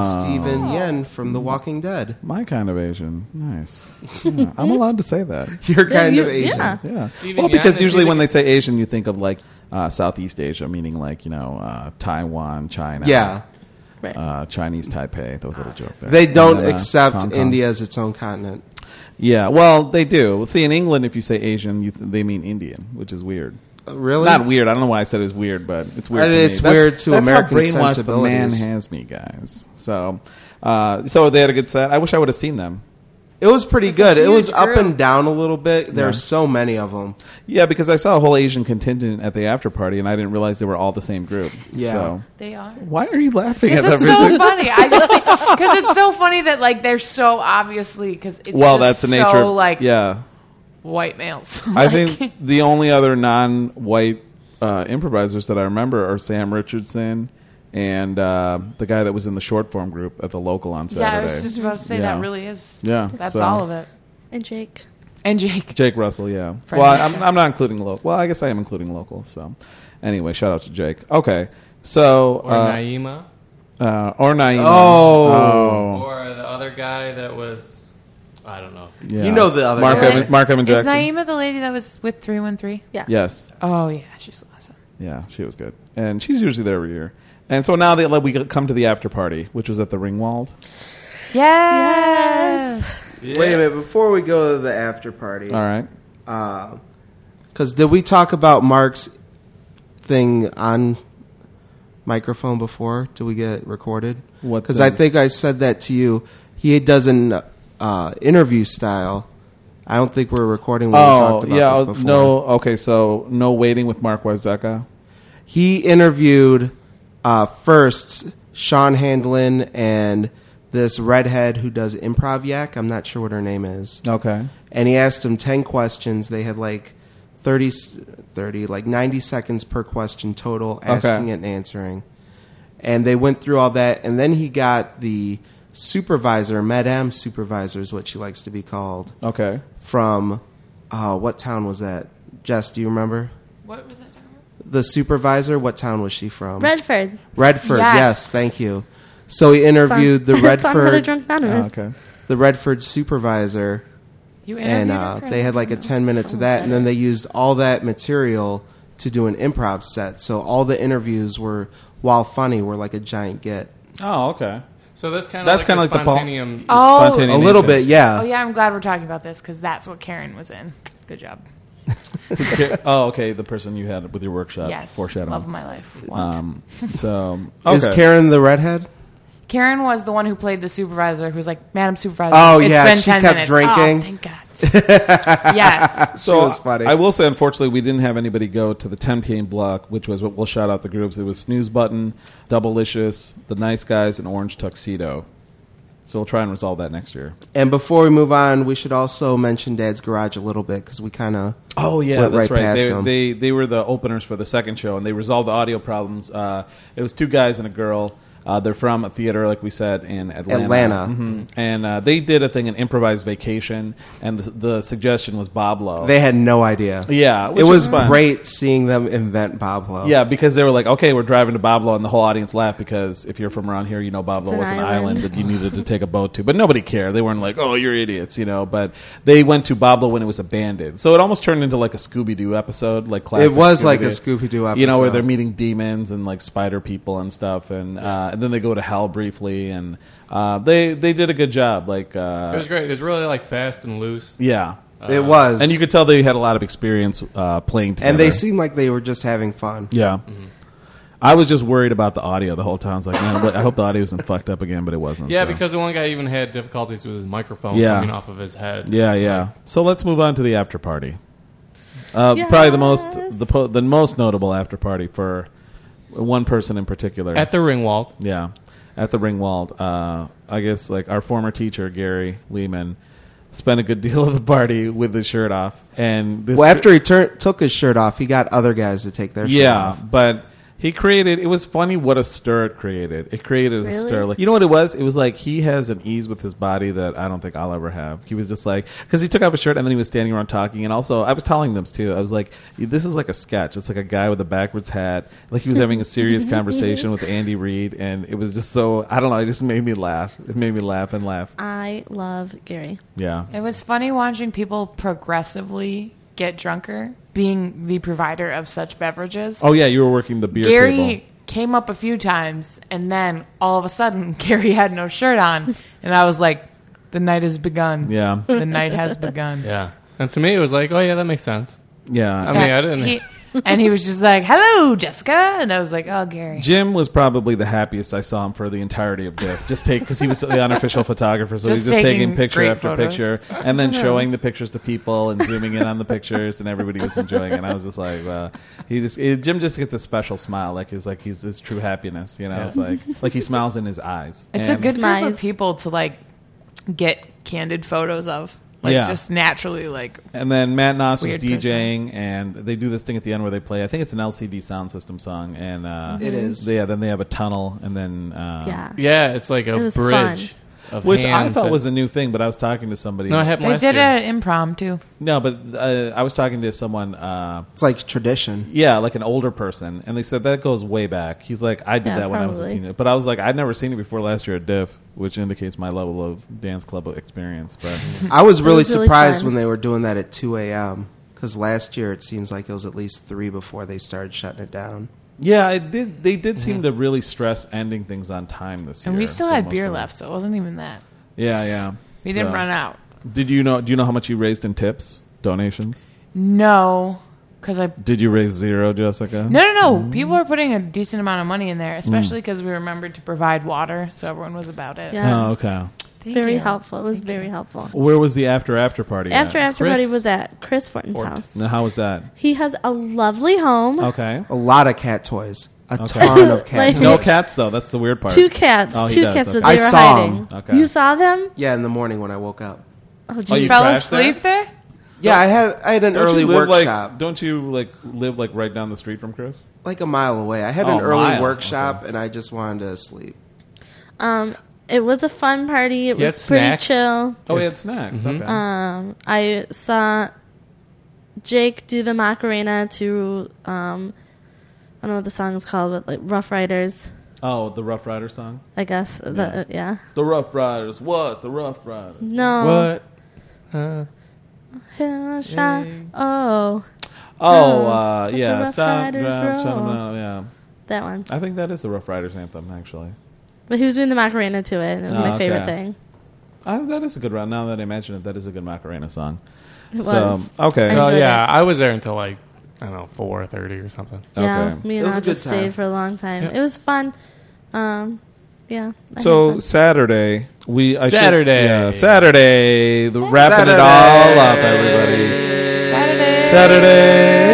[SPEAKER 1] Oh.
[SPEAKER 5] Steven Yen from The Walking Dead.
[SPEAKER 1] My kind of Asian. Nice. Yeah, I'm allowed to say that.
[SPEAKER 5] Your kind
[SPEAKER 4] you-
[SPEAKER 5] of Asian.
[SPEAKER 4] yeah.
[SPEAKER 1] Yeah.
[SPEAKER 2] Steven
[SPEAKER 1] well,
[SPEAKER 2] Yeun
[SPEAKER 1] because
[SPEAKER 2] is
[SPEAKER 1] usually
[SPEAKER 2] Steven-
[SPEAKER 1] when they say Asian, you think of like uh, Southeast Asia, meaning like you know uh, Taiwan, China.
[SPEAKER 5] Yeah.
[SPEAKER 4] Right.
[SPEAKER 1] Uh, Chinese Taipei. That was a little joke. There.
[SPEAKER 5] They don't
[SPEAKER 1] And, uh, Hong
[SPEAKER 5] accept
[SPEAKER 1] Kong.
[SPEAKER 5] India as its own continent.
[SPEAKER 1] Yeah. Well, they do. Well, see, in England, if you say Asian, you th- they mean Indian, which is weird.
[SPEAKER 5] Uh, Really?
[SPEAKER 1] Not weird. I don't know why I said it was weird, but it's weird.
[SPEAKER 5] Uh,
[SPEAKER 1] to me.
[SPEAKER 5] it's
[SPEAKER 1] That's-
[SPEAKER 5] weird to
[SPEAKER 1] that's
[SPEAKER 5] American
[SPEAKER 1] how brainwashed
[SPEAKER 5] sensibilities.
[SPEAKER 1] The man has me, guys. So, uh, so they had a good set. I wish I would have seen them.
[SPEAKER 5] It was pretty
[SPEAKER 3] It's a
[SPEAKER 5] good. It was
[SPEAKER 3] huge
[SPEAKER 5] up
[SPEAKER 3] group.
[SPEAKER 5] and down a little bit. There
[SPEAKER 1] Yeah.
[SPEAKER 5] are so many of them.
[SPEAKER 1] Yeah, because I saw a whole Asian contingent at the after party, and I didn't realize they were all the same group.
[SPEAKER 5] Yeah.
[SPEAKER 1] So,
[SPEAKER 3] They are.
[SPEAKER 1] why are you laughing at
[SPEAKER 3] Because it's
[SPEAKER 1] everything?
[SPEAKER 3] so funny. I just because it's so funny that like they're so obviously because it's
[SPEAKER 1] well,
[SPEAKER 3] just
[SPEAKER 1] that's the nature.
[SPEAKER 3] so
[SPEAKER 1] of,
[SPEAKER 3] like
[SPEAKER 1] yeah,
[SPEAKER 3] white males.
[SPEAKER 1] I
[SPEAKER 3] Like,
[SPEAKER 1] think the only other non-white uh, improvisers that I remember are Sam Richardson and uh, the guy that was in the short form group at the local on Saturday.
[SPEAKER 3] yeah, I was just about to say
[SPEAKER 1] Yeah.
[SPEAKER 3] that really is
[SPEAKER 1] Yeah,
[SPEAKER 3] that's
[SPEAKER 1] so-
[SPEAKER 3] all of it.
[SPEAKER 4] and Jake.
[SPEAKER 3] And Jake,
[SPEAKER 1] Jake Russell, yeah.
[SPEAKER 3] Friend
[SPEAKER 1] well,
[SPEAKER 3] of the
[SPEAKER 1] I'm,
[SPEAKER 3] show.
[SPEAKER 1] I'm not including local. Well, I guess I am including local. So, anyway, shout out to Jake. Okay, so
[SPEAKER 2] or
[SPEAKER 1] uh,
[SPEAKER 2] Naima,
[SPEAKER 1] uh, or Naima.
[SPEAKER 5] Oh.
[SPEAKER 2] or the other guy that was, I don't know. If
[SPEAKER 1] Yeah.
[SPEAKER 5] You know the other
[SPEAKER 1] Mark
[SPEAKER 5] guy.
[SPEAKER 1] Evan, Mark Evan
[SPEAKER 3] is
[SPEAKER 1] Jackson.
[SPEAKER 3] Naima the lady that was with three one three?
[SPEAKER 4] Yeah.
[SPEAKER 1] Yes.
[SPEAKER 3] Oh yeah, she's awesome.
[SPEAKER 1] Yeah, she was good, and she's usually there every year. And so now they let we come to the after party, which was at the Ringwald.
[SPEAKER 3] Yes.
[SPEAKER 5] Wait a minute. Before we go to the after party,
[SPEAKER 1] All right.
[SPEAKER 5] because did we talk about Mark's thing on microphone before? Did we get it recorded?
[SPEAKER 1] What
[SPEAKER 5] Because I
[SPEAKER 1] things?
[SPEAKER 5] think I said that to you. He does an uh, interview style. I don't think we're recording when we
[SPEAKER 1] Oh
[SPEAKER 5] talked about
[SPEAKER 1] yeah,
[SPEAKER 5] this
[SPEAKER 1] oh,
[SPEAKER 5] before.
[SPEAKER 1] no. Okay, so no waiting with Mark Wyzeka.
[SPEAKER 5] he interviewed uh, first Sean Handlin and this redhead who does improv yak. I'm not sure what her name is.
[SPEAKER 1] Okay.
[SPEAKER 5] And he asked him 10 questions. They had like 30, 30 like 90 seconds per question total, asking it and answering. And they went through all that. And then he got the supervisor, Madame Supervisor is what she likes to be called,
[SPEAKER 1] Okay.
[SPEAKER 5] from uh, what town was that? Jess, do you remember?
[SPEAKER 3] What was that?
[SPEAKER 5] The supervisor, what town was she from?
[SPEAKER 4] Redford.
[SPEAKER 5] Redford, yes.
[SPEAKER 3] Yes.
[SPEAKER 5] thank you. So he interviewed the
[SPEAKER 4] It's on How to
[SPEAKER 5] Redford,
[SPEAKER 4] Drunk
[SPEAKER 1] Oh,
[SPEAKER 4] Anonymous.
[SPEAKER 1] okay.
[SPEAKER 5] the Redford supervisor,
[SPEAKER 3] You
[SPEAKER 5] and
[SPEAKER 3] interviewed
[SPEAKER 5] uh,
[SPEAKER 3] her for
[SPEAKER 5] they had like a ten minutes of that, and then they used all that material to do an improv set. So all the interviews were, while funny, were like a giant get.
[SPEAKER 1] Oh, okay.
[SPEAKER 2] So that's kind of
[SPEAKER 1] That's
[SPEAKER 2] like
[SPEAKER 1] kinda
[SPEAKER 2] the
[SPEAKER 1] like the Paul-
[SPEAKER 2] spontaneum.
[SPEAKER 3] Oh.
[SPEAKER 5] A
[SPEAKER 1] Spontaneous
[SPEAKER 5] little bit,
[SPEAKER 1] interest.
[SPEAKER 5] yeah.
[SPEAKER 3] Oh yeah, I'm glad we're talking about this because that's what Karen was in. Good job.
[SPEAKER 1] It's ca- oh, okay. The person you had with your workshop.
[SPEAKER 3] yes.
[SPEAKER 1] Foreshadowing.
[SPEAKER 3] Love of my life. Want.
[SPEAKER 1] Um. So okay.
[SPEAKER 5] Is Karen the redhead?
[SPEAKER 3] Karen was the one who played the supervisor, who was like, "Madam Supervisor,
[SPEAKER 5] Oh,
[SPEAKER 3] it's
[SPEAKER 5] yeah,
[SPEAKER 3] been
[SPEAKER 5] she
[SPEAKER 3] 10
[SPEAKER 5] kept
[SPEAKER 3] minutes.
[SPEAKER 5] drinking.
[SPEAKER 3] Oh, thank God. yes,
[SPEAKER 1] so
[SPEAKER 5] She was funny.
[SPEAKER 1] I will say, unfortunately, we didn't have anybody go to the 10 p.m. block, which was what we'll shout out the groups. It was Snooze Button, Doublelicious, The Nice Guys, and Orange Tuxedo. So we'll try and resolve that next year.
[SPEAKER 5] And before we move on, we should also mention Dad's Garage a little bit because we kind of
[SPEAKER 1] Oh yeah,
[SPEAKER 5] went
[SPEAKER 1] that's
[SPEAKER 5] right
[SPEAKER 1] right.
[SPEAKER 5] past
[SPEAKER 1] they,
[SPEAKER 5] them.
[SPEAKER 1] they they were the openers for the second show, and they resolved the audio problems. Uh, it was two guys and a girl. Uh, they're from a theater, like we said, in Atlanta.
[SPEAKER 5] Atlanta.
[SPEAKER 1] Mhm. and uh, they did a thing, an improvised vacation, and the, the suggestion was Bob Lowe.
[SPEAKER 5] they had no idea.
[SPEAKER 1] yeah, which
[SPEAKER 5] it was
[SPEAKER 1] fun.
[SPEAKER 5] great seeing them invent Pablo.
[SPEAKER 1] Yeah, because they were like, okay, we're driving to Bablo, and the whole audience laughed because if you're from around here, you know Bablo
[SPEAKER 4] an
[SPEAKER 1] was an
[SPEAKER 4] island.
[SPEAKER 1] island that you needed to take a boat to. But nobody cared. They weren't like, oh, you're idiots, you know. But they went to Bablo when it was abandoned. So it almost turned into like a Scooby Doo episode. like classic
[SPEAKER 5] It was like a Scooby-Doo
[SPEAKER 1] You know, where
[SPEAKER 5] episode.
[SPEAKER 1] they're meeting demons and like spider people and stuff. And, uh, and then they go to hell briefly. And uh, they, they did a good job. Like,
[SPEAKER 2] It
[SPEAKER 1] uh,
[SPEAKER 2] was great. It was really like fast and loose.
[SPEAKER 1] yeah.
[SPEAKER 5] it was,
[SPEAKER 1] And you could tell they had a lot of experience uh, playing together.
[SPEAKER 5] and they seemed like they were just having fun.
[SPEAKER 1] Yeah. Mm-hmm. I was just worried about the audio the whole time. I was like, man, what- I hope the audio isn't fucked up again, but it wasn't.
[SPEAKER 2] Yeah,
[SPEAKER 1] so.
[SPEAKER 2] because the one guy even had difficulties with his microphone
[SPEAKER 1] Yeah.
[SPEAKER 2] coming off of his head.
[SPEAKER 1] Yeah, yeah. So let's move on to the after party. Uh, Probably the most
[SPEAKER 4] Yes.
[SPEAKER 1] the po- the most notable after party for one person in particular.
[SPEAKER 2] At the Ringwald.
[SPEAKER 1] yeah. at the Ringwald. Uh, I guess like our former teacher Gary Lehman spent a good deal of the party with his shirt off, and this
[SPEAKER 5] Well, after he tur- took his shirt off, he got other guys to take their shirt
[SPEAKER 1] yeah,
[SPEAKER 5] off.
[SPEAKER 1] but he created. It was funny what a stir it created. It created a
[SPEAKER 4] Really?
[SPEAKER 1] stir. Like you know what it was? It was like he has an ease with his body that I don't think I'll ever have. He was just like because he took off his shirt and then he was standing around talking. And also, I was telling them too. I was like, this is like a sketch. It's like a guy with a backwards hat. Like he was having a serious conversation with Andy Reid, and it was just so I don't know. It just made me laugh. It made me laugh and laugh.
[SPEAKER 4] I love Gary.
[SPEAKER 1] Yeah.
[SPEAKER 3] It was funny watching people progressively get drunker, being the provider of such beverages.
[SPEAKER 1] Oh yeah, you were working the beer
[SPEAKER 3] Gary
[SPEAKER 1] table.
[SPEAKER 3] came up a few times, and then all of a sudden, Gary had no shirt on, and I was like, "The night has begun.
[SPEAKER 1] Yeah,
[SPEAKER 3] The night has begun."
[SPEAKER 2] Yeah. And to me, it was like, oh, yeah, that makes sense.
[SPEAKER 1] yeah.
[SPEAKER 2] I mean, I didn't.
[SPEAKER 3] He- and he was just like, "Hello, Jessica," and I was like, "Oh, Gary."
[SPEAKER 1] Jim was probably the happiest I saw him for the entirety of Biff. Just take because he was the unofficial photographer, so
[SPEAKER 3] Just
[SPEAKER 1] he's just taking,
[SPEAKER 3] taking
[SPEAKER 1] picture
[SPEAKER 3] great
[SPEAKER 1] after
[SPEAKER 3] photos.
[SPEAKER 1] picture and then showing the pictures to people and zooming in on the pictures, and everybody was enjoying. it. And I was just like, wow. he just eh, Jim just gets a special smile, like he's like he's his true happiness. You know,
[SPEAKER 2] Yeah.
[SPEAKER 1] it's like like he smiles in his eyes.
[SPEAKER 3] It's
[SPEAKER 1] And-
[SPEAKER 3] a good group
[SPEAKER 4] Smiles.
[SPEAKER 3] of people to like get candid photos of, like
[SPEAKER 1] Yeah.
[SPEAKER 3] just naturally, like
[SPEAKER 1] And then Matt Noss was
[SPEAKER 3] Weird
[SPEAKER 1] DJing, and they do this thing at the end where they play. I think it's an LCD sound system song, and uh,
[SPEAKER 5] It
[SPEAKER 3] Mm-hmm.
[SPEAKER 5] is.
[SPEAKER 1] Yeah, then they have a tunnel, and then uh,
[SPEAKER 4] yeah.
[SPEAKER 2] Yeah, it's like a
[SPEAKER 4] It was
[SPEAKER 2] bridge of
[SPEAKER 1] which I
[SPEAKER 2] hands
[SPEAKER 1] thought
[SPEAKER 2] that-
[SPEAKER 1] was a new thing, but I was talking to somebody.
[SPEAKER 2] No, I had
[SPEAKER 3] they
[SPEAKER 2] last
[SPEAKER 3] did it
[SPEAKER 2] year.
[SPEAKER 3] at improv too.
[SPEAKER 1] No, but uh, I was talking to someone, uh,
[SPEAKER 5] It's like tradition.
[SPEAKER 1] yeah, like an older person, and they said that goes way back. He's like, I did
[SPEAKER 4] Yeah,
[SPEAKER 1] that when I was a
[SPEAKER 4] probably.
[SPEAKER 1] teenager, but I was like, I'd never seen it before last year at Diff, which indicates my level of dance club experience. But
[SPEAKER 5] I was really
[SPEAKER 4] was really
[SPEAKER 5] surprised
[SPEAKER 4] fun.
[SPEAKER 5] when they were doing that at 2 a.m. because last year it seems like it was at least three before they started shutting it down.
[SPEAKER 1] yeah, it did. They did seem to really stress ending things on time this year,
[SPEAKER 3] And we still
[SPEAKER 1] for the
[SPEAKER 3] had
[SPEAKER 1] most
[SPEAKER 3] beer
[SPEAKER 1] part.
[SPEAKER 3] left, so it wasn't even that.
[SPEAKER 1] Yeah, yeah.
[SPEAKER 3] We didn't
[SPEAKER 1] So-
[SPEAKER 3] run out.
[SPEAKER 1] Did you know? Do you know how much you raised in tips, donations?
[SPEAKER 3] No, because I
[SPEAKER 1] Did you raise zero, Jessica?
[SPEAKER 3] no no no.
[SPEAKER 1] Mm-hmm.
[SPEAKER 3] People were putting a decent amount of money in there, especially
[SPEAKER 1] Mm.
[SPEAKER 3] because we remembered to provide water, so everyone was about it.
[SPEAKER 4] Yeah.
[SPEAKER 1] Oh,
[SPEAKER 4] Yes.
[SPEAKER 1] okay.
[SPEAKER 3] Thank
[SPEAKER 4] Very
[SPEAKER 3] you.
[SPEAKER 4] helpful. It was very helpful.
[SPEAKER 1] Where was the after after party? at?
[SPEAKER 4] After after party
[SPEAKER 2] Chris
[SPEAKER 4] was at Chris Fortin's
[SPEAKER 2] Fort.
[SPEAKER 4] house.
[SPEAKER 1] Now, how was that?
[SPEAKER 4] He has a lovely home.
[SPEAKER 1] Okay.
[SPEAKER 5] A lot of cat toys. A ton of cat
[SPEAKER 4] Like-
[SPEAKER 5] toys.
[SPEAKER 1] No cats though. That's the weird part.
[SPEAKER 4] Two cats.
[SPEAKER 1] Oh,
[SPEAKER 4] Two
[SPEAKER 1] he does,
[SPEAKER 4] cats that
[SPEAKER 1] okay.
[SPEAKER 4] they
[SPEAKER 5] I
[SPEAKER 4] were
[SPEAKER 5] saw 'em.
[SPEAKER 4] hiding.
[SPEAKER 1] Okay.
[SPEAKER 4] You saw them?
[SPEAKER 5] Yeah, in the morning when I woke up.
[SPEAKER 4] Oh,
[SPEAKER 1] Oh,
[SPEAKER 3] You
[SPEAKER 1] you
[SPEAKER 4] gee.
[SPEAKER 3] fell
[SPEAKER 1] crashed
[SPEAKER 3] asleep there?
[SPEAKER 5] Yeah, I had I had an
[SPEAKER 1] Don't you
[SPEAKER 5] early
[SPEAKER 1] live,
[SPEAKER 5] workshop.
[SPEAKER 1] Like, don't you like live like right down the street from Chris?
[SPEAKER 5] like a mile away. I had
[SPEAKER 1] Oh,
[SPEAKER 5] an early
[SPEAKER 1] mile.
[SPEAKER 5] workshop and I just wanted to sleep.
[SPEAKER 4] um, it was a fun party. It
[SPEAKER 2] You
[SPEAKER 4] was
[SPEAKER 2] had
[SPEAKER 4] pretty
[SPEAKER 2] snacks?
[SPEAKER 4] chill.
[SPEAKER 1] Oh, he had snacks. Okay.
[SPEAKER 4] Um, I saw Jake do the Macarena to um, I don't know what the song is called, but like Rough Riders,
[SPEAKER 1] oh, the Rough Rider song.
[SPEAKER 4] I guess. Yeah. yeah.
[SPEAKER 1] The Rough Riders. What? The Rough Riders.
[SPEAKER 4] No.
[SPEAKER 2] What? Uh,
[SPEAKER 4] Hell, shot-
[SPEAKER 2] Yay.
[SPEAKER 4] Oh,
[SPEAKER 1] Oh,
[SPEAKER 4] Oh,
[SPEAKER 1] uh,
[SPEAKER 4] that's a
[SPEAKER 1] yeah.
[SPEAKER 4] Rough
[SPEAKER 1] Stop.
[SPEAKER 4] Riders
[SPEAKER 1] Grab, shut 'em
[SPEAKER 4] roll.
[SPEAKER 1] out. Yeah.
[SPEAKER 4] that one.
[SPEAKER 1] I think that is the Rough Riders anthem, actually.
[SPEAKER 4] But he was doing the Macarena to it, and it was
[SPEAKER 1] Oh,
[SPEAKER 4] my favorite
[SPEAKER 1] okay.
[SPEAKER 4] thing.
[SPEAKER 1] I, that is a good round. Now that I mention it, that is a good Macarena song.
[SPEAKER 4] It was.
[SPEAKER 1] So, okay.
[SPEAKER 4] I
[SPEAKER 2] so,
[SPEAKER 4] enjoyed
[SPEAKER 2] yeah,
[SPEAKER 4] it.
[SPEAKER 2] I was there until like, I don't know, 4.30 or something.
[SPEAKER 4] Yeah,
[SPEAKER 1] Okay.
[SPEAKER 4] me
[SPEAKER 5] It
[SPEAKER 4] and
[SPEAKER 5] was a
[SPEAKER 4] I
[SPEAKER 5] good
[SPEAKER 4] just
[SPEAKER 5] time.
[SPEAKER 4] stayed for a long time.
[SPEAKER 2] Yeah.
[SPEAKER 4] It was fun. Um, yeah. I had
[SPEAKER 1] So
[SPEAKER 4] fun.
[SPEAKER 1] Saturday, we I should-
[SPEAKER 2] Saturday.
[SPEAKER 1] yeah, Saturday, the, wrapping it all
[SPEAKER 5] Saturday.
[SPEAKER 1] up, everybody.
[SPEAKER 3] Saturday.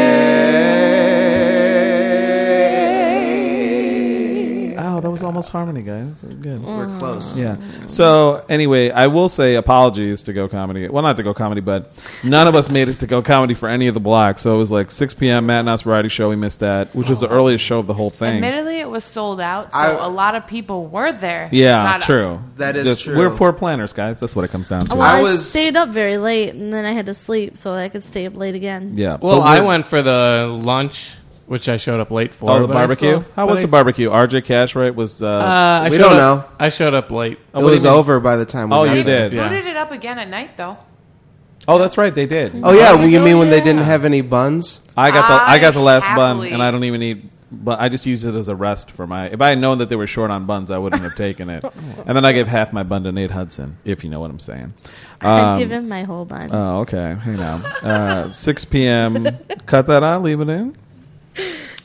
[SPEAKER 1] Saturday. Oh, that was almost harmony, guys. Good.
[SPEAKER 5] We're close.
[SPEAKER 1] Yeah. So anyway, I will say apologies to Go Comedy. Well, not to Go Comedy, but none of us made it to Go Comedy for any of the blocks. So it was like 6 p.m. Matt and Us Variety Show. We missed that, which
[SPEAKER 2] Oh.
[SPEAKER 1] was the earliest show of the whole thing.
[SPEAKER 3] Admittedly, it was sold out, so
[SPEAKER 5] I-
[SPEAKER 3] a lot of people were there. It's
[SPEAKER 1] yeah,
[SPEAKER 3] not us.
[SPEAKER 1] true.
[SPEAKER 5] That is true.
[SPEAKER 1] We're poor planners, guys. That's what it comes down to.
[SPEAKER 2] Oh,
[SPEAKER 4] Well, Oh, I,
[SPEAKER 5] I was-
[SPEAKER 4] stayed up very late, and then I had to sleep so I could stay up late again.
[SPEAKER 1] yeah.
[SPEAKER 2] Well,
[SPEAKER 1] but
[SPEAKER 2] I
[SPEAKER 1] we're-
[SPEAKER 2] went for the lunch, which I showed up late for.
[SPEAKER 1] Oh, the
[SPEAKER 2] but I
[SPEAKER 1] barbecue.
[SPEAKER 2] still-
[SPEAKER 1] How
[SPEAKER 2] but
[SPEAKER 1] was
[SPEAKER 2] I-
[SPEAKER 1] the barbecue? RJ Cash, right? Was uh,
[SPEAKER 2] Uh, I
[SPEAKER 5] We
[SPEAKER 2] showed
[SPEAKER 5] don't
[SPEAKER 2] up- I showed up late.
[SPEAKER 1] oh,
[SPEAKER 5] It
[SPEAKER 1] what do
[SPEAKER 5] was
[SPEAKER 1] you mean?
[SPEAKER 5] over by the time we
[SPEAKER 1] Oh,
[SPEAKER 5] got
[SPEAKER 1] you
[SPEAKER 5] there.
[SPEAKER 1] did.
[SPEAKER 2] Yeah.
[SPEAKER 3] Booted it up again at night, though.
[SPEAKER 1] Oh, that's right. They did.
[SPEAKER 5] Oh yeah, well, you mean when they didn't have any buns?
[SPEAKER 1] I got the I got the last
[SPEAKER 3] I
[SPEAKER 1] bun,
[SPEAKER 3] happily-
[SPEAKER 1] and I don't even need. But I just used it as a rest for my. If I had known that they were short on buns, I wouldn't have taken it. And then I gave half my bun to Nate Hudson, if you know what I'm saying.
[SPEAKER 4] I'd
[SPEAKER 1] Um,
[SPEAKER 4] give him my whole bun.
[SPEAKER 1] Oh, okay. Hang on. Uh, 6 p.m. Cut that out. Leave it in.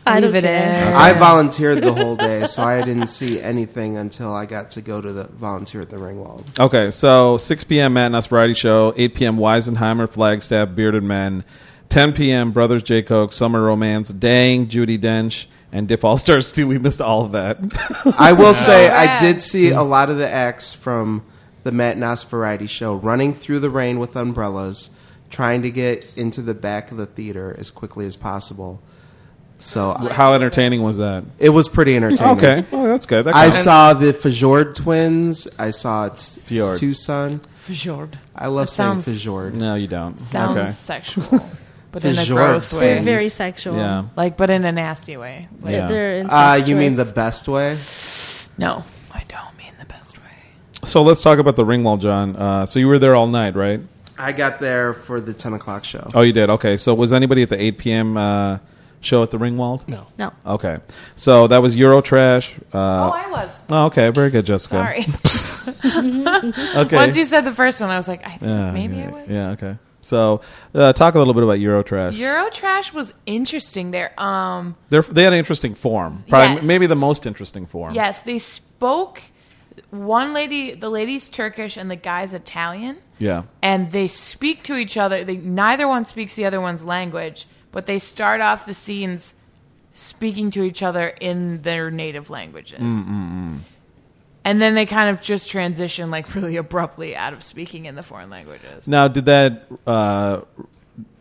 [SPEAKER 4] I don't
[SPEAKER 3] Leave it
[SPEAKER 4] care.
[SPEAKER 3] in.
[SPEAKER 5] I volunteered the whole day, so I didn't see anything until I got to go to the volunteer at the Ringwald.
[SPEAKER 1] Okay, so 6 p.m. Matt and Us Variety Show, 8 p.m. Weisenheimer, Flagstaff, Bearded Men, 10 p.m. Brothers J. Coke, Summer Romance, Dang, Judy Dench, and Diff All Stars 2. We missed all of that.
[SPEAKER 5] I will say I
[SPEAKER 3] Correct.
[SPEAKER 5] did see a lot of the acts from the Matt Noss variety show running through the rain with umbrellas, trying to get into the back of the theater as quickly as possible. So
[SPEAKER 1] How entertaining was that?
[SPEAKER 5] it was pretty entertaining.
[SPEAKER 1] Okay, well, that's good. That
[SPEAKER 5] I
[SPEAKER 1] counts.
[SPEAKER 5] saw the Fajord twins. I saw it's
[SPEAKER 1] Fjord.
[SPEAKER 5] Tucson.
[SPEAKER 3] Fjord.
[SPEAKER 5] I love
[SPEAKER 3] That
[SPEAKER 5] saying
[SPEAKER 3] sounds-
[SPEAKER 5] Fajord.
[SPEAKER 1] no, you don't.
[SPEAKER 3] Sounds
[SPEAKER 1] okay.
[SPEAKER 3] sexual, but in a
[SPEAKER 5] Fjord
[SPEAKER 3] gross way.
[SPEAKER 5] twins.
[SPEAKER 4] very sexual.
[SPEAKER 1] Yeah.
[SPEAKER 3] Like, but in a nasty way. Like,
[SPEAKER 1] Yeah.
[SPEAKER 4] They're
[SPEAKER 5] Uh, you mean the
[SPEAKER 4] incestuous.
[SPEAKER 5] best way?
[SPEAKER 3] No, I don't mean the best way.
[SPEAKER 1] So let's talk about the Ringwall, John. Uh, so you were there all night, right?
[SPEAKER 5] I got there for the 10 o'clock show.
[SPEAKER 1] Oh, you did. Okay. So was anybody at the 8 p.m. Uh, show at the Ringwald?
[SPEAKER 2] No.
[SPEAKER 4] No.
[SPEAKER 1] Okay. So that was Eurotrash.
[SPEAKER 3] Oh,
[SPEAKER 1] Uh,
[SPEAKER 3] I was.
[SPEAKER 1] oh, okay. Very good, Jessica.
[SPEAKER 3] Sorry.
[SPEAKER 1] Okay.
[SPEAKER 3] Once you said the first one, I was like, I think
[SPEAKER 1] yeah,
[SPEAKER 3] maybe
[SPEAKER 1] yeah,
[SPEAKER 3] I was.
[SPEAKER 1] Yeah. Okay. So uh, talk a little bit about Eurotrash.
[SPEAKER 3] Eurotrash was interesting there. Um,
[SPEAKER 1] They're, they had an interesting form. Probably
[SPEAKER 3] Yes.
[SPEAKER 1] maybe the most interesting form.
[SPEAKER 3] yes, they spoke. One lady, the lady's Turkish and the guy's Italian,
[SPEAKER 1] Yeah.
[SPEAKER 3] and they speak to each other. They neither one speaks the other one's language, but they start off the scenes speaking to each other in their native languages. And then they kind of just transition like really abruptly out of speaking in the foreign languages.
[SPEAKER 1] Now, did that uh,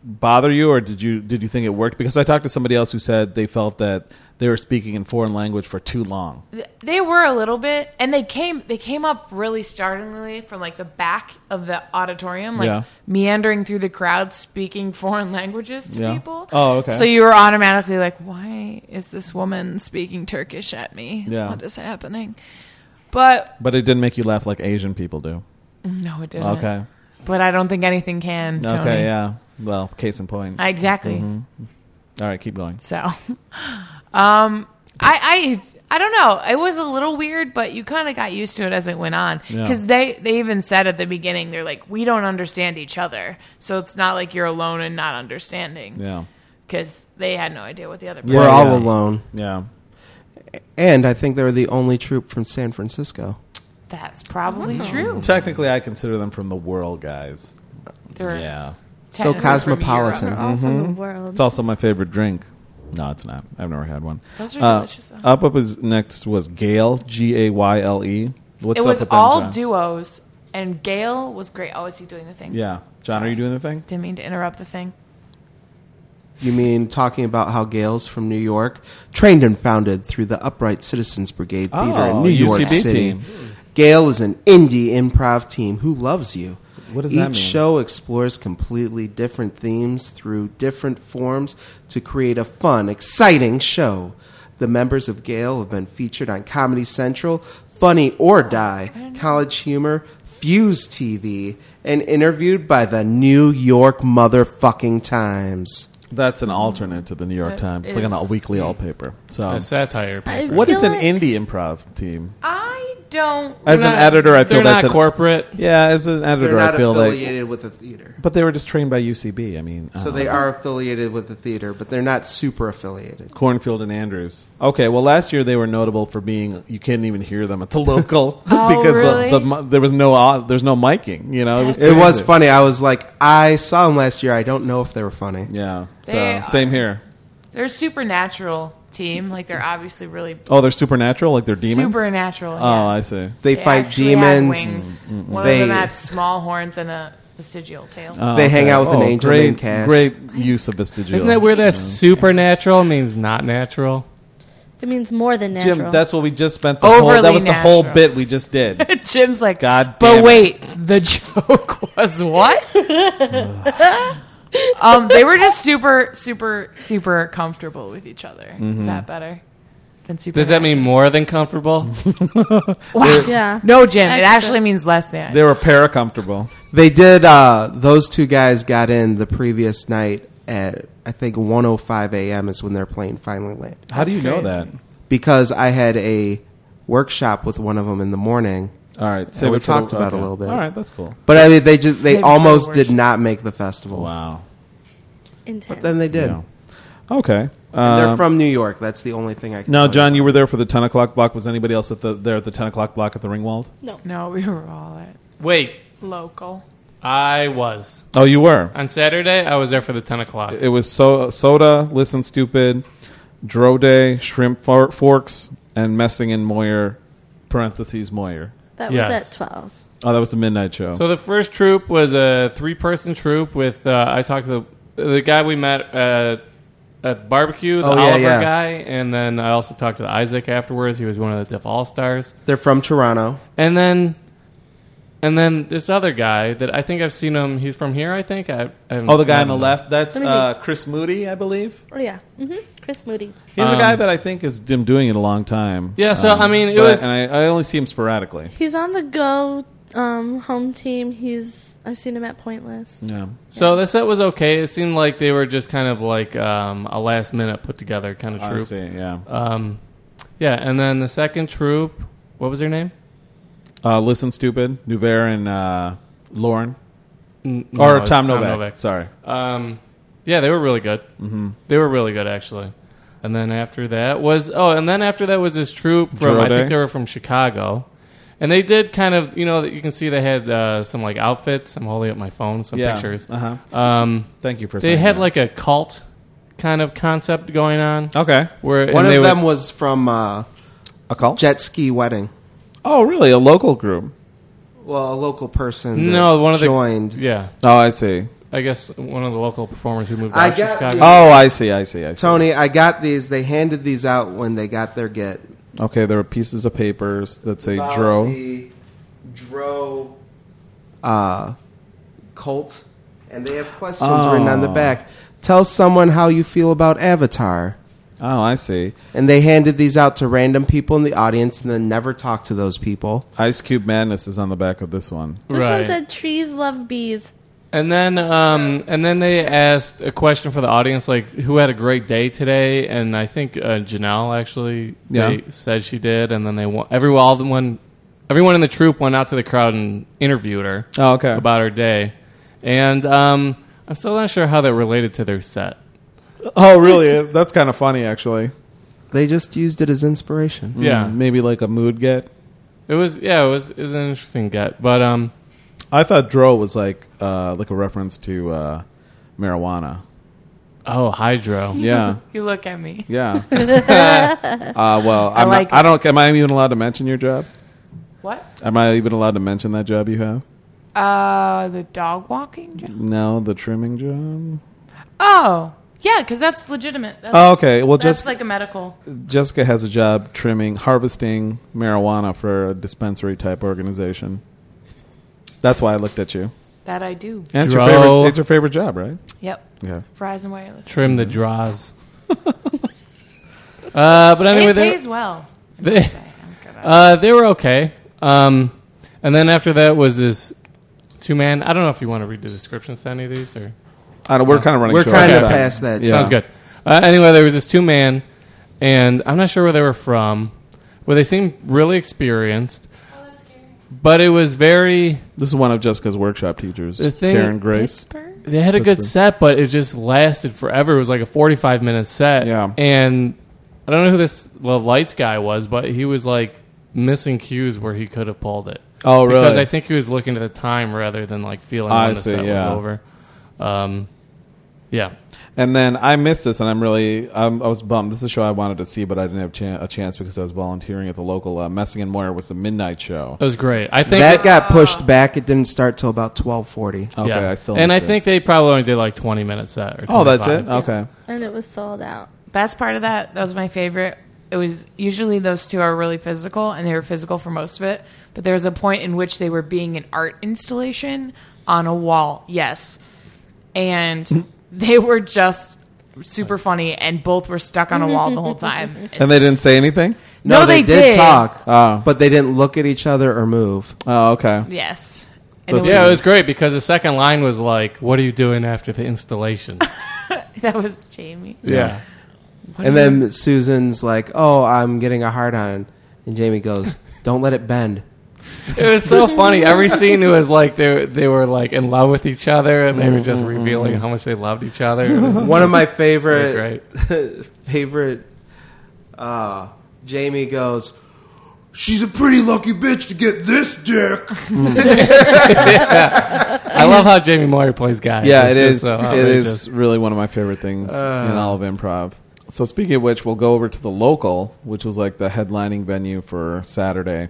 [SPEAKER 1] bother you, or did you did you think it worked? Because I talked to somebody else who said they felt that they were speaking in foreign language for too long.
[SPEAKER 3] They were a little bit, and they came. They came up really startlingly from like the back of the auditorium, like
[SPEAKER 1] Yeah.
[SPEAKER 3] meandering through the crowd, speaking foreign languages to
[SPEAKER 1] Yeah.
[SPEAKER 3] people.
[SPEAKER 1] Oh, okay.
[SPEAKER 3] So you were automatically like, "Why is this woman speaking Turkish at me?
[SPEAKER 1] Yeah.
[SPEAKER 3] What is happening?" But
[SPEAKER 1] But it didn't make you laugh like Asian people do.
[SPEAKER 3] no, it didn't.
[SPEAKER 1] Okay.
[SPEAKER 3] But I don't think anything can. Tony.
[SPEAKER 1] Okay. Yeah. Mm-hmm. Well, case in point.
[SPEAKER 3] I- exactly.
[SPEAKER 1] All right, keep going.
[SPEAKER 3] So, um, I, I, I don't know. It was a little weird, but you kind of got used to it as it went on.
[SPEAKER 1] Yeah.
[SPEAKER 3] Because they, they even said at the beginning, they're like, we don't understand each other. So it's not like you're alone and not understanding.
[SPEAKER 1] Yeah.
[SPEAKER 3] Because they had no idea what the other
[SPEAKER 1] Yeah,
[SPEAKER 5] We're
[SPEAKER 3] person-
[SPEAKER 5] all
[SPEAKER 1] yeah.
[SPEAKER 5] alone.
[SPEAKER 1] Yeah.
[SPEAKER 5] And I think they were the only troupe from San Francisco.
[SPEAKER 3] That's probably true.
[SPEAKER 1] Technically, I consider them from the world, guys.
[SPEAKER 3] They're
[SPEAKER 5] So
[SPEAKER 3] technically from
[SPEAKER 5] cosmopolitan.
[SPEAKER 3] Europe.
[SPEAKER 4] All from the world.
[SPEAKER 1] It's also my favorite drink. No, it's not. I've never had one.
[SPEAKER 3] Those are
[SPEAKER 1] Uh,
[SPEAKER 3] delicious, though.
[SPEAKER 1] Up up is next was Gail G A Y L E. What's
[SPEAKER 3] It
[SPEAKER 1] up
[SPEAKER 3] was
[SPEAKER 1] with them,
[SPEAKER 3] all
[SPEAKER 1] John?
[SPEAKER 3] duos, and Gail was great. Oh, is he doing the thing?
[SPEAKER 1] Yeah, John, are you doing the thing?
[SPEAKER 3] Didn't mean to interrupt the thing.
[SPEAKER 5] You mean talking about how Gales from New York, trained and founded through the Upright Citizens Brigade Theater
[SPEAKER 1] Oh,
[SPEAKER 5] in New York
[SPEAKER 1] UCB
[SPEAKER 5] City.
[SPEAKER 1] team.
[SPEAKER 5] Gale is an indie improv team who loves you.
[SPEAKER 1] What does
[SPEAKER 5] Each
[SPEAKER 1] that mean?
[SPEAKER 5] show explores completely different themes through different forms to create a fun, exciting show. The members of Gale have been featured on Comedy Central, Funny or Die, College Humor, Fuse TV, and interviewed by the New York motherfucking Times.
[SPEAKER 1] That's an alternate to the New York
[SPEAKER 3] It
[SPEAKER 1] Times. It's like
[SPEAKER 3] is.
[SPEAKER 1] on a weekly all paper. So,
[SPEAKER 2] A satire paper.
[SPEAKER 1] what is an
[SPEAKER 4] like-
[SPEAKER 1] indie improv team?
[SPEAKER 3] I don't.
[SPEAKER 1] As an editor, I feel
[SPEAKER 2] they're
[SPEAKER 1] that's
[SPEAKER 2] not
[SPEAKER 1] an-
[SPEAKER 2] corporate.
[SPEAKER 1] Yeah, as an
[SPEAKER 5] They're
[SPEAKER 1] editor,
[SPEAKER 5] not
[SPEAKER 1] I feel like.
[SPEAKER 5] affiliated with a theater.
[SPEAKER 1] But they were just trained by UCB. I mean,
[SPEAKER 5] So
[SPEAKER 1] uh,
[SPEAKER 5] they are affiliated with the theater, but they're not super affiliated.
[SPEAKER 1] Cornfield and Andrews. Okay, well, last year they were notable for being you couldn't even hear them at the local
[SPEAKER 3] Oh,
[SPEAKER 1] because
[SPEAKER 3] really?
[SPEAKER 1] the, the, mi- there was no au- there's no miking. You know,
[SPEAKER 3] That's-
[SPEAKER 5] It was
[SPEAKER 1] crazy.
[SPEAKER 5] funny. I was like, I saw them last year. I don't know if they were funny.
[SPEAKER 1] Yeah.
[SPEAKER 3] They
[SPEAKER 1] So same here.
[SPEAKER 3] They're a supernatural team. Like they're obviously really
[SPEAKER 1] Oh, they're supernatural, like they're demons.
[SPEAKER 3] supernatural.
[SPEAKER 1] Oh, I see.
[SPEAKER 5] They, fight
[SPEAKER 3] actually have
[SPEAKER 5] demons.
[SPEAKER 3] wings.
[SPEAKER 1] mm,
[SPEAKER 3] One
[SPEAKER 5] They-
[SPEAKER 3] of them had small horns and a vestigial tail.
[SPEAKER 1] Oh,
[SPEAKER 5] They hang out with an
[SPEAKER 1] Oh,
[SPEAKER 5] angel
[SPEAKER 1] great,
[SPEAKER 5] named Cass.
[SPEAKER 1] Great use of vestigial.
[SPEAKER 2] Isn't that weird that supernatural means not natural?
[SPEAKER 4] It means more than
[SPEAKER 1] Jim,
[SPEAKER 4] natural.
[SPEAKER 1] that's what we just spent the whole.
[SPEAKER 3] Overly
[SPEAKER 1] That was the whole
[SPEAKER 3] natural.
[SPEAKER 1] bit we just did.
[SPEAKER 3] Jim's like,
[SPEAKER 1] God
[SPEAKER 3] But
[SPEAKER 1] damn it."
[SPEAKER 3] wait, the joke was what? um, they were just super, super, super comfortable with each other.
[SPEAKER 1] Mm-hmm.
[SPEAKER 3] Is that better than super?
[SPEAKER 2] Does that mean more than comfortable?
[SPEAKER 4] yeah.
[SPEAKER 3] no, Jim? It
[SPEAKER 4] Extra.
[SPEAKER 3] actually means less than.
[SPEAKER 1] They were para comfortable.
[SPEAKER 5] They did. Uh, those two guys got in the previous night at I think 1:05 a.m. is when their plane finally landed.
[SPEAKER 1] How do you know that?
[SPEAKER 3] crazy.
[SPEAKER 5] Because I had a workshop with one of them in the morning.
[SPEAKER 1] All right,
[SPEAKER 5] Yeah,
[SPEAKER 1] so
[SPEAKER 5] we talked about it a little bit.
[SPEAKER 1] All right, that's cool.
[SPEAKER 5] But I mean, they just they
[SPEAKER 3] Save it for
[SPEAKER 5] almost
[SPEAKER 3] the
[SPEAKER 5] did
[SPEAKER 3] workshop.
[SPEAKER 5] not make the festival.
[SPEAKER 1] Wow.
[SPEAKER 4] Intense.
[SPEAKER 5] Then they did.
[SPEAKER 1] Yeah. Okay.
[SPEAKER 5] And
[SPEAKER 1] Um,
[SPEAKER 5] they're from New York. That's the only thing I can.
[SPEAKER 1] now,
[SPEAKER 5] tell you.
[SPEAKER 1] John, you were there for the ten o'clock block. Was anybody else at the there at the ten o'clock block at the Ringwald?
[SPEAKER 3] No, we were all at
[SPEAKER 2] Wait,
[SPEAKER 3] local.
[SPEAKER 2] I was
[SPEAKER 1] Oh, you were.
[SPEAKER 2] on Saturday. I was there for the ten o'clock.
[SPEAKER 1] It was so soda. Listen, stupid. Drode, Shrimp for- Forks, and Messing and Moyer, parentheses Moyer.
[SPEAKER 4] That was
[SPEAKER 2] Yes.
[SPEAKER 4] at 12.
[SPEAKER 1] Oh, that was the midnight show.
[SPEAKER 2] So the first troop was a three-person troop with uh, I talked to the the guy we met at, at barbecue, the
[SPEAKER 5] Oh, yeah,
[SPEAKER 2] Oliver
[SPEAKER 5] yeah.
[SPEAKER 2] guy, and then I also talked to Isaac afterwards. He was one of the Diff All Stars,
[SPEAKER 5] They're from Toronto.
[SPEAKER 2] and then and then this other guy that I think I've seen him. He's from here, I think. I, I haven't-
[SPEAKER 1] oh, the guy
[SPEAKER 2] I
[SPEAKER 1] on the
[SPEAKER 2] don't know.
[SPEAKER 1] left. That's
[SPEAKER 4] Let me see.
[SPEAKER 1] uh, Chris Moody, I believe.
[SPEAKER 4] Oh, yeah. hmm Chris Moody.
[SPEAKER 1] He's a
[SPEAKER 2] Um,
[SPEAKER 1] guy that I think has been doing it a long time. Um,
[SPEAKER 2] Yeah, so, I mean, it
[SPEAKER 1] but-
[SPEAKER 2] was-
[SPEAKER 1] and I, I only see him sporadically.
[SPEAKER 4] He's on the go um, home team. He's I've seen him at Pointless.
[SPEAKER 1] Yeah.
[SPEAKER 2] So the set was okay. It seemed like they were just kind of like um, a last minute put together kind of
[SPEAKER 1] I
[SPEAKER 2] troop.
[SPEAKER 1] see. Yeah.
[SPEAKER 2] Um, yeah, and then the second troop, what was their name?
[SPEAKER 1] Uh, Listen, stupid. Nuber and uh, Lauren
[SPEAKER 2] N-
[SPEAKER 1] or
[SPEAKER 2] no, it's
[SPEAKER 1] Tom, Novak. Sorry.
[SPEAKER 2] Um, yeah, they were really good. Mm-hmm. They were really good actually. And then after that was oh, and then after that was this troop from I
[SPEAKER 1] Drode.
[SPEAKER 2] think they were from Chicago, and they did kind of you know you can see they had uh, some like outfits. I'm holding up my phone, some
[SPEAKER 1] yeah.
[SPEAKER 2] pictures.
[SPEAKER 5] Uh-huh.
[SPEAKER 1] Uh huh.
[SPEAKER 2] Um,
[SPEAKER 1] Thank you for.
[SPEAKER 2] they
[SPEAKER 1] saying
[SPEAKER 2] had
[SPEAKER 1] that.
[SPEAKER 2] like a cult kind of concept going on.
[SPEAKER 1] okay
[SPEAKER 2] Where
[SPEAKER 5] Uh, One
[SPEAKER 2] and they
[SPEAKER 5] of
[SPEAKER 2] would-
[SPEAKER 5] them was from uh,
[SPEAKER 1] a call.
[SPEAKER 5] Jet Ski Wedding.
[SPEAKER 1] Oh, really? A local group?
[SPEAKER 5] Well, a local person. that
[SPEAKER 2] no one of the
[SPEAKER 5] joined.
[SPEAKER 2] yeah
[SPEAKER 1] Oh, I see.
[SPEAKER 2] I guess one of the local performers who moved
[SPEAKER 5] I
[SPEAKER 2] out to
[SPEAKER 5] got
[SPEAKER 2] Chicago.
[SPEAKER 5] the-
[SPEAKER 1] Oh, I see. I see. I see.
[SPEAKER 5] Tony, I got these. They handed these out when they got their get.
[SPEAKER 1] Okay, there are pieces of papers that say
[SPEAKER 5] About
[SPEAKER 1] Dro.
[SPEAKER 5] The Dro uh, cult, and they have questions written on the
[SPEAKER 1] Oh.
[SPEAKER 5] back. Tell someone how you feel about Avatar.
[SPEAKER 1] Oh, I see.
[SPEAKER 5] And they handed these out to random people in the audience and then never talked to those people.
[SPEAKER 1] Ice Cube Madness is on the back of this one.
[SPEAKER 4] This one
[SPEAKER 2] Right.
[SPEAKER 4] said trees love bees.
[SPEAKER 2] And then, um, and then they asked a question for the audience, like who had a great day today, and I think uh, Janelle actually
[SPEAKER 1] Yeah.
[SPEAKER 2] they said she did, and then they wa- every all the one, everyone in the troop went out to the crowd and interviewed her
[SPEAKER 1] Oh, okay.
[SPEAKER 2] about her day, and um, I'm still not sure how that related to their set.
[SPEAKER 1] oh, really? That's kind of funny, actually. Hmm,
[SPEAKER 5] They just used it as inspiration.
[SPEAKER 1] Mm-hmm.
[SPEAKER 2] Yeah,
[SPEAKER 1] Maybe like a mood get.
[SPEAKER 2] it was yeah, it was it was an interesting get, but um,
[SPEAKER 1] I thought Dro was like uh, like a reference to uh, marijuana.
[SPEAKER 2] oh hydro,
[SPEAKER 1] Yeah,
[SPEAKER 3] You look at me.
[SPEAKER 1] yeah. uh, well, I'm I,
[SPEAKER 3] like
[SPEAKER 1] not, I don't. Am I even allowed to mention your job?
[SPEAKER 3] What?
[SPEAKER 1] Am I even allowed to mention that job you have?
[SPEAKER 3] Uh, the dog walking job?
[SPEAKER 1] No, the trimming job.
[SPEAKER 3] Oh, yeah, because that's legitimate. That's,
[SPEAKER 1] Oh, okay. Well,
[SPEAKER 3] that's
[SPEAKER 1] just
[SPEAKER 3] like a medical.
[SPEAKER 1] Jessica has a job trimming, harvesting marijuana for a dispensary type organization. That's why I looked at you.
[SPEAKER 3] That I do.
[SPEAKER 1] And it's your
[SPEAKER 2] Dro.
[SPEAKER 1] favorite. It's your favorite job, right?
[SPEAKER 3] Yep.
[SPEAKER 1] Yeah.
[SPEAKER 3] Verizon Wireless.
[SPEAKER 2] trim the draws. uh, but anyway,
[SPEAKER 3] it
[SPEAKER 2] they-
[SPEAKER 3] pays well. I'm
[SPEAKER 2] they-
[SPEAKER 3] sorry, I'm good at-
[SPEAKER 2] Uh, they were okay. Um, and then after that was this two man. I don't know if you want to read the descriptions to any of these or
[SPEAKER 1] I don't, we're kind of running.
[SPEAKER 5] We're
[SPEAKER 1] short
[SPEAKER 5] kind of
[SPEAKER 1] on time.
[SPEAKER 5] past that.
[SPEAKER 1] Yeah.
[SPEAKER 2] sounds good. Uh, anyway, there was this two man, and I'm not sure where they were from, but they seemed really experienced. But it was very.
[SPEAKER 1] This is one of Jessica's workshop teachers,
[SPEAKER 2] The thing-
[SPEAKER 1] Karen Grace.
[SPEAKER 3] Pittsburgh?
[SPEAKER 2] They had a
[SPEAKER 1] That's
[SPEAKER 2] good
[SPEAKER 1] good.
[SPEAKER 2] set, but it just lasted forever. It was like a 45 minute set.
[SPEAKER 1] Yeah.
[SPEAKER 2] And I don't know who this the lights guy was, but he was like missing cues where he could have pulled it.
[SPEAKER 1] Oh, really?
[SPEAKER 2] Because I think he was looking at the time rather than like feeling
[SPEAKER 1] I
[SPEAKER 2] when the
[SPEAKER 1] see,
[SPEAKER 2] set
[SPEAKER 1] yeah.
[SPEAKER 2] was over. Um, yeah.
[SPEAKER 1] and then I missed this, and I'm really um, I was bummed. This is a show I wanted to see, but I didn't have chan- a chance because I was volunteering at the local uh, Messing and Moyer was the midnight show.
[SPEAKER 2] It was great. I think
[SPEAKER 5] That got pushed back. It didn't start till about 1240.
[SPEAKER 1] Okay,
[SPEAKER 2] yeah.
[SPEAKER 1] I still
[SPEAKER 2] and I
[SPEAKER 1] missed it.
[SPEAKER 2] think they probably only did like 20 minute set. Or
[SPEAKER 1] oh, that's it.
[SPEAKER 2] 25.
[SPEAKER 1] Okay,
[SPEAKER 4] And it was sold out.
[SPEAKER 3] Best part of that, that was my favorite. It was usually those two are really physical, and they were physical for most of it. But there was a point in which they were being an art installation on a wall. Yes. And they were just super funny, and both were stuck on a wall the whole time.
[SPEAKER 1] and they didn't say anything.
[SPEAKER 3] No, they,
[SPEAKER 5] did, talk,
[SPEAKER 1] Oh.
[SPEAKER 5] but they didn't look at each other or move.
[SPEAKER 1] Oh, okay.
[SPEAKER 3] Yes.
[SPEAKER 1] Those-
[SPEAKER 2] Yeah, it was great because the second line was like, "What are you doing after the installation?"
[SPEAKER 3] That was Jamie.
[SPEAKER 1] Yeah.
[SPEAKER 5] And then Susan's like, "Oh, I'm getting a hard on," and Jamie goes, "Don't let it bend."
[SPEAKER 2] It was so funny. Every scene it was like they they were like in love with each other and they were just
[SPEAKER 1] Mm-hmm.
[SPEAKER 2] revealing how much they loved each other.
[SPEAKER 5] One of my
[SPEAKER 2] Right,
[SPEAKER 5] favorite favorite uh, Jamie goes, "She's a pretty lucky bitch to get this dick."
[SPEAKER 2] I love how Jamie Moyer plays guys.
[SPEAKER 1] Yeah,
[SPEAKER 2] It's
[SPEAKER 1] it
[SPEAKER 2] just Uh.
[SPEAKER 1] is.
[SPEAKER 2] so
[SPEAKER 1] it
[SPEAKER 2] outrageous.
[SPEAKER 1] is really one of all of improv. So speaking of which, we'll go over to the local, which was like the headlining venue for Saturday.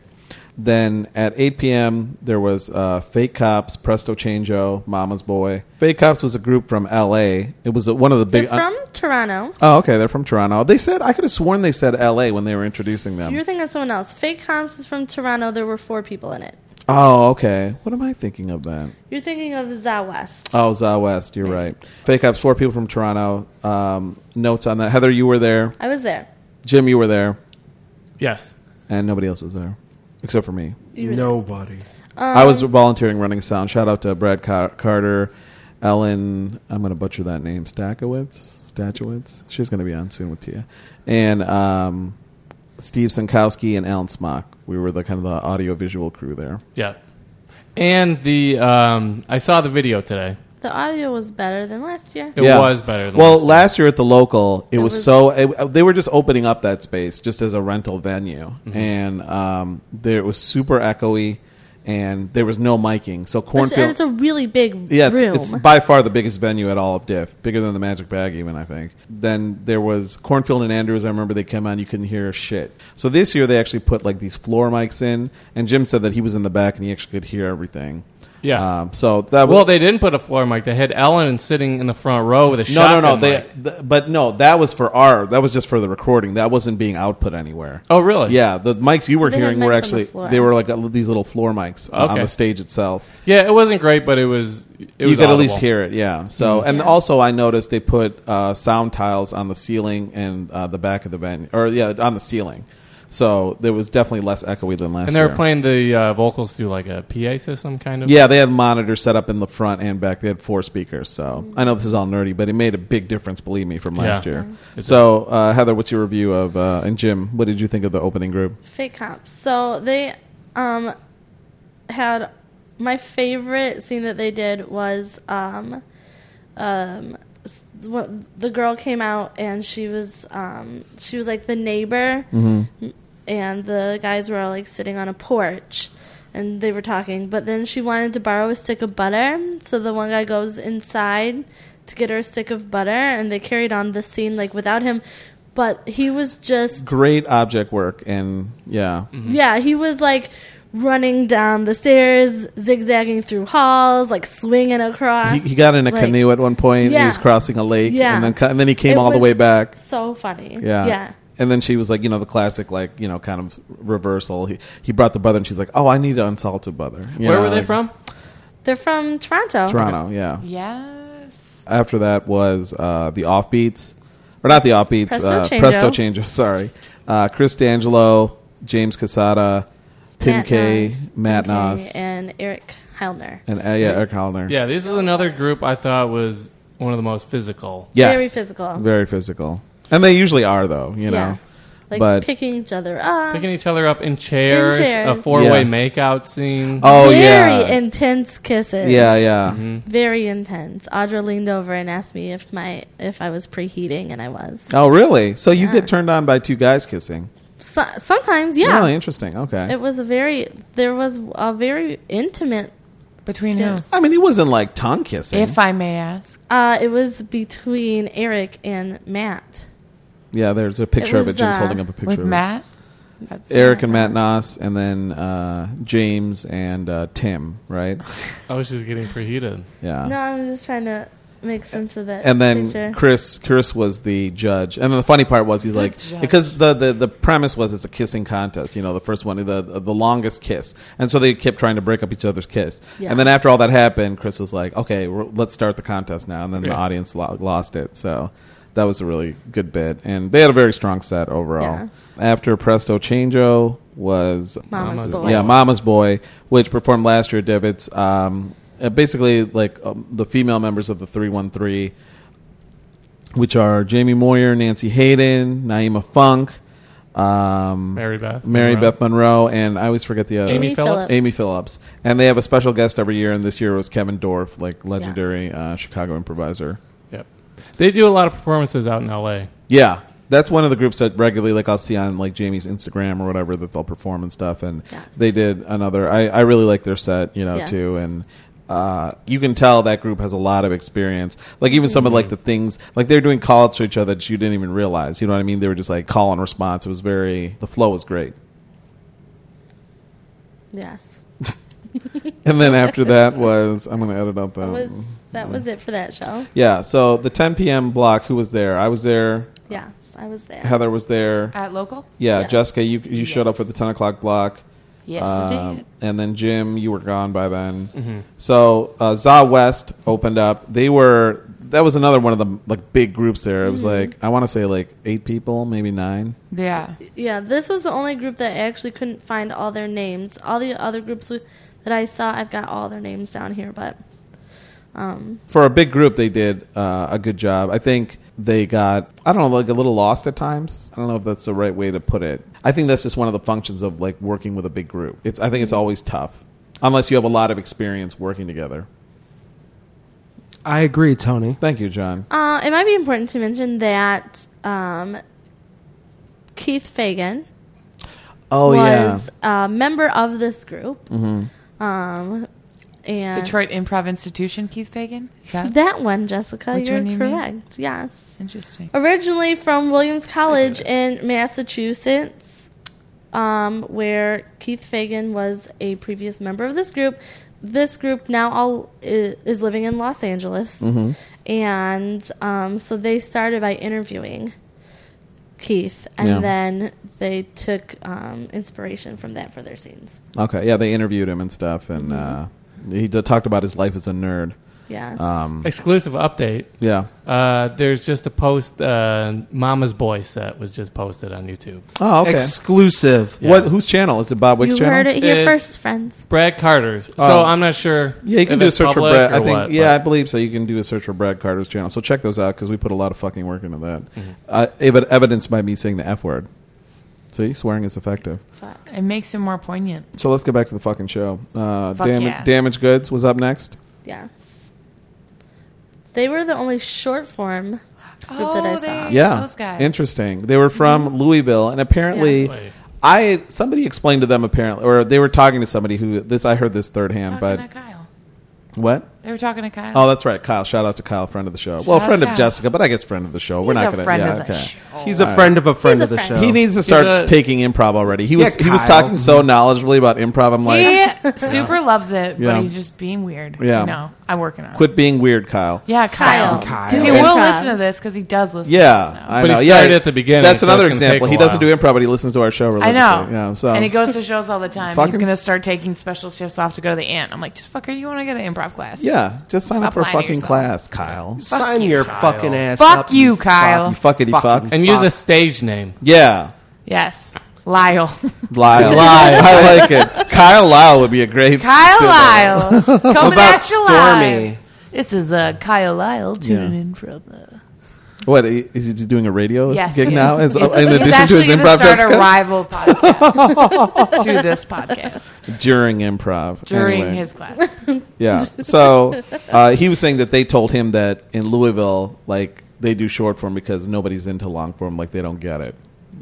[SPEAKER 1] Then at 8 p.m. there was uh, Fake Cops, Presto Changeo, Mama's Boy. Fake Cops was a group from L.A. It was one of the
[SPEAKER 4] They're
[SPEAKER 1] big. uh,
[SPEAKER 4] from Toronto.
[SPEAKER 1] oh, okay, they're from Toronto. They said I could have sworn they said L.A. when they were introducing them.
[SPEAKER 4] You're thinking of someone else. Fake Comps is from Toronto. There were four people in it.
[SPEAKER 1] oh, okay. What am I thinking of then?
[SPEAKER 4] You're thinking of Za West.
[SPEAKER 1] Oh, Za West. You're right. Fake Cops, four people from Toronto. Um, notes on that. Heather, you were there.
[SPEAKER 4] I was there.
[SPEAKER 1] Jim, you were there,
[SPEAKER 2] Yes.
[SPEAKER 1] and nobody else was there except for me.
[SPEAKER 4] You were Um,
[SPEAKER 5] Nobody.
[SPEAKER 1] I was volunteering running sound. Shout out to Brad Car- Carter, Ellen. I'm going to butcher that name. Stakowitz, Statuitz. She's going to be on soon with Tia, and um, Steve Sankowski and Alan Smock. We were the kind of the audio visual crew there.
[SPEAKER 2] Yeah. And the um, I saw the video today.
[SPEAKER 4] The audio was better than last year.
[SPEAKER 2] It was better. Than
[SPEAKER 1] well,
[SPEAKER 2] last year.
[SPEAKER 1] last year at the local, it,
[SPEAKER 4] It
[SPEAKER 1] was,
[SPEAKER 4] was-
[SPEAKER 1] so it, uh, they were just opening up that space just as a rental venue,
[SPEAKER 2] Mm-hmm.
[SPEAKER 1] and um, there it was super echoey, and there was no miking. So
[SPEAKER 4] It's, and
[SPEAKER 1] cornfield.
[SPEAKER 4] it's a really big
[SPEAKER 1] Yeah, it's,
[SPEAKER 4] room.
[SPEAKER 1] it's by far the biggest venue at all of Diff, bigger than the Magic Bag even, I think. Then there was Cornfield and Andrews. I remember they came on, you couldn't hear shit. So this year they actually put like these floor mics in, and Jim said that he was in the back and he actually could hear everything.
[SPEAKER 2] Yeah.
[SPEAKER 1] Um, so that was
[SPEAKER 2] well, they didn't put a floor mic. They had Ellen sitting in the front row with a
[SPEAKER 1] no, no,
[SPEAKER 2] shotgun
[SPEAKER 1] no. They,
[SPEAKER 2] mic.
[SPEAKER 1] th- but no, that was for our. That was just for the recording. That wasn't being output anywhere.
[SPEAKER 2] Oh, really?
[SPEAKER 1] Yeah, the mics you were
[SPEAKER 4] They had
[SPEAKER 1] hearing
[SPEAKER 4] mics on
[SPEAKER 1] were
[SPEAKER 4] the
[SPEAKER 1] actually
[SPEAKER 4] floor.
[SPEAKER 1] they were like uh, these little floor mics uh, on
[SPEAKER 2] Okay.
[SPEAKER 1] the stage itself.
[SPEAKER 2] Yeah, it wasn't great, but it was. It
[SPEAKER 1] you
[SPEAKER 2] was
[SPEAKER 1] could at
[SPEAKER 2] audible.
[SPEAKER 1] least hear it, yeah. So, and
[SPEAKER 4] Mm-hmm. Yeah.
[SPEAKER 1] also I noticed they put uh, sound tiles on the ceiling and uh, the back of the venue, or yeah, on the ceiling. So there was definitely less echoey than last.
[SPEAKER 2] And they were
[SPEAKER 1] year.
[SPEAKER 2] playing the uh, vocals through like a PA system, kind of.
[SPEAKER 1] Yeah, they had monitors set up in the front and back. They had four speakers. So I know this is all nerdy, but it made a big difference, believe me, from last
[SPEAKER 2] Yeah.
[SPEAKER 1] year.
[SPEAKER 2] It
[SPEAKER 1] So uh, Heather, what's your review of uh, and Jim? What did you think of the opening group?
[SPEAKER 4] Fake Comps. So they um had my favorite scene that they did was um um s- when the girl came out and she was um she was like the neighbor and the guys were all like sitting on a porch and they were talking but then she wanted to borrow a stick of butter so the one guy goes inside to get her a stick of butter and they carried on the scene like without him but he was just
[SPEAKER 1] Great object work, and yeah,
[SPEAKER 4] yeah, he was like running down the stairs, zigzagging through halls, like swinging across.
[SPEAKER 1] he, he got in a
[SPEAKER 4] Like,
[SPEAKER 1] canoe at one point. He
[SPEAKER 4] Yeah.
[SPEAKER 1] was crossing a lake,
[SPEAKER 4] Yeah.
[SPEAKER 1] and then cu- and then he came
[SPEAKER 4] it
[SPEAKER 1] all the
[SPEAKER 4] was
[SPEAKER 1] way back.
[SPEAKER 4] So funny.
[SPEAKER 1] Yeah.
[SPEAKER 4] Yeah.
[SPEAKER 1] And then she was like, you know, the classic, like, you know, kind of reversal. He, he brought the butter and she's like, oh, I need unsalted butter. You
[SPEAKER 2] Where
[SPEAKER 1] know,
[SPEAKER 2] were they
[SPEAKER 1] like,
[SPEAKER 2] from?
[SPEAKER 4] They're from Toronto.
[SPEAKER 1] Toronto, yeah.
[SPEAKER 3] Yes.
[SPEAKER 1] After that was uh, the Offbeats, or not the Offbeats,
[SPEAKER 4] Presto
[SPEAKER 1] uh,
[SPEAKER 4] Chango.
[SPEAKER 1] Presto Chango, sorry. Uh, Chris D'Angelo, James Casada, Tim
[SPEAKER 4] Matt
[SPEAKER 1] Kay,
[SPEAKER 4] Noss,
[SPEAKER 1] Matt
[SPEAKER 4] Tim Kay,
[SPEAKER 1] Noss, and,
[SPEAKER 4] and Eric Heilner.
[SPEAKER 1] uh, yeah, Eric Hollner.
[SPEAKER 2] Yeah, this is another group I thought was one of the most physical.
[SPEAKER 1] Yes.
[SPEAKER 4] Very physical.
[SPEAKER 1] Very physical. And they usually are, though, you know.
[SPEAKER 4] Yes. Like
[SPEAKER 1] But-
[SPEAKER 4] picking each other up.
[SPEAKER 2] Picking each other up in chairs,
[SPEAKER 4] chairs.
[SPEAKER 2] a four-way
[SPEAKER 1] Yeah.
[SPEAKER 2] makeout scene.
[SPEAKER 1] Oh,
[SPEAKER 4] Very
[SPEAKER 1] yeah.
[SPEAKER 4] intense kisses.
[SPEAKER 1] Yeah, yeah.
[SPEAKER 3] Mm-hmm.
[SPEAKER 4] Very intense. Audra leaned over and asked me if my if I was preheating, and I was.
[SPEAKER 1] Oh, really? So you
[SPEAKER 4] Yeah.
[SPEAKER 1] get turned on by two guys kissing.
[SPEAKER 4] So, sometimes, yeah.
[SPEAKER 1] Really interesting. Okay.
[SPEAKER 4] It was a very. There was a very intimate
[SPEAKER 3] Between
[SPEAKER 4] Yes.
[SPEAKER 3] us.
[SPEAKER 1] I mean, he wasn't like tongue kissing.
[SPEAKER 3] If I may ask.
[SPEAKER 4] Uh, it was between Eric and Matt.
[SPEAKER 1] yeah, there's a picture
[SPEAKER 4] was,
[SPEAKER 1] of it. Jim's
[SPEAKER 4] uh,
[SPEAKER 1] holding up a picture
[SPEAKER 3] With
[SPEAKER 1] of it.
[SPEAKER 3] Matt? That's
[SPEAKER 1] Eric and Matt Noss, and then uh, James and uh, Tim, right?
[SPEAKER 2] I was just getting preheated.
[SPEAKER 1] Yeah.
[SPEAKER 4] No, I was just trying to make sense of that.
[SPEAKER 1] Ah. And then
[SPEAKER 4] picture.
[SPEAKER 1] Chris, Chris was the judge, and then the funny part was he's like
[SPEAKER 3] judge.
[SPEAKER 1] because the, the the premise was it's a kissing contest, you know, the first one, the the longest kiss, and so they kept trying to break up each other's kiss,
[SPEAKER 4] Yeah.
[SPEAKER 1] and then after all that happened, Chris was like, okay, we're, let's start the contest now, and then the
[SPEAKER 2] Yeah.
[SPEAKER 1] audience lo- lost it, so that was a really good bit, and they had a very strong set overall.
[SPEAKER 4] Yes.
[SPEAKER 1] After Presto Changeo was
[SPEAKER 4] Mama's,
[SPEAKER 2] Mama's
[SPEAKER 4] boy.
[SPEAKER 2] Boy.
[SPEAKER 1] yeah, Mama's Boy, which performed last year at Divots. Um, uh, basically, like um, the female members of the 313, which are Jamie Moyer, Nancy Hayden, Naima Funk, um,
[SPEAKER 2] Mary Beth
[SPEAKER 1] Mary
[SPEAKER 2] Monroe.
[SPEAKER 1] Beth Monroe, and I always forget the other.
[SPEAKER 2] Amy
[SPEAKER 4] Amy
[SPEAKER 2] Phillips.
[SPEAKER 4] Phillips.
[SPEAKER 1] Amy Phillips. And they have a special guest every year, and this year was Kevin Dorff, like legendary
[SPEAKER 4] Yes.
[SPEAKER 1] uh, Chicago improviser.
[SPEAKER 2] Yep. They do a lot of performances out in L.A.
[SPEAKER 1] Yeah. That's one of the groups that regularly, like I'll see on like Jamie's Instagram or whatever, that they'll perform and stuff. And
[SPEAKER 4] Yes.
[SPEAKER 1] they did another. I, I really like their set, you know, too.
[SPEAKER 4] Yes.
[SPEAKER 1] And uh, you can tell that group has a lot of experience. Like even some of like the things like they're doing call outs to each other that you didn't even realize. You know what I mean? They were just like call and response. It was very the flow was great.
[SPEAKER 4] Yes.
[SPEAKER 1] And then after that was I'm gonna edit out that.
[SPEAKER 4] That was that was it for that show.
[SPEAKER 1] yeah. So the 10 p.m. block. Who was there? I was there.
[SPEAKER 4] Yes, I was there.
[SPEAKER 1] Heather was there.
[SPEAKER 3] At local?
[SPEAKER 1] Yeah,
[SPEAKER 4] Yeah.
[SPEAKER 1] Jessica, you you showed up
[SPEAKER 4] Yes.
[SPEAKER 1] for the ten o'clock block.
[SPEAKER 3] Yes, I
[SPEAKER 1] Um,
[SPEAKER 3] did.
[SPEAKER 1] and then Jim, you were gone by then. So uh, Za West opened up. They were that was another one of the like big groups there. It was
[SPEAKER 3] Mm-hmm.
[SPEAKER 1] like I want to say like eight people, maybe nine.
[SPEAKER 3] Yeah.
[SPEAKER 4] Yeah, this was the only group that I actually couldn't find all their names. All the other groups we, that I saw, I've got all their names down here, but um,
[SPEAKER 1] For a big group, they did uh, a good job. I think they got I don't know like a little lost at times. I don't know if that's the right way to put it. I think that's just one of the functions of like working with a big group. It's I
[SPEAKER 3] Mm-hmm.
[SPEAKER 1] think it's always tough unless you have a lot of experience working together.
[SPEAKER 5] I agree, Tony.
[SPEAKER 1] Thank you, John.
[SPEAKER 4] uh, it might be important to mention that um, Keith Fagan
[SPEAKER 1] Oh
[SPEAKER 4] was a member of this group. Um, and
[SPEAKER 3] Detroit Improv Institution, Keith Fagan? Is that
[SPEAKER 4] That one, Jessica,
[SPEAKER 3] Which
[SPEAKER 4] you're
[SPEAKER 3] one you mean?
[SPEAKER 4] correct. Yes.
[SPEAKER 3] interesting?
[SPEAKER 4] Originally from Williams College in Massachusetts, um, where Keith Fagan was a previous member of this group. This group now all i- is living in Los Angeles,
[SPEAKER 1] Mm-hmm.
[SPEAKER 4] and um, so they started by interviewing Keith, and
[SPEAKER 1] Yeah.
[SPEAKER 4] then they took um, inspiration from that for their scenes.
[SPEAKER 1] Okay, yeah, they interviewed him and stuff, and
[SPEAKER 2] Mm-hmm.
[SPEAKER 1] uh, he d- talked about his life as a nerd.
[SPEAKER 4] Yes.
[SPEAKER 1] Um,
[SPEAKER 2] Exclusive update.
[SPEAKER 1] yeah.
[SPEAKER 2] Uh, there's just a post. Uh, Mama's Boy set was just posted on YouTube.
[SPEAKER 1] Oh, okay.
[SPEAKER 5] Exclusive.
[SPEAKER 2] Yeah.
[SPEAKER 1] What? Whose channel is it? Bob Wick's
[SPEAKER 4] you
[SPEAKER 1] channel?
[SPEAKER 4] heard it here
[SPEAKER 2] It's-
[SPEAKER 4] first, friends.
[SPEAKER 2] Brad Carter's.
[SPEAKER 1] Oh.
[SPEAKER 2] So I'm not sure.
[SPEAKER 1] Yeah, you can
[SPEAKER 2] if
[SPEAKER 1] do a
[SPEAKER 2] it's
[SPEAKER 1] search for
[SPEAKER 2] public
[SPEAKER 1] Brad.
[SPEAKER 2] or
[SPEAKER 1] I think.
[SPEAKER 2] what,
[SPEAKER 1] yeah, I
[SPEAKER 2] but-
[SPEAKER 1] believe so. You can do a search for Brad Carter's channel. So check those out because we put a lot of fucking work into that.
[SPEAKER 2] Mm-hmm.
[SPEAKER 1] Uh, ev- evidenced by me saying the f word. See, swearing is effective.
[SPEAKER 4] Fuck.
[SPEAKER 3] It makes him more poignant.
[SPEAKER 1] So let's get back to the fucking show. Uh,
[SPEAKER 3] Fuck
[SPEAKER 1] Dam-
[SPEAKER 3] yeah.
[SPEAKER 1] Damage Goods was up next.
[SPEAKER 4] Yes. They were the only short form group that I saw.
[SPEAKER 1] Yeah,
[SPEAKER 3] Those guys. Mm-hmm.
[SPEAKER 1] Interesting. They were from Louisville, and apparently,
[SPEAKER 4] Yeah.
[SPEAKER 2] Wait.
[SPEAKER 1] I somebody explained to them apparently, or they were talking to somebody who this I heard this third hand,
[SPEAKER 3] Talking to Kyle.
[SPEAKER 1] but what?
[SPEAKER 3] They were talking to Kyle.
[SPEAKER 1] Oh, that's right, Kyle. Shout out to Kyle, friend of the show. well,
[SPEAKER 3] out
[SPEAKER 1] friend
[SPEAKER 3] to
[SPEAKER 1] of
[SPEAKER 3] Kyle.
[SPEAKER 1] Jessica, but I guess friend of the show. we're
[SPEAKER 3] He's
[SPEAKER 1] not
[SPEAKER 3] a
[SPEAKER 1] going to.
[SPEAKER 3] friend
[SPEAKER 1] yeah,
[SPEAKER 3] of the
[SPEAKER 1] okay.
[SPEAKER 3] show.
[SPEAKER 5] He's a friend of a friend of
[SPEAKER 4] He's a
[SPEAKER 5] the show.
[SPEAKER 4] friend.
[SPEAKER 1] He needs to start
[SPEAKER 2] a-
[SPEAKER 1] taking improv already. He was
[SPEAKER 5] Yeah,
[SPEAKER 1] he was
[SPEAKER 5] Kyle.
[SPEAKER 1] talking so knowledgeably about improv. I'm like,
[SPEAKER 3] He super loves it,
[SPEAKER 1] Yeah.
[SPEAKER 3] but he's just being weird.
[SPEAKER 1] Yeah.
[SPEAKER 3] You know, I'm working on it.
[SPEAKER 1] quit being weird, Kyle.
[SPEAKER 3] Yeah, Kyle.
[SPEAKER 5] Kyle.
[SPEAKER 3] Because he
[SPEAKER 4] Kyle.
[SPEAKER 3] will
[SPEAKER 4] Improv.
[SPEAKER 3] listen to this because he does listen to
[SPEAKER 1] Yeah,
[SPEAKER 3] this now.
[SPEAKER 1] I
[SPEAKER 2] But he
[SPEAKER 1] know.
[SPEAKER 2] started
[SPEAKER 1] yeah,
[SPEAKER 2] at the beginning,
[SPEAKER 1] That's
[SPEAKER 2] so it's
[SPEAKER 1] another
[SPEAKER 2] gonna take
[SPEAKER 1] example.
[SPEAKER 2] a
[SPEAKER 1] He doesn't do
[SPEAKER 2] while.
[SPEAKER 1] improv, but he listens to our show.
[SPEAKER 3] I
[SPEAKER 1] Religiously.
[SPEAKER 3] know.
[SPEAKER 1] Yeah, so
[SPEAKER 3] And he goes to shows all the time.
[SPEAKER 1] Fucking-
[SPEAKER 3] He's going to start taking special shifts off to go to the ant. I'm like, just fucker, you want to go to improv class?
[SPEAKER 1] yeah, just sign
[SPEAKER 3] Stop
[SPEAKER 1] up for a
[SPEAKER 3] lying to
[SPEAKER 1] fucking
[SPEAKER 3] yourself.
[SPEAKER 1] class, Kyle.
[SPEAKER 5] Sign
[SPEAKER 3] you,
[SPEAKER 5] your
[SPEAKER 2] Kyle.
[SPEAKER 5] fucking ass
[SPEAKER 3] Fuck
[SPEAKER 5] up,
[SPEAKER 3] you, Kyle.
[SPEAKER 1] You fucking fuck.
[SPEAKER 5] Fucking-
[SPEAKER 2] And use
[SPEAKER 5] Fuck.
[SPEAKER 2] a stage name.
[SPEAKER 1] Yeah,
[SPEAKER 3] Yes. Lyle.
[SPEAKER 1] Lyle.
[SPEAKER 2] Lyle.
[SPEAKER 1] I like it. Kyle Lyle would be a great
[SPEAKER 3] Kyle Lyle. Coming
[SPEAKER 5] What about
[SPEAKER 3] at you live.
[SPEAKER 5] Stormy?
[SPEAKER 3] This is uh, Kyle Lyle tuning
[SPEAKER 1] Yeah.
[SPEAKER 3] in from the.
[SPEAKER 1] What i- is he doing a radio
[SPEAKER 3] Yes,
[SPEAKER 1] gig
[SPEAKER 3] he
[SPEAKER 1] now?
[SPEAKER 3] is.
[SPEAKER 1] As,
[SPEAKER 3] He's-
[SPEAKER 1] uh, in
[SPEAKER 3] he's
[SPEAKER 1] addition to
[SPEAKER 3] actually
[SPEAKER 1] his
[SPEAKER 3] gonna
[SPEAKER 1] improv
[SPEAKER 3] start a
[SPEAKER 1] desk
[SPEAKER 3] rival podcast to this podcast
[SPEAKER 1] during improv
[SPEAKER 3] during
[SPEAKER 1] Anyway,
[SPEAKER 3] his class.
[SPEAKER 1] yeah. So uh, he was saying that they told him that in Louisville, like they do short form because nobody's into long form, like they don't get it.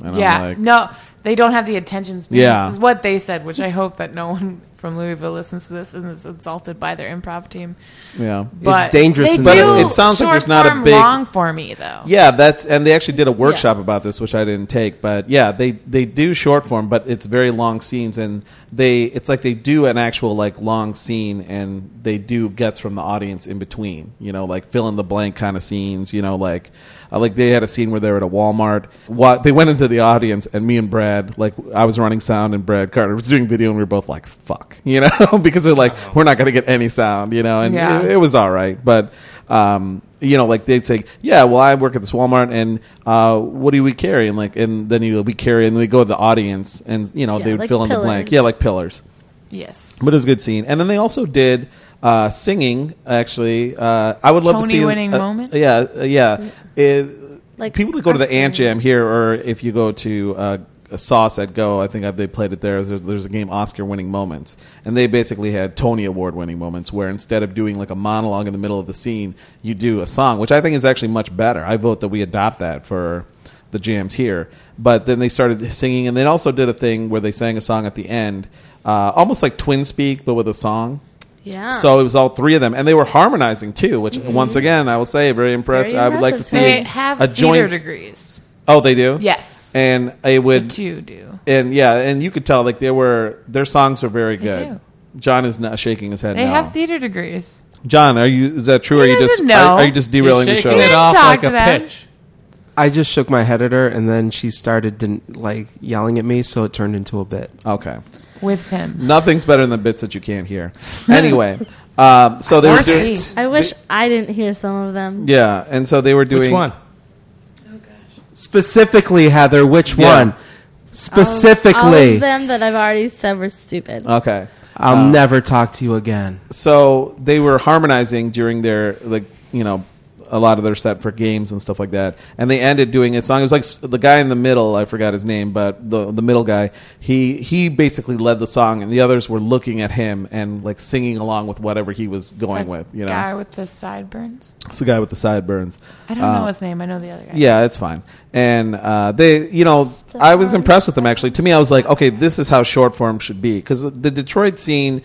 [SPEAKER 1] And
[SPEAKER 3] yeah,
[SPEAKER 1] I'm like,
[SPEAKER 3] no, they don't have the attention span.
[SPEAKER 1] Yeah.
[SPEAKER 3] is what they said. Which I hope that no one from Louisville listens to this and is insulted by their improv team.
[SPEAKER 1] yeah.
[SPEAKER 3] But
[SPEAKER 5] dangerous
[SPEAKER 3] They
[SPEAKER 5] in
[SPEAKER 3] do
[SPEAKER 5] the middle.
[SPEAKER 1] It sounds like
[SPEAKER 3] short
[SPEAKER 1] there's not a
[SPEAKER 3] form,
[SPEAKER 1] big-
[SPEAKER 3] long for me though.
[SPEAKER 1] Yeah, that's and they actually did a workshop about this, which I didn't take. But yeah, they they do short form, but it's very long scenes, and they it's like they do an actual like long scene, and they do gets from the audience in between. You know, like fill in the blank kind of scenes. You know, like uh, like they had a scene where they were at a Walmart. Wa- they went into the audience, and me and Brad, like I was running sound, and Brad Carter was doing video, and we were both like, "Fuck," you know, because they're like, "We're not going to get any sound," you know, and
[SPEAKER 3] Yeah.
[SPEAKER 1] it, it was all right, but um, you know, like they'd say, "Yeah, well, I work at this Walmart, and uh, what do we carry?" And like, and then you we carry, and we go to the audience, and you know,
[SPEAKER 4] Yeah,
[SPEAKER 1] they would
[SPEAKER 4] like
[SPEAKER 1] fill in the blank,
[SPEAKER 4] pillars.
[SPEAKER 1] yeah, like pillars.
[SPEAKER 3] Yes,
[SPEAKER 1] But it was a good scene, and then they also did uh, singing. Actually, uh, I would love to
[SPEAKER 3] Tony
[SPEAKER 1] see
[SPEAKER 3] winning
[SPEAKER 1] uh,
[SPEAKER 3] moment?
[SPEAKER 1] Yeah, uh, yeah. It-
[SPEAKER 4] Like
[SPEAKER 1] people that go to the
[SPEAKER 4] Oscar.
[SPEAKER 1] Ant Jam here, or if you go to uh, Sauce at Go, I think I've- they played it there. There's, there's a game Oscar winning moments, and they basically had Tony Award winning moments where instead of doing like a monologue in the middle of the scene, you do a song, which I think is actually much better. I vote that we adopt that for the jams here. But then they started singing, and they also did a thing where they sang a song at the end, uh, almost like twin speak, but with a song.
[SPEAKER 4] Yeah.
[SPEAKER 1] So it was all three of them, and they were harmonizing too. Which, once again, I will say, very impressed.
[SPEAKER 4] Very
[SPEAKER 1] I would like to
[SPEAKER 4] impressive.
[SPEAKER 1] see
[SPEAKER 3] Mm-hmm. They have
[SPEAKER 1] a
[SPEAKER 3] theater
[SPEAKER 1] joint.
[SPEAKER 3] degrees.
[SPEAKER 1] Oh, they do.
[SPEAKER 3] Yes,
[SPEAKER 1] and I
[SPEAKER 3] they
[SPEAKER 1] would,
[SPEAKER 3] do do.
[SPEAKER 1] and yeah, and you could tell like they were their songs were very
[SPEAKER 3] They
[SPEAKER 1] good.
[SPEAKER 3] do.
[SPEAKER 1] John is not shaking his head.
[SPEAKER 3] They
[SPEAKER 1] no.
[SPEAKER 3] have theater degrees.
[SPEAKER 1] John, are you? Is that true? or are
[SPEAKER 3] He
[SPEAKER 1] you just
[SPEAKER 3] doesn't know.
[SPEAKER 1] Are, are you just derailing the
[SPEAKER 2] He's
[SPEAKER 1] show?
[SPEAKER 2] shaking it
[SPEAKER 3] didn't
[SPEAKER 2] off
[SPEAKER 3] talk
[SPEAKER 2] like
[SPEAKER 3] to
[SPEAKER 2] a
[SPEAKER 3] them.
[SPEAKER 2] pitch.
[SPEAKER 5] I just shook my head at her, and then she started didn't, like yelling at me, so it turned into a bit.
[SPEAKER 1] Okay,
[SPEAKER 3] with him.
[SPEAKER 1] nothing's better than bits that you can't hear. Anyway, um, so they were
[SPEAKER 3] Or
[SPEAKER 1] doing.
[SPEAKER 3] see.
[SPEAKER 4] I wish I didn't hear some of them.
[SPEAKER 1] Yeah, and so they were doing.
[SPEAKER 2] Which one?
[SPEAKER 5] Specifically, Heather, which
[SPEAKER 1] Yeah.
[SPEAKER 5] one?
[SPEAKER 4] All of- all
[SPEAKER 5] Specifically,
[SPEAKER 4] of them that I've already said were stupid.
[SPEAKER 1] Okay,
[SPEAKER 5] I'll never talk to you again.
[SPEAKER 1] so they were harmonizing during their like you know a lot of their set for games and stuff like that and they ended doing a song it was like s- the guy in the middle i forgot his name but the the middle guy he he basically led the song and the others were looking at him and like singing along with whatever he was going
[SPEAKER 3] That
[SPEAKER 1] with you know
[SPEAKER 3] guy with the sideburns.
[SPEAKER 1] it's the guy with the sideburns
[SPEAKER 3] I don't
[SPEAKER 1] Uh,
[SPEAKER 3] know his name. I know the other guy.
[SPEAKER 1] yeah, it's fine. And uh, they, you know, I was impressed with them actually. To me, I was like, okay, this is how short form should be because the Detroit scene.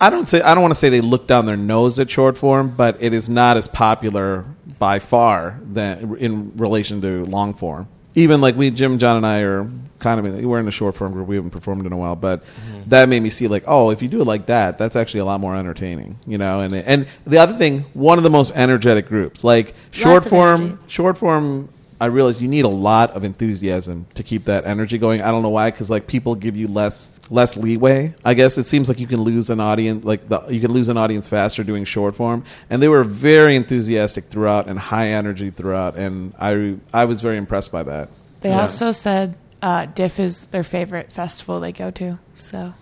[SPEAKER 1] I don't say I don't want to say they look down their nose at short form, but it is not as popular by far than in relation to long form. Even like we, Jim, John, and I are kind of in, we're in a short form group. We haven't performed in a while, but that made me see like, oh, if you do it like that, that's actually a lot more entertaining, you know. And and the other thing, one of the most energetic groups, like short
[SPEAKER 4] of
[SPEAKER 1] form,
[SPEAKER 4] energy.
[SPEAKER 1] short form i realize you need a lot of enthusiasm to keep that energy going i don't know why because like people give you less less leeway i guess it seems like you can lose an audience like the, you can lose an audience faster doing short form and they were very enthusiastic throughout and high energy throughout and i i was very impressed by that
[SPEAKER 3] They
[SPEAKER 2] Yeah.
[SPEAKER 3] also said uh, Diff is their favorite festival they go to. So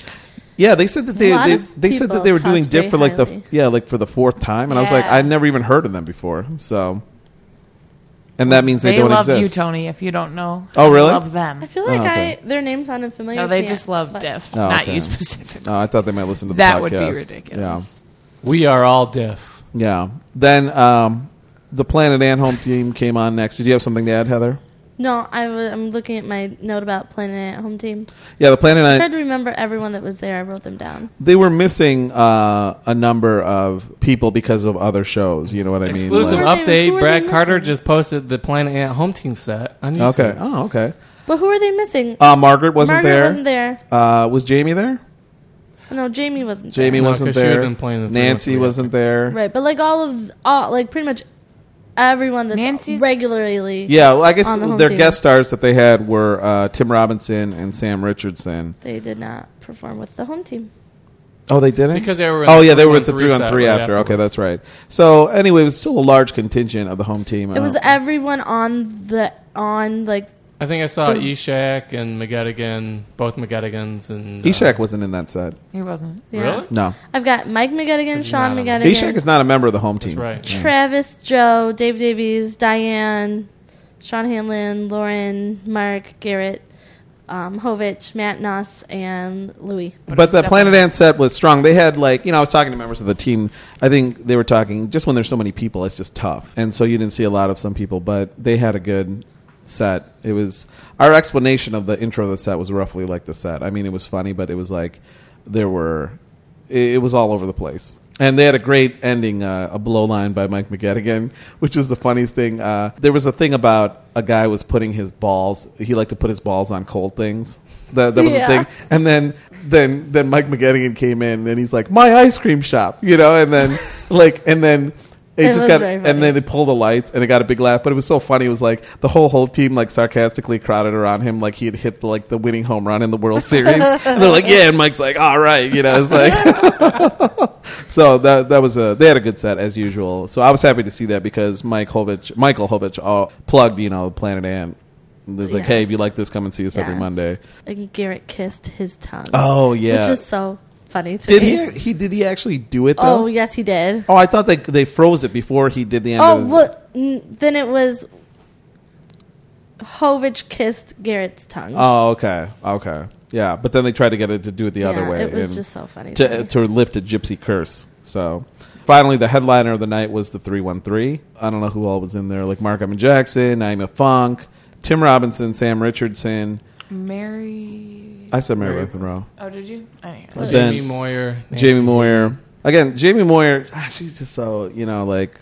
[SPEAKER 1] yeah they said that they
[SPEAKER 4] A lot
[SPEAKER 1] they,
[SPEAKER 4] of
[SPEAKER 1] they said that
[SPEAKER 4] people
[SPEAKER 1] they were
[SPEAKER 4] talked
[SPEAKER 1] doing dip
[SPEAKER 4] very
[SPEAKER 1] for like the
[SPEAKER 4] highly.
[SPEAKER 1] yeah like for the fourth time and i was like
[SPEAKER 3] Yeah.
[SPEAKER 1] i'd never even heard of them before so and that means they,
[SPEAKER 3] they
[SPEAKER 1] don't
[SPEAKER 3] love
[SPEAKER 1] exist
[SPEAKER 3] you, Tony. If you don't know,
[SPEAKER 1] Oh, really?
[SPEAKER 3] They love them.
[SPEAKER 4] I feel like
[SPEAKER 1] Oh, okay.
[SPEAKER 4] I their names sounded familiar.
[SPEAKER 3] No,
[SPEAKER 4] to
[SPEAKER 3] they
[SPEAKER 4] me,
[SPEAKER 3] just love
[SPEAKER 4] but-
[SPEAKER 3] Diff,
[SPEAKER 1] Oh,
[SPEAKER 3] not
[SPEAKER 1] okay.
[SPEAKER 3] you specifically.
[SPEAKER 1] oh, i thought they might listen to the
[SPEAKER 3] that would be
[SPEAKER 1] podcast. yeah
[SPEAKER 3] ridiculous.
[SPEAKER 2] We are all diff.
[SPEAKER 1] Yeah. Then um, the Planet Ant home team came on next. Did you have something to add, Heather?
[SPEAKER 4] No, I w- I'm looking at my note about Planet at Home Team.
[SPEAKER 1] Yeah, the Planet
[SPEAKER 4] I
[SPEAKER 1] Ant.
[SPEAKER 4] tried to remember everyone that was there. I wrote them down.
[SPEAKER 1] They were missing uh, a number of people because of other shows. You know what I mean?
[SPEAKER 2] Exclusive
[SPEAKER 4] Who are they- who
[SPEAKER 2] update:
[SPEAKER 4] are
[SPEAKER 2] Brad
[SPEAKER 4] they
[SPEAKER 2] Carter
[SPEAKER 4] missing?
[SPEAKER 2] just posted the Planet Ant home team set on
[SPEAKER 1] Like-
[SPEAKER 2] YouTube.
[SPEAKER 1] okay. Oh, okay.
[SPEAKER 4] But who are they missing?
[SPEAKER 1] Uh, Margaret wasn't
[SPEAKER 4] Margaret
[SPEAKER 1] there.
[SPEAKER 4] wasn't there.
[SPEAKER 1] Uh, was Jamie there?
[SPEAKER 4] No, Jamie wasn't.
[SPEAKER 1] Jamie
[SPEAKER 2] No,
[SPEAKER 1] wasn't
[SPEAKER 2] 'cause she would've
[SPEAKER 1] there.
[SPEAKER 2] been playing the three
[SPEAKER 1] Nancy
[SPEAKER 2] months
[SPEAKER 1] wasn't there.
[SPEAKER 4] there. right. But like all of all like pretty much everyone that's
[SPEAKER 3] Nancy's-
[SPEAKER 4] regularly.
[SPEAKER 1] Yeah, well, I guess
[SPEAKER 4] On the home
[SPEAKER 1] their
[SPEAKER 4] team.
[SPEAKER 1] guest stars that they had were uh, Tim Robinson and Sam Richardson.
[SPEAKER 4] They did not perform with the home team.
[SPEAKER 1] Oh, they didn't
[SPEAKER 2] Because they were in
[SPEAKER 1] Oh
[SPEAKER 2] the
[SPEAKER 1] yeah, they
[SPEAKER 2] three
[SPEAKER 1] were
[SPEAKER 2] on
[SPEAKER 1] at the
[SPEAKER 2] three
[SPEAKER 1] three on
[SPEAKER 2] set
[SPEAKER 1] three
[SPEAKER 2] right
[SPEAKER 1] after. Okay,
[SPEAKER 2] afterwards.
[SPEAKER 1] that's right. So anyway, it was still a large contingent of the home team.
[SPEAKER 4] It was
[SPEAKER 1] Uh,
[SPEAKER 4] everyone on the on like
[SPEAKER 2] I think I saw Eshak and McGettigan, both McGettigans, and uh,
[SPEAKER 1] Ishak wasn't in that set.
[SPEAKER 3] He wasn't.
[SPEAKER 4] yeah.
[SPEAKER 2] Really?
[SPEAKER 1] No.
[SPEAKER 4] I've got Mike McGettigan,
[SPEAKER 2] Is
[SPEAKER 4] Sean
[SPEAKER 2] not on-
[SPEAKER 4] McGettigan,
[SPEAKER 1] Ishak is not a member of the home team.
[SPEAKER 2] That's right.
[SPEAKER 4] Travis, Joe, Dave Davies, Diane, Sean Hanlon, Lauren, Mark, Garrett, um, Hovich, Matt Noss, and Louis.
[SPEAKER 1] But,
[SPEAKER 3] it was
[SPEAKER 1] the Planet
[SPEAKER 3] definitely-
[SPEAKER 1] Ant set was strong. They had like you know I was talking to members of the team. I think they were talking just when there's so many people, it's just tough, and so you didn't see a lot of some people. But they had a good set. It was our explanation of the intro of the set was roughly like the set. I mean, it was funny, but it was like there were it, it was all over the place. And they had a great ending, uh, a blow line by Mike McGettigan, which is the funniest thing. Uh, there was a thing about a guy was putting his balls. He liked to put his balls on cold things. That, that was
[SPEAKER 4] Yeah.
[SPEAKER 1] the thing. And then then then Mike McGettigan came in and then he's like, My ice cream shop, you know, and then like and then it,
[SPEAKER 4] It
[SPEAKER 1] just
[SPEAKER 4] was
[SPEAKER 1] got
[SPEAKER 4] very
[SPEAKER 1] and
[SPEAKER 4] funny.
[SPEAKER 1] then they pulled the lights and it got a big laugh, but it was so funny. It was like the whole whole team like sarcastically crowded around him like he had hit like the winning home run in the World Series. and they're like, Yeah, and Mike's like, All right, you know, it's like So that that was a they had a good set as usual. So I was happy to see that because Mike Hovich Michael Hovich all plugged, you know, Planet Ant. It's like, hey, if you
[SPEAKER 4] Yes.
[SPEAKER 1] like this, come and see us every
[SPEAKER 4] Yes.
[SPEAKER 1] Monday.
[SPEAKER 4] And Garrett kissed his tongue.
[SPEAKER 1] Oh yeah,
[SPEAKER 4] Which was so funny to
[SPEAKER 1] Did
[SPEAKER 4] me.
[SPEAKER 1] he? He did he actually do it though?
[SPEAKER 4] Oh, yes, he did.
[SPEAKER 1] Oh, I thought they they froze it before he did the end.
[SPEAKER 4] Oh,
[SPEAKER 1] of
[SPEAKER 4] well, n- then it was Hovich kissed Garrett's tongue.
[SPEAKER 1] Oh, okay, okay, yeah. But then they tried to get it to do it the other
[SPEAKER 4] Yeah,
[SPEAKER 1] way.
[SPEAKER 4] It was
[SPEAKER 1] and
[SPEAKER 4] just so funny. To,
[SPEAKER 1] to uh,
[SPEAKER 4] me.
[SPEAKER 1] to lift a gypsy curse. So finally, the headliner of the night was the three one three. I don't know who all was in there, like Mark Evan Jackson, Naima Funk, Tim Robinson, Sam Richardson.
[SPEAKER 3] Mary.
[SPEAKER 1] I said Mary Beth Monroe,
[SPEAKER 3] Oh, did you? I don't know.
[SPEAKER 1] Well,
[SPEAKER 2] Jamie
[SPEAKER 1] then-
[SPEAKER 2] Moyer, Nancy
[SPEAKER 1] Jamie Moyer, Again, Jamie Moyer, ah, she's just so you know like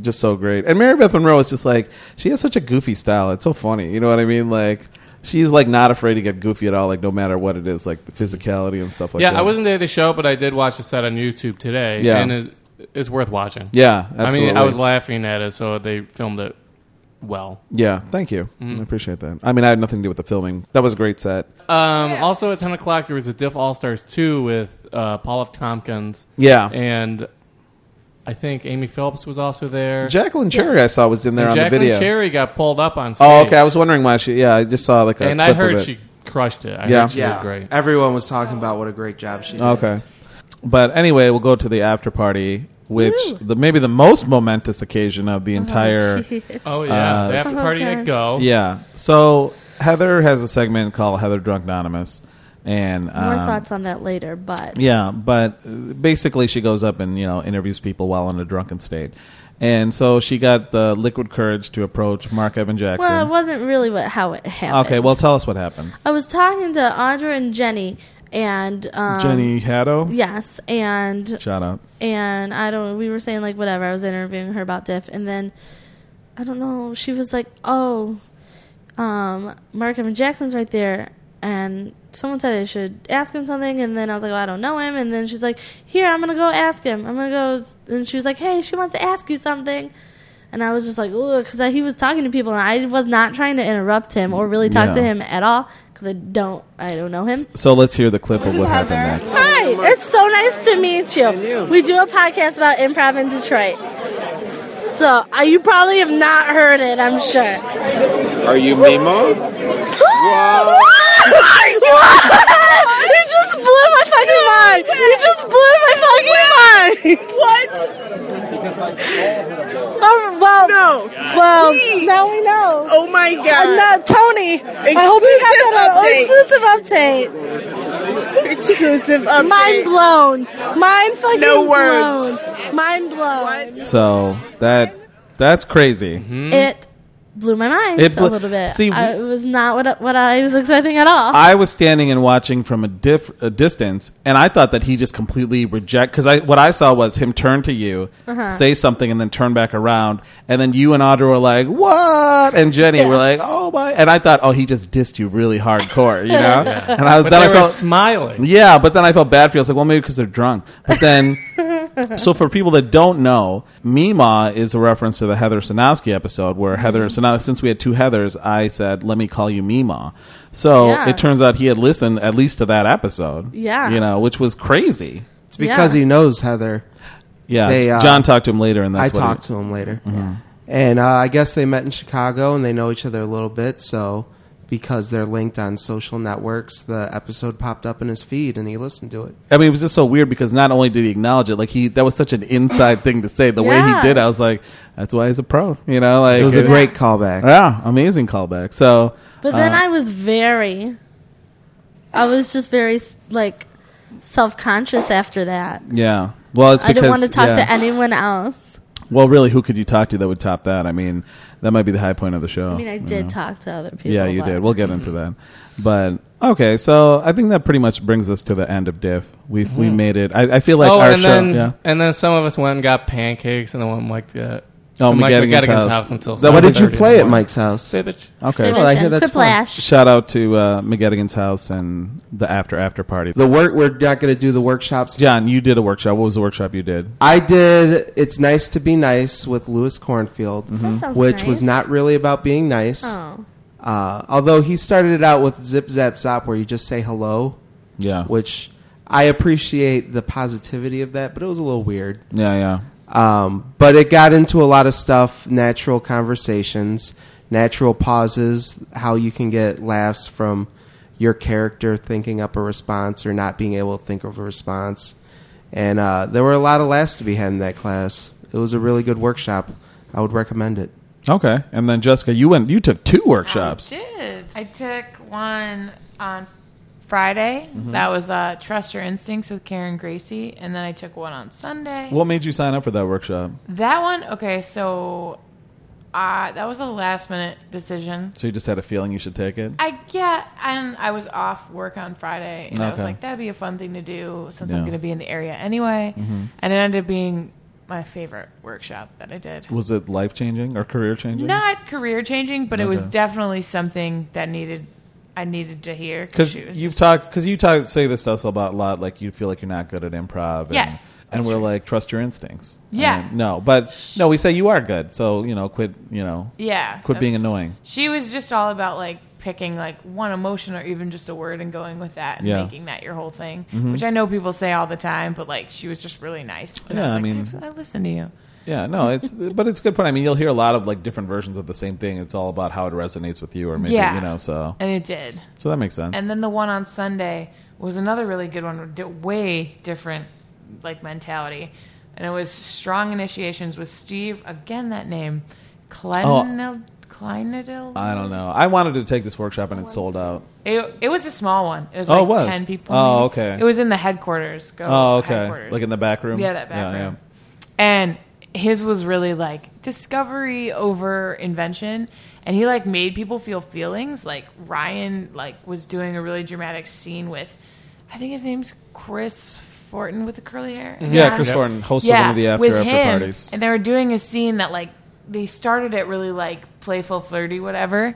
[SPEAKER 1] just so great. And Mary Beth Monroe is just like she has such a goofy style. It's so funny. You know what I mean? Like she's like not afraid to get goofy at all. Like no matter what it is, like the physicality and stuff like
[SPEAKER 2] yeah,
[SPEAKER 1] that.
[SPEAKER 2] I wasn't there at the show, but I did watch the set on YouTube today.
[SPEAKER 1] uh, Yeah.
[SPEAKER 2] and it, it's worth watching.
[SPEAKER 1] Yeah, absolutely.
[SPEAKER 2] I mean, I was laughing at it, so they filmed it well.
[SPEAKER 1] Yeah, thank you.
[SPEAKER 2] Mm-hmm.
[SPEAKER 1] I appreciate that. I mean, I had nothing to do with the filming. That was a great set.
[SPEAKER 2] Um,
[SPEAKER 3] Yeah.
[SPEAKER 2] Also at ten o'clock, there was a Diff All Stars two with uh, Paul F. Tompkins
[SPEAKER 1] Yeah.
[SPEAKER 2] and I think Amy Phillips was also there.
[SPEAKER 1] Jacqueline Cherry, I saw, was in there
[SPEAKER 2] And
[SPEAKER 1] on
[SPEAKER 2] Jacqueline
[SPEAKER 1] the video.
[SPEAKER 2] Cherry got pulled up on stage.
[SPEAKER 1] Oh, okay. I was wondering why she. Yeah, I just saw like a.
[SPEAKER 2] and
[SPEAKER 1] clip
[SPEAKER 2] I
[SPEAKER 1] of
[SPEAKER 2] heard
[SPEAKER 1] it.
[SPEAKER 2] she crushed it. I
[SPEAKER 1] Yeah.
[SPEAKER 2] heard she
[SPEAKER 5] yeah,
[SPEAKER 2] did great.
[SPEAKER 5] everyone was talking about what a great job she did.
[SPEAKER 1] Okay, but anyway, we'll go to the after party, which
[SPEAKER 4] Woo.
[SPEAKER 1] the maybe the most momentous occasion of the entire.
[SPEAKER 4] Oh, jeez.
[SPEAKER 2] Oh yeah,
[SPEAKER 1] Uh,
[SPEAKER 2] the after party
[SPEAKER 4] Okay.
[SPEAKER 2] at Go.
[SPEAKER 1] yeah. So Heather has a segment called Heather Drunk Anonymous, and
[SPEAKER 4] More
[SPEAKER 1] um,
[SPEAKER 4] thoughts on that later, but
[SPEAKER 1] Yeah, but uh, basically she goes up and you know interviews people while in a drunken state, and so she got the liquid courage to approach Mark Evan Jackson.
[SPEAKER 4] well, it wasn't really what how it happened.
[SPEAKER 1] okay, well tell us what happened.
[SPEAKER 4] I was talking to Audra and Jenny, and um,
[SPEAKER 1] Jenny Haddo,
[SPEAKER 4] yes, and
[SPEAKER 1] shout out.
[SPEAKER 4] and I don't. We were saying like whatever. I was interviewing her about Diff, and then I don't know. She was like, "Oh, um, Markham and Jackson's right there," and someone said I should ask him something, and then I was like, "Well, I don't know him," and then she's like, "Here, I'm gonna go ask him. I'm gonna go," and she was like, "Hey, she wants to ask you something." And I was just like, ugh, because he was talking to people, and I was not trying to interrupt him or really talk
[SPEAKER 1] Yeah.
[SPEAKER 4] to him at all, because I don't, I don't know him.
[SPEAKER 1] So let's hear the clip of what happened next.
[SPEAKER 4] Hi, it's so nice to meet you. We do a podcast about improv in Detroit. So uh, you probably have not heard it, I'm sure.
[SPEAKER 6] Are you Mimo?
[SPEAKER 4] What? You just blew my fucking mind. You just blew my fucking mind. What? Oh, well, no. Well, now we know.
[SPEAKER 7] Oh my god.
[SPEAKER 4] Uh, no, Tony, I hope you got that uh, exclusive update.
[SPEAKER 7] Exclusive update.
[SPEAKER 4] Mind blown. Mind fucking
[SPEAKER 7] No words.
[SPEAKER 4] blown. Mind blown.
[SPEAKER 1] So that that's crazy.
[SPEAKER 4] it blew my mind
[SPEAKER 1] Mm-hmm. It blew-
[SPEAKER 4] a little bit.
[SPEAKER 1] See,
[SPEAKER 4] I, it was not what I- what I was expecting at all.
[SPEAKER 1] I was standing and watching from a, diff, a distance, and I thought that he just completely reject because I what I saw was him turn to you, say something, and then turn back around, and then you and Audra were like, "What?" and Jenny were like, "Oh my!" and I thought, "Oh, he just dissed you really hardcore," you know. And I was
[SPEAKER 2] But
[SPEAKER 1] then
[SPEAKER 2] they
[SPEAKER 1] I
[SPEAKER 2] were
[SPEAKER 1] felt
[SPEAKER 2] smiling.
[SPEAKER 1] yeah, but then I felt bad for you. I was like, well, maybe because they're drunk. But then, so for people that don't know, Mima is a reference to the Heather Sanowski episode where
[SPEAKER 4] Mm-hmm.
[SPEAKER 1] Heather Sanowski, since we had two Heathers, I said, let me call you Mima. So
[SPEAKER 4] Yeah.
[SPEAKER 1] it turns out he had listened at least to that episode.
[SPEAKER 4] Yeah.
[SPEAKER 1] You know, which was crazy.
[SPEAKER 5] It's because
[SPEAKER 4] Yeah.
[SPEAKER 5] he knows Heather.
[SPEAKER 1] Yeah.
[SPEAKER 5] They, uh,
[SPEAKER 1] John talked to him later, and that's
[SPEAKER 5] I
[SPEAKER 1] what he-
[SPEAKER 5] talked to him later. And uh, I guess they met in Chicago and they know each other a little bit. So, because they're linked on social networks, the episode popped up in his feed and he listened to it.
[SPEAKER 1] I mean, it was just so weird because not only did he acknowledge it, like he that was such an inside thing to say. The way he did, I was like, "That's why he's a pro," you know. Like
[SPEAKER 5] It was a great callback.
[SPEAKER 1] yeah, amazing callback. So,
[SPEAKER 4] but then
[SPEAKER 1] uh-huh.
[SPEAKER 4] I was very, I was just very like self conscious after that.
[SPEAKER 1] Yeah. Well, it's
[SPEAKER 4] I
[SPEAKER 1] because
[SPEAKER 4] didn't want to talk
[SPEAKER 1] yeah.
[SPEAKER 4] to anyone else.
[SPEAKER 1] Well, really, who could you talk to that would top that? I mean, that might be the high point of the show.
[SPEAKER 4] I mean, I did talk to other people.
[SPEAKER 1] Oh, Yeah, you
[SPEAKER 4] but-
[SPEAKER 1] did. We'll get into that. But okay, so I think that pretty much brings us to the end of Diff. We've we
[SPEAKER 4] Mm-hmm.
[SPEAKER 1] made it. I, I feel like
[SPEAKER 2] oh,
[SPEAKER 1] our
[SPEAKER 2] and
[SPEAKER 1] show.
[SPEAKER 2] then
[SPEAKER 1] yeah.
[SPEAKER 2] and then some of us went and got pancakes, and then went like uh,
[SPEAKER 1] Oh,
[SPEAKER 2] to
[SPEAKER 1] McGettigan's
[SPEAKER 2] McGettigan's
[SPEAKER 1] house.
[SPEAKER 2] until.
[SPEAKER 1] That-
[SPEAKER 5] What did you
[SPEAKER 2] 7:30
[SPEAKER 5] play
[SPEAKER 2] in
[SPEAKER 5] at
[SPEAKER 2] the morning.
[SPEAKER 5] Mike's house?
[SPEAKER 2] Fibbage.
[SPEAKER 1] Okay.
[SPEAKER 5] Oh, I hear that's
[SPEAKER 4] Quiplash.
[SPEAKER 1] Shout out to uh, McGettigan's house and the after after party.
[SPEAKER 5] The work we're not going to do the workshops.
[SPEAKER 1] John, you did a workshop. What was the workshop you did?
[SPEAKER 5] I did. It's nice to be nice with Lewis Cornfield,
[SPEAKER 4] sounds
[SPEAKER 5] which
[SPEAKER 4] nice.
[SPEAKER 5] was not really about being nice.
[SPEAKER 4] Oh.
[SPEAKER 5] Uh, although he started it out with zip zap zop, where you just say hello,
[SPEAKER 1] Yeah.
[SPEAKER 5] which I appreciate the positivity of that, but it was a little weird.
[SPEAKER 1] yeah, yeah.
[SPEAKER 5] Um, but it got into a lot of stuff natural conversations, natural pauses, how you can get laughs from your character thinking up a response or not being able to think of a response. And uh, there were a lot of laughs to be had in that class. It was a really good workshop. I would recommend it.
[SPEAKER 1] Okay. And then Jessica, you went. You took two workshops.
[SPEAKER 3] I did. I took one on Friday.
[SPEAKER 1] Mm-hmm.
[SPEAKER 3] That was uh, Trust Your Instincts with Karen Gracie. And then I took one on Sunday.
[SPEAKER 1] What made you sign up for that workshop?
[SPEAKER 3] That one, okay, so uh, that was a last minute decision.
[SPEAKER 1] So you just had a feeling you should take it?
[SPEAKER 3] I yeah, and I was off work on Friday, and I was
[SPEAKER 1] Okay.
[SPEAKER 3] like, that'd be a fun thing to do since I'm
[SPEAKER 1] Yeah. Mm-hmm.
[SPEAKER 3] going to be in the area anyway. And it ended up being my favorite workshop that I did.
[SPEAKER 1] Was it life changing or career changing?
[SPEAKER 3] Not career changing, but it was
[SPEAKER 1] Okay.
[SPEAKER 3] definitely something that needed I needed to hear
[SPEAKER 1] Because
[SPEAKER 3] she was
[SPEAKER 1] you've
[SPEAKER 3] just-
[SPEAKER 1] talked, because you talk, say this to us about a lot. Like you feel like you're not good at improv. And,
[SPEAKER 3] Yes,
[SPEAKER 1] and
[SPEAKER 3] that's
[SPEAKER 1] we're
[SPEAKER 3] true.
[SPEAKER 1] like trust your instincts.
[SPEAKER 3] Yeah.
[SPEAKER 1] And no, but no, we say you are good. So you know, quit. You know,
[SPEAKER 3] Yeah.
[SPEAKER 1] Quit being
[SPEAKER 3] that's-
[SPEAKER 1] annoying.
[SPEAKER 3] She was just all about like picking like one emotion or even just a word and going with that and
[SPEAKER 1] Yeah. Mm-hmm.
[SPEAKER 3] making that your whole thing, which I know people say all the time, but like she was just really nice. And
[SPEAKER 1] Yeah,
[SPEAKER 3] I was
[SPEAKER 1] I
[SPEAKER 3] like,
[SPEAKER 1] mean-
[SPEAKER 3] feel- I listen to you.
[SPEAKER 1] yeah. No, it's but it's a good point. I mean, you'll hear a lot of like different versions of the same thing. It's all about how it resonates with you, or maybe
[SPEAKER 3] Yeah.
[SPEAKER 1] you know. So
[SPEAKER 3] And it did.
[SPEAKER 1] so that makes sense.
[SPEAKER 3] And then the one on Sunday was another really good one, di- way different like mentality. And it was strong initiations with Steve, again that name,
[SPEAKER 1] Oh.
[SPEAKER 3] Kleinadil. Kleinadil?
[SPEAKER 1] I don't know. I wanted to take this workshop and it sold out.
[SPEAKER 3] It, it was a small one. It was
[SPEAKER 1] Oh,
[SPEAKER 3] like
[SPEAKER 1] it was?
[SPEAKER 3] ten people.
[SPEAKER 1] Oh,
[SPEAKER 3] maybe.
[SPEAKER 1] okay.
[SPEAKER 3] It was in the headquarters. Go
[SPEAKER 1] Oh, okay.
[SPEAKER 3] headquarters.
[SPEAKER 1] Like in the back room.
[SPEAKER 3] yeah, that back room. And his was really like discovery over invention, and he like made people feel feelings. Like Ryan like was doing a really dramatic scene with, I think his name's Chris Fortin with the curly hair.
[SPEAKER 1] Yeah, Chris Thornton hosted one of the after
[SPEAKER 3] with
[SPEAKER 1] after
[SPEAKER 3] him,
[SPEAKER 1] parties.
[SPEAKER 3] And they were doing a scene that like they started it really like playful, flirty, whatever.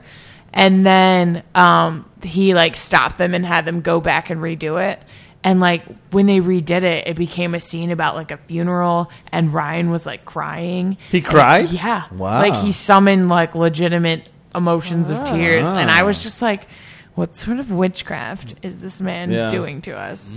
[SPEAKER 3] And then um, he like stopped them and had them go back and redo it. And like when they redid it, it became a scene about like a funeral, and Ryan was like crying.
[SPEAKER 1] He cried.
[SPEAKER 3] Yeah.
[SPEAKER 1] Wow.
[SPEAKER 3] Like he summoned like legitimate emotions of tears, and I
[SPEAKER 1] Ah.
[SPEAKER 3] was just like, "What sort of witchcraft is this man
[SPEAKER 1] Yeah. Hmm.
[SPEAKER 3] doing to us?"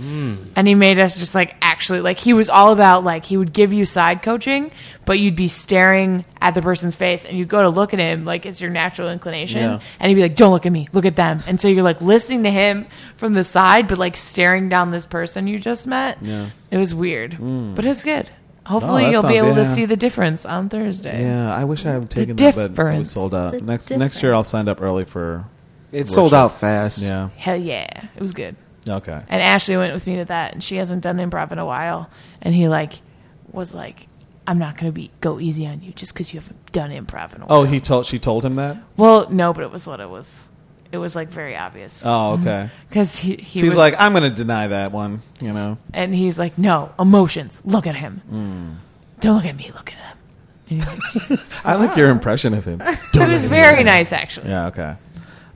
[SPEAKER 3] And he made us just like actually like he was all about like he would give you side coaching, but you'd be staring at the person's face, and you'd go to look at him like it's your natural inclination,
[SPEAKER 1] Yeah.
[SPEAKER 3] and he'd be like, "Don't look at me, look at them," and so you're like listening to him from the side, but like staring down this person you just met.
[SPEAKER 1] Yeah.
[SPEAKER 3] It was weird, but it was good. Hopefully,
[SPEAKER 1] Mm. that
[SPEAKER 3] you'll be
[SPEAKER 1] sounds-
[SPEAKER 3] able
[SPEAKER 1] yeah.
[SPEAKER 3] to see the difference on Thursday.
[SPEAKER 1] Yeah, I wish I had taken that, but it was
[SPEAKER 3] difference.
[SPEAKER 1] sold out.
[SPEAKER 4] The
[SPEAKER 1] next next year,
[SPEAKER 4] difference.
[SPEAKER 1] I'll sign up early for.
[SPEAKER 5] It sold out fast.
[SPEAKER 1] Yeah.
[SPEAKER 3] Hell yeah, it was good.
[SPEAKER 1] Okay.
[SPEAKER 3] And Ashley went with me to that, and she hasn't done improv in a while. And he like was like, "I'm not gonna be go easy on you just because you haven't done improv in a while."
[SPEAKER 1] Oh, he told she told him that.
[SPEAKER 3] well, no, but it was what it was. It was like very obvious
[SPEAKER 1] Oh, okay.
[SPEAKER 3] because he, Mm-hmm. he
[SPEAKER 1] She's
[SPEAKER 3] was
[SPEAKER 1] like, I'm going to deny that one. You know.
[SPEAKER 3] and he's like, "No emotions. Look at him.
[SPEAKER 1] Mm.
[SPEAKER 3] Don't look at me. Look at him." And you're like, Jesus.
[SPEAKER 1] I like
[SPEAKER 3] Ah.
[SPEAKER 1] your impression of him.
[SPEAKER 3] it was very nice, actually.
[SPEAKER 1] yeah. Okay.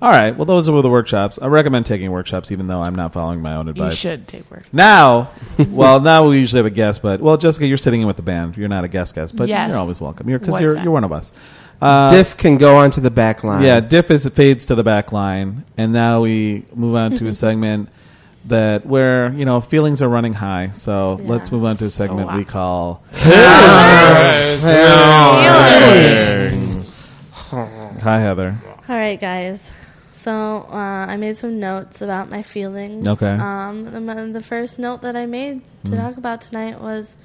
[SPEAKER 1] All right. Well, those were the workshops. I recommend taking workshops, even though I'm not following my own
[SPEAKER 3] You
[SPEAKER 1] advice.
[SPEAKER 3] should take work.
[SPEAKER 1] Now, well, now we usually have a guest, but well, Jessica, you're sitting in with the band. You're not a guest guest, but
[SPEAKER 3] Yes.
[SPEAKER 1] you're always welcome. You're because
[SPEAKER 3] What's
[SPEAKER 1] you're
[SPEAKER 3] that?
[SPEAKER 1] you're one of us. Uh,
[SPEAKER 5] Diff can go onto the back line.
[SPEAKER 1] Yeah, diff is fades to the back line, and now we move on to a segment that where you know feelings are running high. So let's move on to a segment we call. Hi, Heather.
[SPEAKER 4] All right, guys. So uh, I made some notes about my feelings.
[SPEAKER 1] Okay. Mm.
[SPEAKER 4] Um, the, m- the first note that I made to talk about tonight was,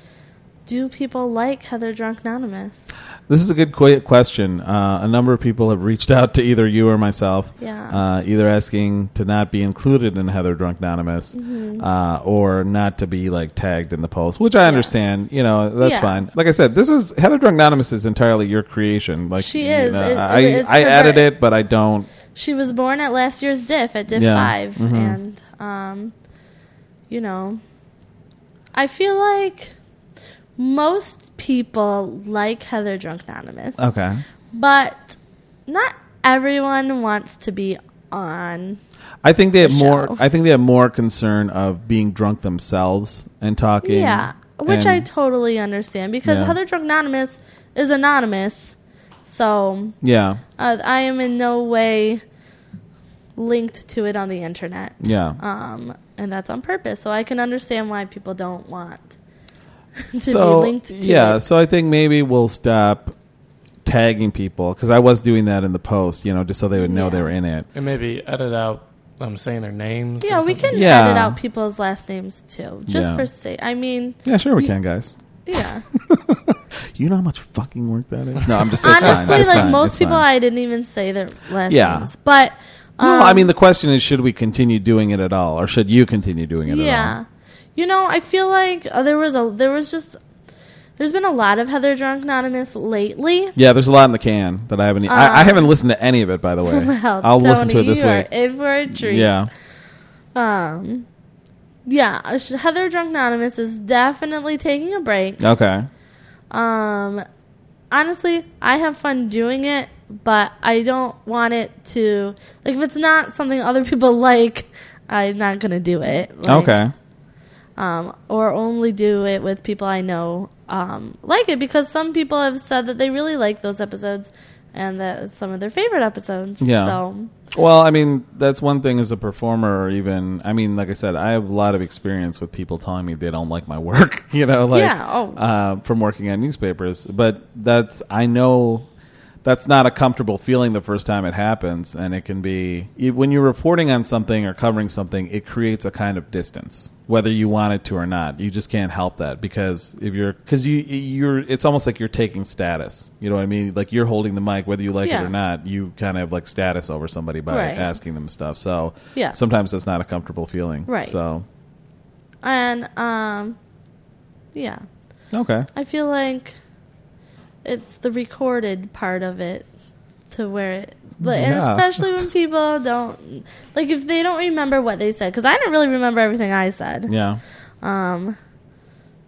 [SPEAKER 4] do people like Heather Drunk Anonymous?
[SPEAKER 1] This is a good qu- question. Uh, a number of people have reached out to either you or myself,
[SPEAKER 4] Yeah.
[SPEAKER 1] uh, either asking to not be included in Heather Drunk Anonymous
[SPEAKER 4] Mm-hmm.
[SPEAKER 1] uh, or not to be like tagged in the post, which I understand. You know, that's
[SPEAKER 4] Yeah.
[SPEAKER 1] fine. Like I said, this is Heather Drunk Anonymous is entirely your creation. Like
[SPEAKER 4] She
[SPEAKER 1] you
[SPEAKER 4] is.
[SPEAKER 1] know,
[SPEAKER 4] It-
[SPEAKER 1] I
[SPEAKER 4] it's
[SPEAKER 1] I
[SPEAKER 4] her-
[SPEAKER 1] added it, but I don't.
[SPEAKER 4] She was born at last year's Diff at Diff
[SPEAKER 1] Yeah. mm-hmm.
[SPEAKER 4] 5 and um, you know, I feel like most people like Heather Drunk Anonymous.
[SPEAKER 1] Okay.
[SPEAKER 4] but not everyone wants to be on.
[SPEAKER 1] I think they have more.
[SPEAKER 4] show.
[SPEAKER 1] I think they have more concern of being drunk themselves and talking.
[SPEAKER 4] Yeah, which I
[SPEAKER 1] and-
[SPEAKER 4] totally understand because
[SPEAKER 1] Yeah.
[SPEAKER 4] Heather Drunk Anonymous is anonymous, so
[SPEAKER 1] yeah.
[SPEAKER 4] uh, I am in no way linked to it on the internet.
[SPEAKER 1] Yeah.
[SPEAKER 4] um, and that's on purpose, so I can understand why people don't want to be linked to
[SPEAKER 1] yeah,
[SPEAKER 4] it.
[SPEAKER 1] so I think maybe we'll stop tagging people because I was doing that in the post, you know, just so they would know they
[SPEAKER 4] Yeah.
[SPEAKER 1] were in it.
[SPEAKER 2] And maybe edit out I'm saying their names. or
[SPEAKER 4] Yeah, we
[SPEAKER 2] something.
[SPEAKER 4] can
[SPEAKER 1] Yeah.
[SPEAKER 4] edit out people's last names too, just
[SPEAKER 1] Yeah.
[SPEAKER 4] for sake. I mean,
[SPEAKER 1] Yeah, sure we can, guys.
[SPEAKER 4] yeah.
[SPEAKER 1] You know how much fucking work that is. No, I'm just it's fine.
[SPEAKER 4] Honestly,
[SPEAKER 1] It's
[SPEAKER 4] like
[SPEAKER 1] fine.
[SPEAKER 4] most
[SPEAKER 1] It's
[SPEAKER 4] people,
[SPEAKER 1] fine.
[SPEAKER 4] I didn't even say their last
[SPEAKER 1] Yeah.
[SPEAKER 4] names. But um,
[SPEAKER 1] no, I mean the question is, should we continue doing it at all, or should you continue doing it?
[SPEAKER 4] yeah, you know, I feel like uh, there was a there was just There's been a lot of Heather Drunk Anonymous lately.
[SPEAKER 1] Yeah, there's a lot in the can that I haven't. e, I, I haven't listened to any of it, by the way.
[SPEAKER 4] Uh, Well,
[SPEAKER 1] I'll
[SPEAKER 4] Tony,
[SPEAKER 1] listen to it this
[SPEAKER 4] you
[SPEAKER 1] week.
[SPEAKER 4] Are in for a treat.
[SPEAKER 1] Yeah,
[SPEAKER 4] Um, yeah, uh, sh- Heather Drunk Anonymous is definitely taking a break.
[SPEAKER 1] okay.
[SPEAKER 4] Um, honestly, I have fun doing it, but I don't want it to like if it's not something other people like. I'm not gonna do it. Like,
[SPEAKER 1] okay.
[SPEAKER 4] um, or only do it with people I know um, like it because some people have said that they really like those episodes and that it's some of their favorite episodes.
[SPEAKER 1] Yeah.
[SPEAKER 4] So
[SPEAKER 1] Well, I mean, that's one thing as a performer, or even, I mean, like I said, I have a lot of experience with people telling me they don't like my work, you know, like
[SPEAKER 4] Yeah, oh.
[SPEAKER 1] uh, from working on newspapers. But that's, I know that's not a comfortable feeling the first time it happens. And it can be, e- when you're reporting on something or covering something, it creates a kind of distance, whether you want it to or not. You just can't help that because if you're, because you, you're, it's almost like you're taking status. You know what I mean? Like you're holding the mic, whether you like it
[SPEAKER 4] Yeah.
[SPEAKER 1] or not, you kind of have like status over somebody by
[SPEAKER 4] Right.
[SPEAKER 1] asking them stuff. So
[SPEAKER 4] Yeah.
[SPEAKER 1] sometimes that's not a comfortable feeling.
[SPEAKER 4] Right.
[SPEAKER 1] So
[SPEAKER 4] and um, yeah,
[SPEAKER 1] okay.
[SPEAKER 4] I feel like it's the recorded part of it to where it. li- And
[SPEAKER 1] Yeah.
[SPEAKER 4] especially when people don't like if they don't remember what they said because I don't really remember everything I said.
[SPEAKER 1] Yeah.
[SPEAKER 4] Um,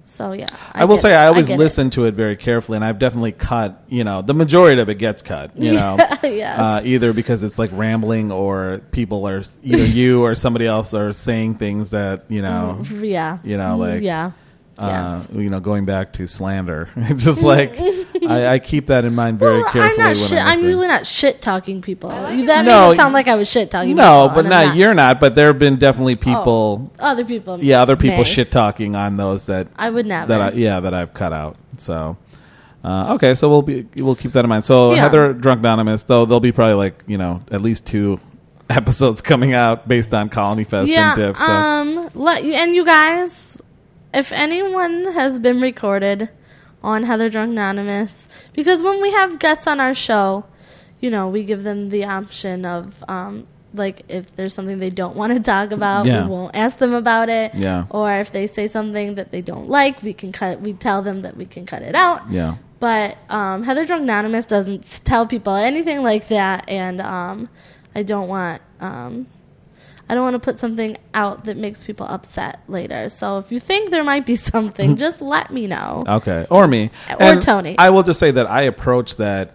[SPEAKER 4] so yeah,
[SPEAKER 1] I, will
[SPEAKER 4] get
[SPEAKER 1] say
[SPEAKER 4] it.
[SPEAKER 1] I always
[SPEAKER 4] get it.
[SPEAKER 1] listen to it very carefully, and I've definitely cut. You know, the majority of it gets cut. You know,
[SPEAKER 4] yes.
[SPEAKER 1] uh, either because it's like rambling, or people are either you or somebody else are saying things that you know.
[SPEAKER 4] Yeah.
[SPEAKER 1] You know,
[SPEAKER 4] Mm,
[SPEAKER 1] like,
[SPEAKER 4] Mm-hmm. yeah.
[SPEAKER 1] Uh,
[SPEAKER 4] Yes. Mm-hmm.
[SPEAKER 1] you know, going back to slander, It's just like I, I keep that in mind very
[SPEAKER 4] Well,
[SPEAKER 1] carefully.
[SPEAKER 4] I'm not
[SPEAKER 1] when
[SPEAKER 4] shit.
[SPEAKER 1] I
[SPEAKER 4] I'm
[SPEAKER 1] listen.
[SPEAKER 4] usually not shit talking people. You- that
[SPEAKER 1] No,
[SPEAKER 4] made it sound like I was shit talking.
[SPEAKER 1] no,
[SPEAKER 4] people,
[SPEAKER 1] but
[SPEAKER 4] and
[SPEAKER 1] not,
[SPEAKER 4] I'm
[SPEAKER 1] you're not. But there have been
[SPEAKER 4] Oh.
[SPEAKER 1] definitely people,
[SPEAKER 4] Other people.
[SPEAKER 1] yeah, other people
[SPEAKER 4] may.
[SPEAKER 1] shit talking on those that
[SPEAKER 4] I would never.
[SPEAKER 1] that I, yeah that I've cut out. So uh, okay, so we'll be we'll keep that in mind. So
[SPEAKER 4] Yeah.
[SPEAKER 1] Heather Drunk Anonymous, though there'll be probably like you know at least two episodes coming out based on Colony Fest
[SPEAKER 4] yeah.
[SPEAKER 1] and Diff. So
[SPEAKER 4] Um. Let you and you guys, if anyone has been recorded on Heather Drunk Anonymous, because when we have guests on our show, you know, we give them the option of um. Like if there's something they don't want to talk about,
[SPEAKER 1] Yeah.
[SPEAKER 4] we won't ask them about it.
[SPEAKER 1] Yeah.
[SPEAKER 4] Or if they say something that they don't like, we can cut. We tell them that we can cut it out.
[SPEAKER 1] yeah,
[SPEAKER 4] But um, Heather Drunk Anonymous doesn't s- tell people anything like that, and um, I don't want um, I don't want to put something out that makes people upset later. So if you think there might be something, just let me know.
[SPEAKER 1] okay, or me
[SPEAKER 4] Or
[SPEAKER 1] And
[SPEAKER 4] Tony.
[SPEAKER 1] I will just say that I approach that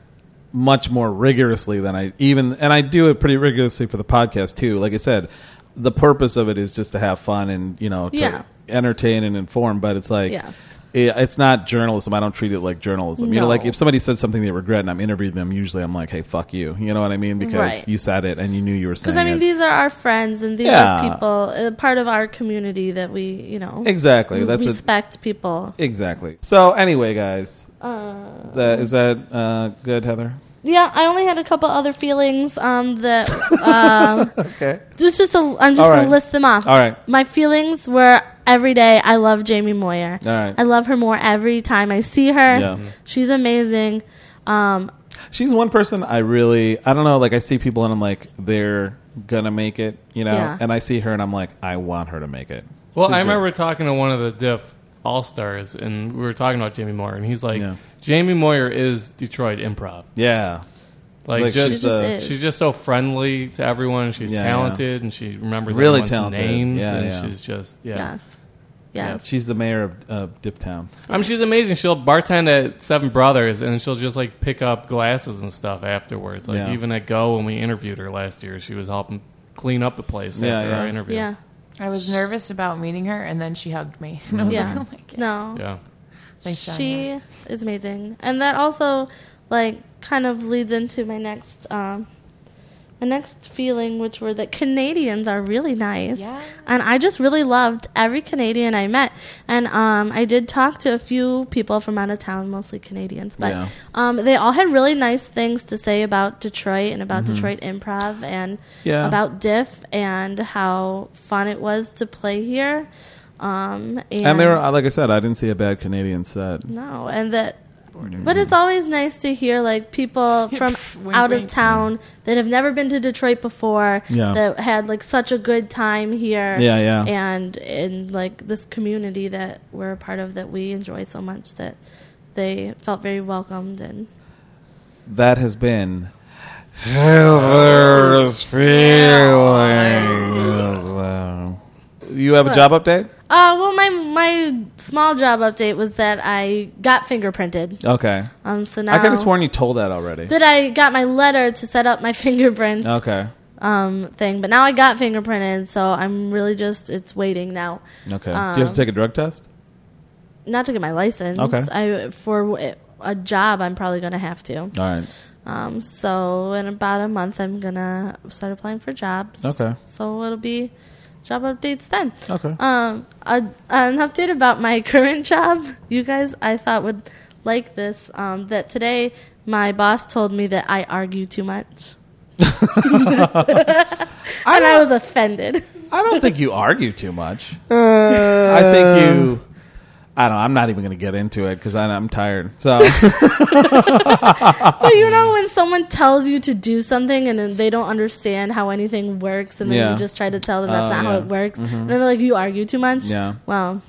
[SPEAKER 1] much more rigorously than I even and I do it pretty rigorously for the podcast too. Like I said, the purpose of it is just to have fun and you know to
[SPEAKER 4] Yeah.
[SPEAKER 1] entertain and inform. But it's like
[SPEAKER 4] Yes.
[SPEAKER 1] it, it's not journalism. I don't treat it like journalism. You know,
[SPEAKER 4] No.
[SPEAKER 1] like if somebody said something they regret and I'm interviewing them, usually I'm like, hey, fuck you. You know what I mean? Because
[SPEAKER 4] Right.
[SPEAKER 1] you said it and you knew you were saying
[SPEAKER 4] Because I mean,
[SPEAKER 1] it.
[SPEAKER 4] these are our friends, and these
[SPEAKER 1] Yeah.
[SPEAKER 4] are people uh, part of our community that we, you know,
[SPEAKER 1] exactly. That's it.
[SPEAKER 4] respect people.
[SPEAKER 1] exactly. So anyway, guys,
[SPEAKER 4] Uh,
[SPEAKER 1] that is that uh, good, Heather?
[SPEAKER 4] Yeah, I only had a couple other feelings um, that um,
[SPEAKER 1] Okay.
[SPEAKER 4] Just, just a, I'm just
[SPEAKER 1] All right.
[SPEAKER 4] gonna list them off.
[SPEAKER 1] All right.
[SPEAKER 4] My feelings were every day. I love Jamie Moyer.
[SPEAKER 1] All right.
[SPEAKER 4] I love her more every time I see her.
[SPEAKER 1] Yeah.
[SPEAKER 4] She's amazing. Um,
[SPEAKER 1] She's one person I really I don't know, like I see people and I'm like, they're gonna make it, you know?
[SPEAKER 4] Yeah.
[SPEAKER 1] And I see her and I'm like, I want her to make it.
[SPEAKER 2] Well,
[SPEAKER 1] She's
[SPEAKER 2] I
[SPEAKER 1] great.
[SPEAKER 2] remember talking to one of the Diff All Stars, and we were talking about Jamie Moyer, and he's like,
[SPEAKER 1] Yeah.
[SPEAKER 2] Jamie Moyer is Detroit improv.
[SPEAKER 1] Yeah.
[SPEAKER 2] Like,
[SPEAKER 1] Like,
[SPEAKER 2] just,
[SPEAKER 1] she's She just
[SPEAKER 4] is.
[SPEAKER 2] she's just so friendly to everyone. She's
[SPEAKER 1] Yeah, yeah.
[SPEAKER 2] talented, and she remembers
[SPEAKER 1] Really
[SPEAKER 2] everyone's
[SPEAKER 1] talented.
[SPEAKER 2] names,
[SPEAKER 1] Yeah,
[SPEAKER 2] and
[SPEAKER 1] yeah.
[SPEAKER 2] she's just yeah.
[SPEAKER 4] Yes. Yes.
[SPEAKER 1] She's the mayor of uh, Diptown.
[SPEAKER 2] I mean, she's amazing. She'll bartend at Seven Brothers, and she'll just like pick up glasses and stuff afterwards. Like
[SPEAKER 1] Yeah.
[SPEAKER 2] even at Go, when we interviewed her last year, she was helping clean up the place
[SPEAKER 1] Yeah,
[SPEAKER 2] after
[SPEAKER 1] yeah.
[SPEAKER 2] our interview.
[SPEAKER 4] Yeah.
[SPEAKER 3] I was nervous about meeting her, and then she hugged me, and I
[SPEAKER 1] Mm.
[SPEAKER 3] was
[SPEAKER 4] Yeah.
[SPEAKER 3] like, "Oh my god!"
[SPEAKER 4] No.
[SPEAKER 2] yeah.
[SPEAKER 3] Thanks, Diane.
[SPEAKER 4] she is amazing, and that also like kind of leads into my next um, my next feeling, which were that Canadians are really nice,
[SPEAKER 3] Yes.
[SPEAKER 4] and I just really loved every Canadian I met, and um, I did talk to a few people from out of town, mostly Canadians, but
[SPEAKER 1] Yeah.
[SPEAKER 4] um, they all had really nice things to say about Detroit and about Detroit improv and
[SPEAKER 1] Mm-hmm. Yeah.
[SPEAKER 4] about Diff and how fun it was to play here. Um, and,
[SPEAKER 1] And they were like I said, I didn't see a bad Canadian set.
[SPEAKER 4] no, and that
[SPEAKER 3] skateboarder.
[SPEAKER 4] But it's always nice to hear like people from
[SPEAKER 3] Wink,
[SPEAKER 4] out of
[SPEAKER 3] wink.
[SPEAKER 4] town that have never been to Detroit before
[SPEAKER 1] Yeah.
[SPEAKER 4] that had like such a good time here.
[SPEAKER 1] Yeah, yeah.
[SPEAKER 4] And in like this community that we're a part of that we enjoy so much that they felt very welcomed and
[SPEAKER 1] That has been You have a job update?
[SPEAKER 4] uh well my my small job update was that I got fingerprinted.
[SPEAKER 1] Okay.
[SPEAKER 4] Um so now
[SPEAKER 1] I could have sworn you told that already.
[SPEAKER 4] that I got my letter to set up my fingerprint
[SPEAKER 1] Okay.
[SPEAKER 4] um thing, but now I got fingerprinted, so I'm really just it's waiting now.
[SPEAKER 1] Okay. Do you
[SPEAKER 4] Uh,
[SPEAKER 1] have to take a drug test?
[SPEAKER 4] not to get my license.
[SPEAKER 1] Okay.
[SPEAKER 4] I for w- a job, I'm probably gonna have to.
[SPEAKER 1] All right.
[SPEAKER 4] Um, so in about a month, I'm gonna start applying for jobs.
[SPEAKER 1] Okay.
[SPEAKER 4] So it'll be job updates then.
[SPEAKER 1] Okay.
[SPEAKER 4] Um, a, an update about my current job. You guys, I thought would like this. Um, that today my boss told me that I argue too much, and I was offended.
[SPEAKER 1] I don't think you argue too much.
[SPEAKER 5] Uh,
[SPEAKER 1] I think you. I don't. I'm not even going to get into it because I'm tired. So
[SPEAKER 4] But you know when someone tells you to do something and then they don't understand how anything works and then
[SPEAKER 1] Yeah.
[SPEAKER 4] you just try to tell them that's
[SPEAKER 1] Oh,
[SPEAKER 4] not
[SPEAKER 1] yeah.
[SPEAKER 4] how it works and then they're like you argue too much.
[SPEAKER 1] Yeah.
[SPEAKER 4] Well,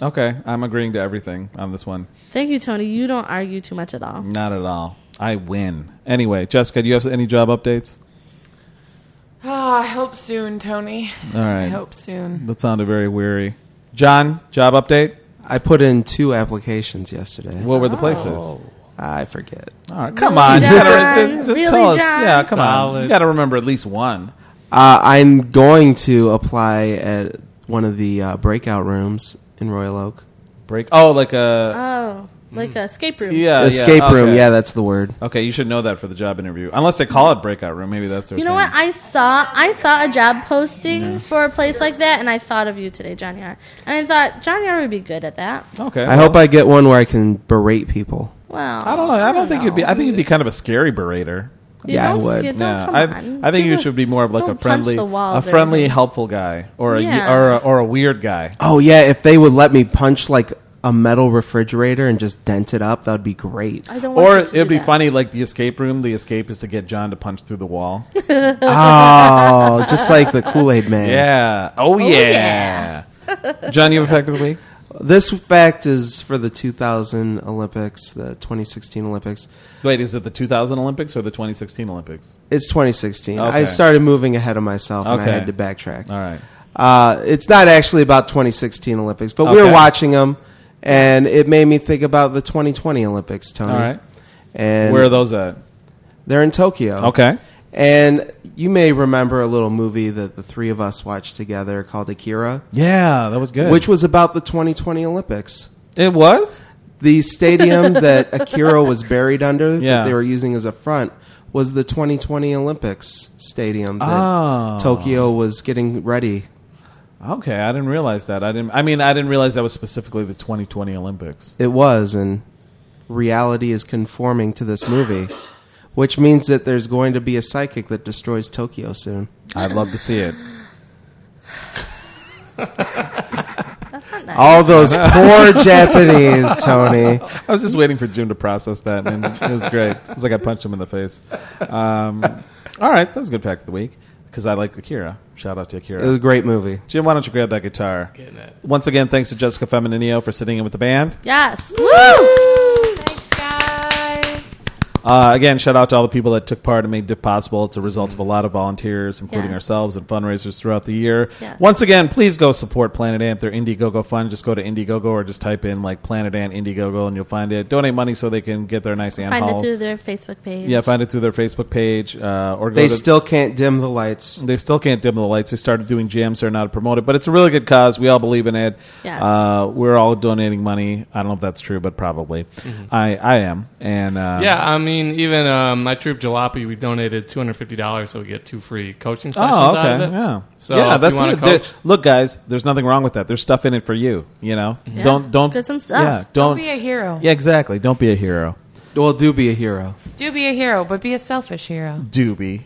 [SPEAKER 1] okay, I'm agreeing to everything on this one.
[SPEAKER 4] thank you, Tony. You don't argue too much at all.
[SPEAKER 1] Not at all. I win. Anyway, Jessica, do you have any job updates?
[SPEAKER 3] Oh, I hope soon, Tony.
[SPEAKER 1] All right.
[SPEAKER 3] I hope soon.
[SPEAKER 1] That sounded very weary. John, job update.
[SPEAKER 5] I put in two applications yesterday.
[SPEAKER 1] What
[SPEAKER 4] Oh.
[SPEAKER 1] were the places?
[SPEAKER 5] I forget.
[SPEAKER 1] All right, come on.
[SPEAKER 4] John?
[SPEAKER 1] You gotta, just- just
[SPEAKER 4] Really,
[SPEAKER 1] tell us.
[SPEAKER 4] John?
[SPEAKER 1] Yeah, come on. You
[SPEAKER 2] Solid.
[SPEAKER 1] got to remember at least one.
[SPEAKER 5] Uh, I'm going to apply at one of the uh, breakout rooms in Royal Oak.
[SPEAKER 1] Break. Oh, like a
[SPEAKER 4] Oh, like a escape room.
[SPEAKER 1] Mm. yeah,
[SPEAKER 5] Escape
[SPEAKER 1] yeah,
[SPEAKER 5] room,
[SPEAKER 1] okay.
[SPEAKER 5] yeah, that's the word.
[SPEAKER 1] Okay, you should know that for the job interview. Unless they call it breakout room, maybe that's their
[SPEAKER 4] You know
[SPEAKER 1] thing.
[SPEAKER 4] what? I saw I saw a job posting for a place like that, and I thought of you today, Johnny R. And I thought Johnny R would be good at that.
[SPEAKER 1] okay.
[SPEAKER 5] I hope I get one where I can berate people.
[SPEAKER 4] Well,
[SPEAKER 1] I don't know. I don't, think you'd be. I think you'd be kind of a scary berater.
[SPEAKER 4] You
[SPEAKER 5] Yeah, I
[SPEAKER 4] don't
[SPEAKER 5] would.
[SPEAKER 4] skip- Don't
[SPEAKER 1] yeah,
[SPEAKER 4] come
[SPEAKER 1] I,
[SPEAKER 4] on.
[SPEAKER 1] I think you
[SPEAKER 4] People-
[SPEAKER 1] should be more of like a
[SPEAKER 4] don't punch
[SPEAKER 1] friendly,
[SPEAKER 4] the
[SPEAKER 1] a
[SPEAKER 4] walls or
[SPEAKER 1] friendly,
[SPEAKER 4] anything.
[SPEAKER 1] helpful guy, or a ye-
[SPEAKER 4] Yeah.
[SPEAKER 1] or a, or a weird guy.
[SPEAKER 5] Oh yeah, if they would let me punch like a metal refrigerator and just dent it up, that would be great.
[SPEAKER 4] I don't. Want
[SPEAKER 1] Or
[SPEAKER 4] you to do
[SPEAKER 1] it'd be
[SPEAKER 4] that.
[SPEAKER 1] funny, like the escape room. The escape is to get John to punch through the wall.
[SPEAKER 5] Oh, just like the Kool Aid Man.
[SPEAKER 1] yeah. Oh yeah. John, you have a fact of the week.
[SPEAKER 5] This fact is for the 2000 Olympics, the 2016 Olympics.
[SPEAKER 1] Wait, is it the 2000 Olympics or the 2016 Olympics?
[SPEAKER 5] It's 2016.
[SPEAKER 1] Okay.
[SPEAKER 5] I started moving ahead of myself and
[SPEAKER 1] Okay.
[SPEAKER 5] I had to backtrack.
[SPEAKER 1] All right.
[SPEAKER 5] Uh, it's not actually about 2016 Olympics, but we
[SPEAKER 1] Okay.
[SPEAKER 5] were watching them, and it made me think about the 2020 Olympics, Tony.
[SPEAKER 1] All right.
[SPEAKER 5] And
[SPEAKER 1] Where are those at?
[SPEAKER 5] They're in Tokyo.
[SPEAKER 1] Okay.
[SPEAKER 5] And you may remember a little movie that the three of us watched together called Akira,
[SPEAKER 1] Yeah, that was good.
[SPEAKER 5] which was about the 2020 Olympics.
[SPEAKER 1] it was.
[SPEAKER 5] The stadium that Akira was buried under,
[SPEAKER 1] Yeah.
[SPEAKER 5] that they were using as a front, was the 2020 Olympics stadium that
[SPEAKER 1] Oh.
[SPEAKER 5] Tokyo was getting ready.
[SPEAKER 1] Okay, I didn't realize that. I didn't. I mean, I didn't realize that was specifically the 2020 Olympics.
[SPEAKER 5] It was, and reality is conforming to this movie, which means that there's going to be a psychic that destroys Tokyo soon.
[SPEAKER 1] I'd love to see it.
[SPEAKER 4] That's not nice.
[SPEAKER 5] All those poor Japanese, Tony.
[SPEAKER 1] I was just waiting for Jim to process that, and it was great. It was like I punched him in the face. Um, all right, that was a good fact of the week because I like Akira. Shout out to
[SPEAKER 5] It was a
[SPEAKER 1] Akira.
[SPEAKER 5] great movie.
[SPEAKER 1] Jim, why don't you grab that guitar?
[SPEAKER 2] Getting it.
[SPEAKER 1] Once again, thanks to Jessica Femininio for sitting in with the band.
[SPEAKER 4] Yes. Woo!
[SPEAKER 3] Thanks, guys.
[SPEAKER 1] Uh, again, shout out to all the people that took part and made DIP possible. It's a result of a lot of volunteers, including
[SPEAKER 4] Yeah.
[SPEAKER 1] ourselves and fundraisers throughout the year.
[SPEAKER 4] Yes.
[SPEAKER 1] Once again, please go support Planet Ant, their Indiegogo fund. Just go to Indiegogo or just type in like Planet Ant Indiegogo and you'll find it. Donate money so they can get their nice ant
[SPEAKER 4] Find
[SPEAKER 1] haul.
[SPEAKER 4] it through their Facebook page.
[SPEAKER 1] yeah, find it through their Facebook page uh, or go
[SPEAKER 5] They
[SPEAKER 1] to-
[SPEAKER 5] still can't dim the lights.
[SPEAKER 1] they still can't dim the lights. They started doing jams. They're not promoted, but it's a really good cause. We all believe in it.
[SPEAKER 4] Yes.
[SPEAKER 1] Uh, we're all donating money. I don't know if that's true, but probably. I, I am. And uh,
[SPEAKER 2] Mm-hmm. Yeah, I mean, even um, my troop Jalopy, we donated two hundred fifty dollars, so we get two free coaching sessions out of it.
[SPEAKER 1] Oh, Yeah.
[SPEAKER 2] So
[SPEAKER 1] yeah,
[SPEAKER 2] if
[SPEAKER 1] that's
[SPEAKER 2] you want
[SPEAKER 1] good.
[SPEAKER 2] to coach,
[SPEAKER 1] There- look, guys, there's nothing wrong with that. There's stuff in it for you. You know, don't don't
[SPEAKER 4] Get some stuff.
[SPEAKER 1] Yeah, don't,
[SPEAKER 3] Don't be a hero.
[SPEAKER 1] yeah, exactly. Don't be a hero.
[SPEAKER 5] Well, do be a hero.
[SPEAKER 3] Do be a hero, but be a selfish hero.
[SPEAKER 1] Doobie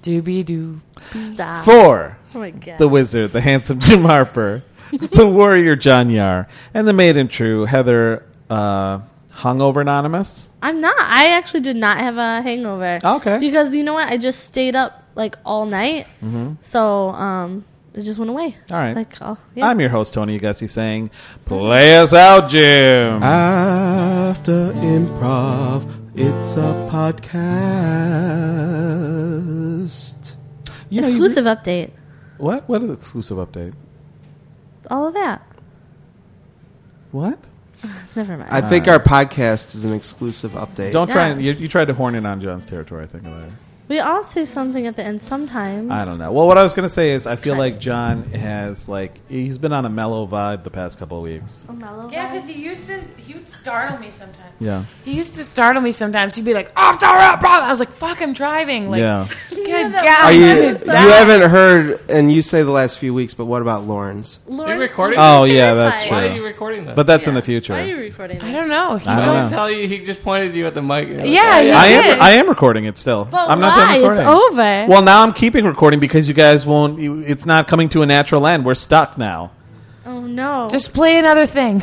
[SPEAKER 3] Do be do.
[SPEAKER 4] Stop.
[SPEAKER 1] for
[SPEAKER 4] oh my god.
[SPEAKER 1] the wizard, the handsome Jim Harper, the warrior John Yar, and the maiden true Heather uh, Hungover Anonymous?
[SPEAKER 4] I'm not. I actually did not have a hangover.
[SPEAKER 1] Okay.
[SPEAKER 4] Because you know what? I just stayed up like all night. Mm-hmm. So um, it just went away.
[SPEAKER 1] All right.
[SPEAKER 4] Like, oh, yeah.
[SPEAKER 1] I'm your host, Tony Agassi, saying, Play us out, Jim.
[SPEAKER 4] Uh,
[SPEAKER 5] After improv, it's a podcast.
[SPEAKER 1] You know, you-
[SPEAKER 4] Exclusive update.
[SPEAKER 1] what? What an exclusive update.
[SPEAKER 4] All of that.
[SPEAKER 1] What?
[SPEAKER 4] Never mind.
[SPEAKER 5] I think our podcast is an exclusive update.
[SPEAKER 1] Don't try and you,
[SPEAKER 4] Yes.
[SPEAKER 1] you tried to horn in on John's territory. I think about it.
[SPEAKER 4] we all say something at the end sometimes.
[SPEAKER 1] I don't know. Well, what I was gonna say is I feel
[SPEAKER 4] cut
[SPEAKER 1] like
[SPEAKER 4] it.
[SPEAKER 1] John has like he's been on a mellow vibe the past couple of weeks.
[SPEAKER 4] A mellow
[SPEAKER 3] Yeah, because
[SPEAKER 4] vibe.
[SPEAKER 3] he used to, he would startle me sometimes.
[SPEAKER 1] Yeah.
[SPEAKER 3] He used to startle me sometimes. He'd be like, after up, bro. I was like, fuck, I'm driving. Like,
[SPEAKER 1] yeah.
[SPEAKER 3] good
[SPEAKER 4] that
[SPEAKER 3] God.
[SPEAKER 5] Are you,
[SPEAKER 3] that
[SPEAKER 5] you
[SPEAKER 3] is bad.
[SPEAKER 5] haven't heard, and you say the last few weeks, but what about Lauren's?
[SPEAKER 4] Lawrence
[SPEAKER 2] You recorded
[SPEAKER 4] was
[SPEAKER 1] Oh, yeah, that's
[SPEAKER 4] terrified.
[SPEAKER 2] Why
[SPEAKER 1] true.
[SPEAKER 2] are you recording this?
[SPEAKER 1] But uh, that's in the
[SPEAKER 4] Why are
[SPEAKER 1] future.
[SPEAKER 4] you recording
[SPEAKER 3] I
[SPEAKER 4] this?
[SPEAKER 3] don't know. He
[SPEAKER 1] I
[SPEAKER 3] told
[SPEAKER 1] don't
[SPEAKER 2] I
[SPEAKER 1] know.
[SPEAKER 2] tell you, he just pointed you at the mic. and-
[SPEAKER 3] Yeah, he
[SPEAKER 1] I
[SPEAKER 3] did.
[SPEAKER 1] am I am recording it still.
[SPEAKER 4] But
[SPEAKER 1] I'm not
[SPEAKER 4] why?
[SPEAKER 1] done
[SPEAKER 4] It's
[SPEAKER 1] recording.
[SPEAKER 4] over.
[SPEAKER 1] Well, now I'm keeping recording because you guys won't. you- It's not coming to a natural end. We're stuck now.
[SPEAKER 4] Oh, no. Just
[SPEAKER 3] Just play another thing.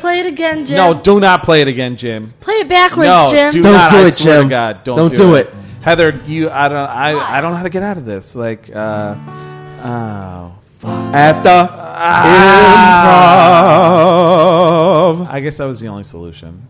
[SPEAKER 4] play it again, Jim.
[SPEAKER 1] No, do not play it again, Jim.
[SPEAKER 4] Play it backwards,
[SPEAKER 1] No,
[SPEAKER 4] Jim.
[SPEAKER 1] do
[SPEAKER 5] Don't
[SPEAKER 1] not.
[SPEAKER 5] do
[SPEAKER 1] I
[SPEAKER 5] it,
[SPEAKER 1] swear
[SPEAKER 5] Jim.
[SPEAKER 1] to God, don't,
[SPEAKER 5] Don't do it.
[SPEAKER 1] Heather. You, I don't, I, I don't know how to get out of this. Like, uh, oh, fuck.
[SPEAKER 5] After
[SPEAKER 1] Ah.
[SPEAKER 5] improv.
[SPEAKER 1] I guess that was the only solution.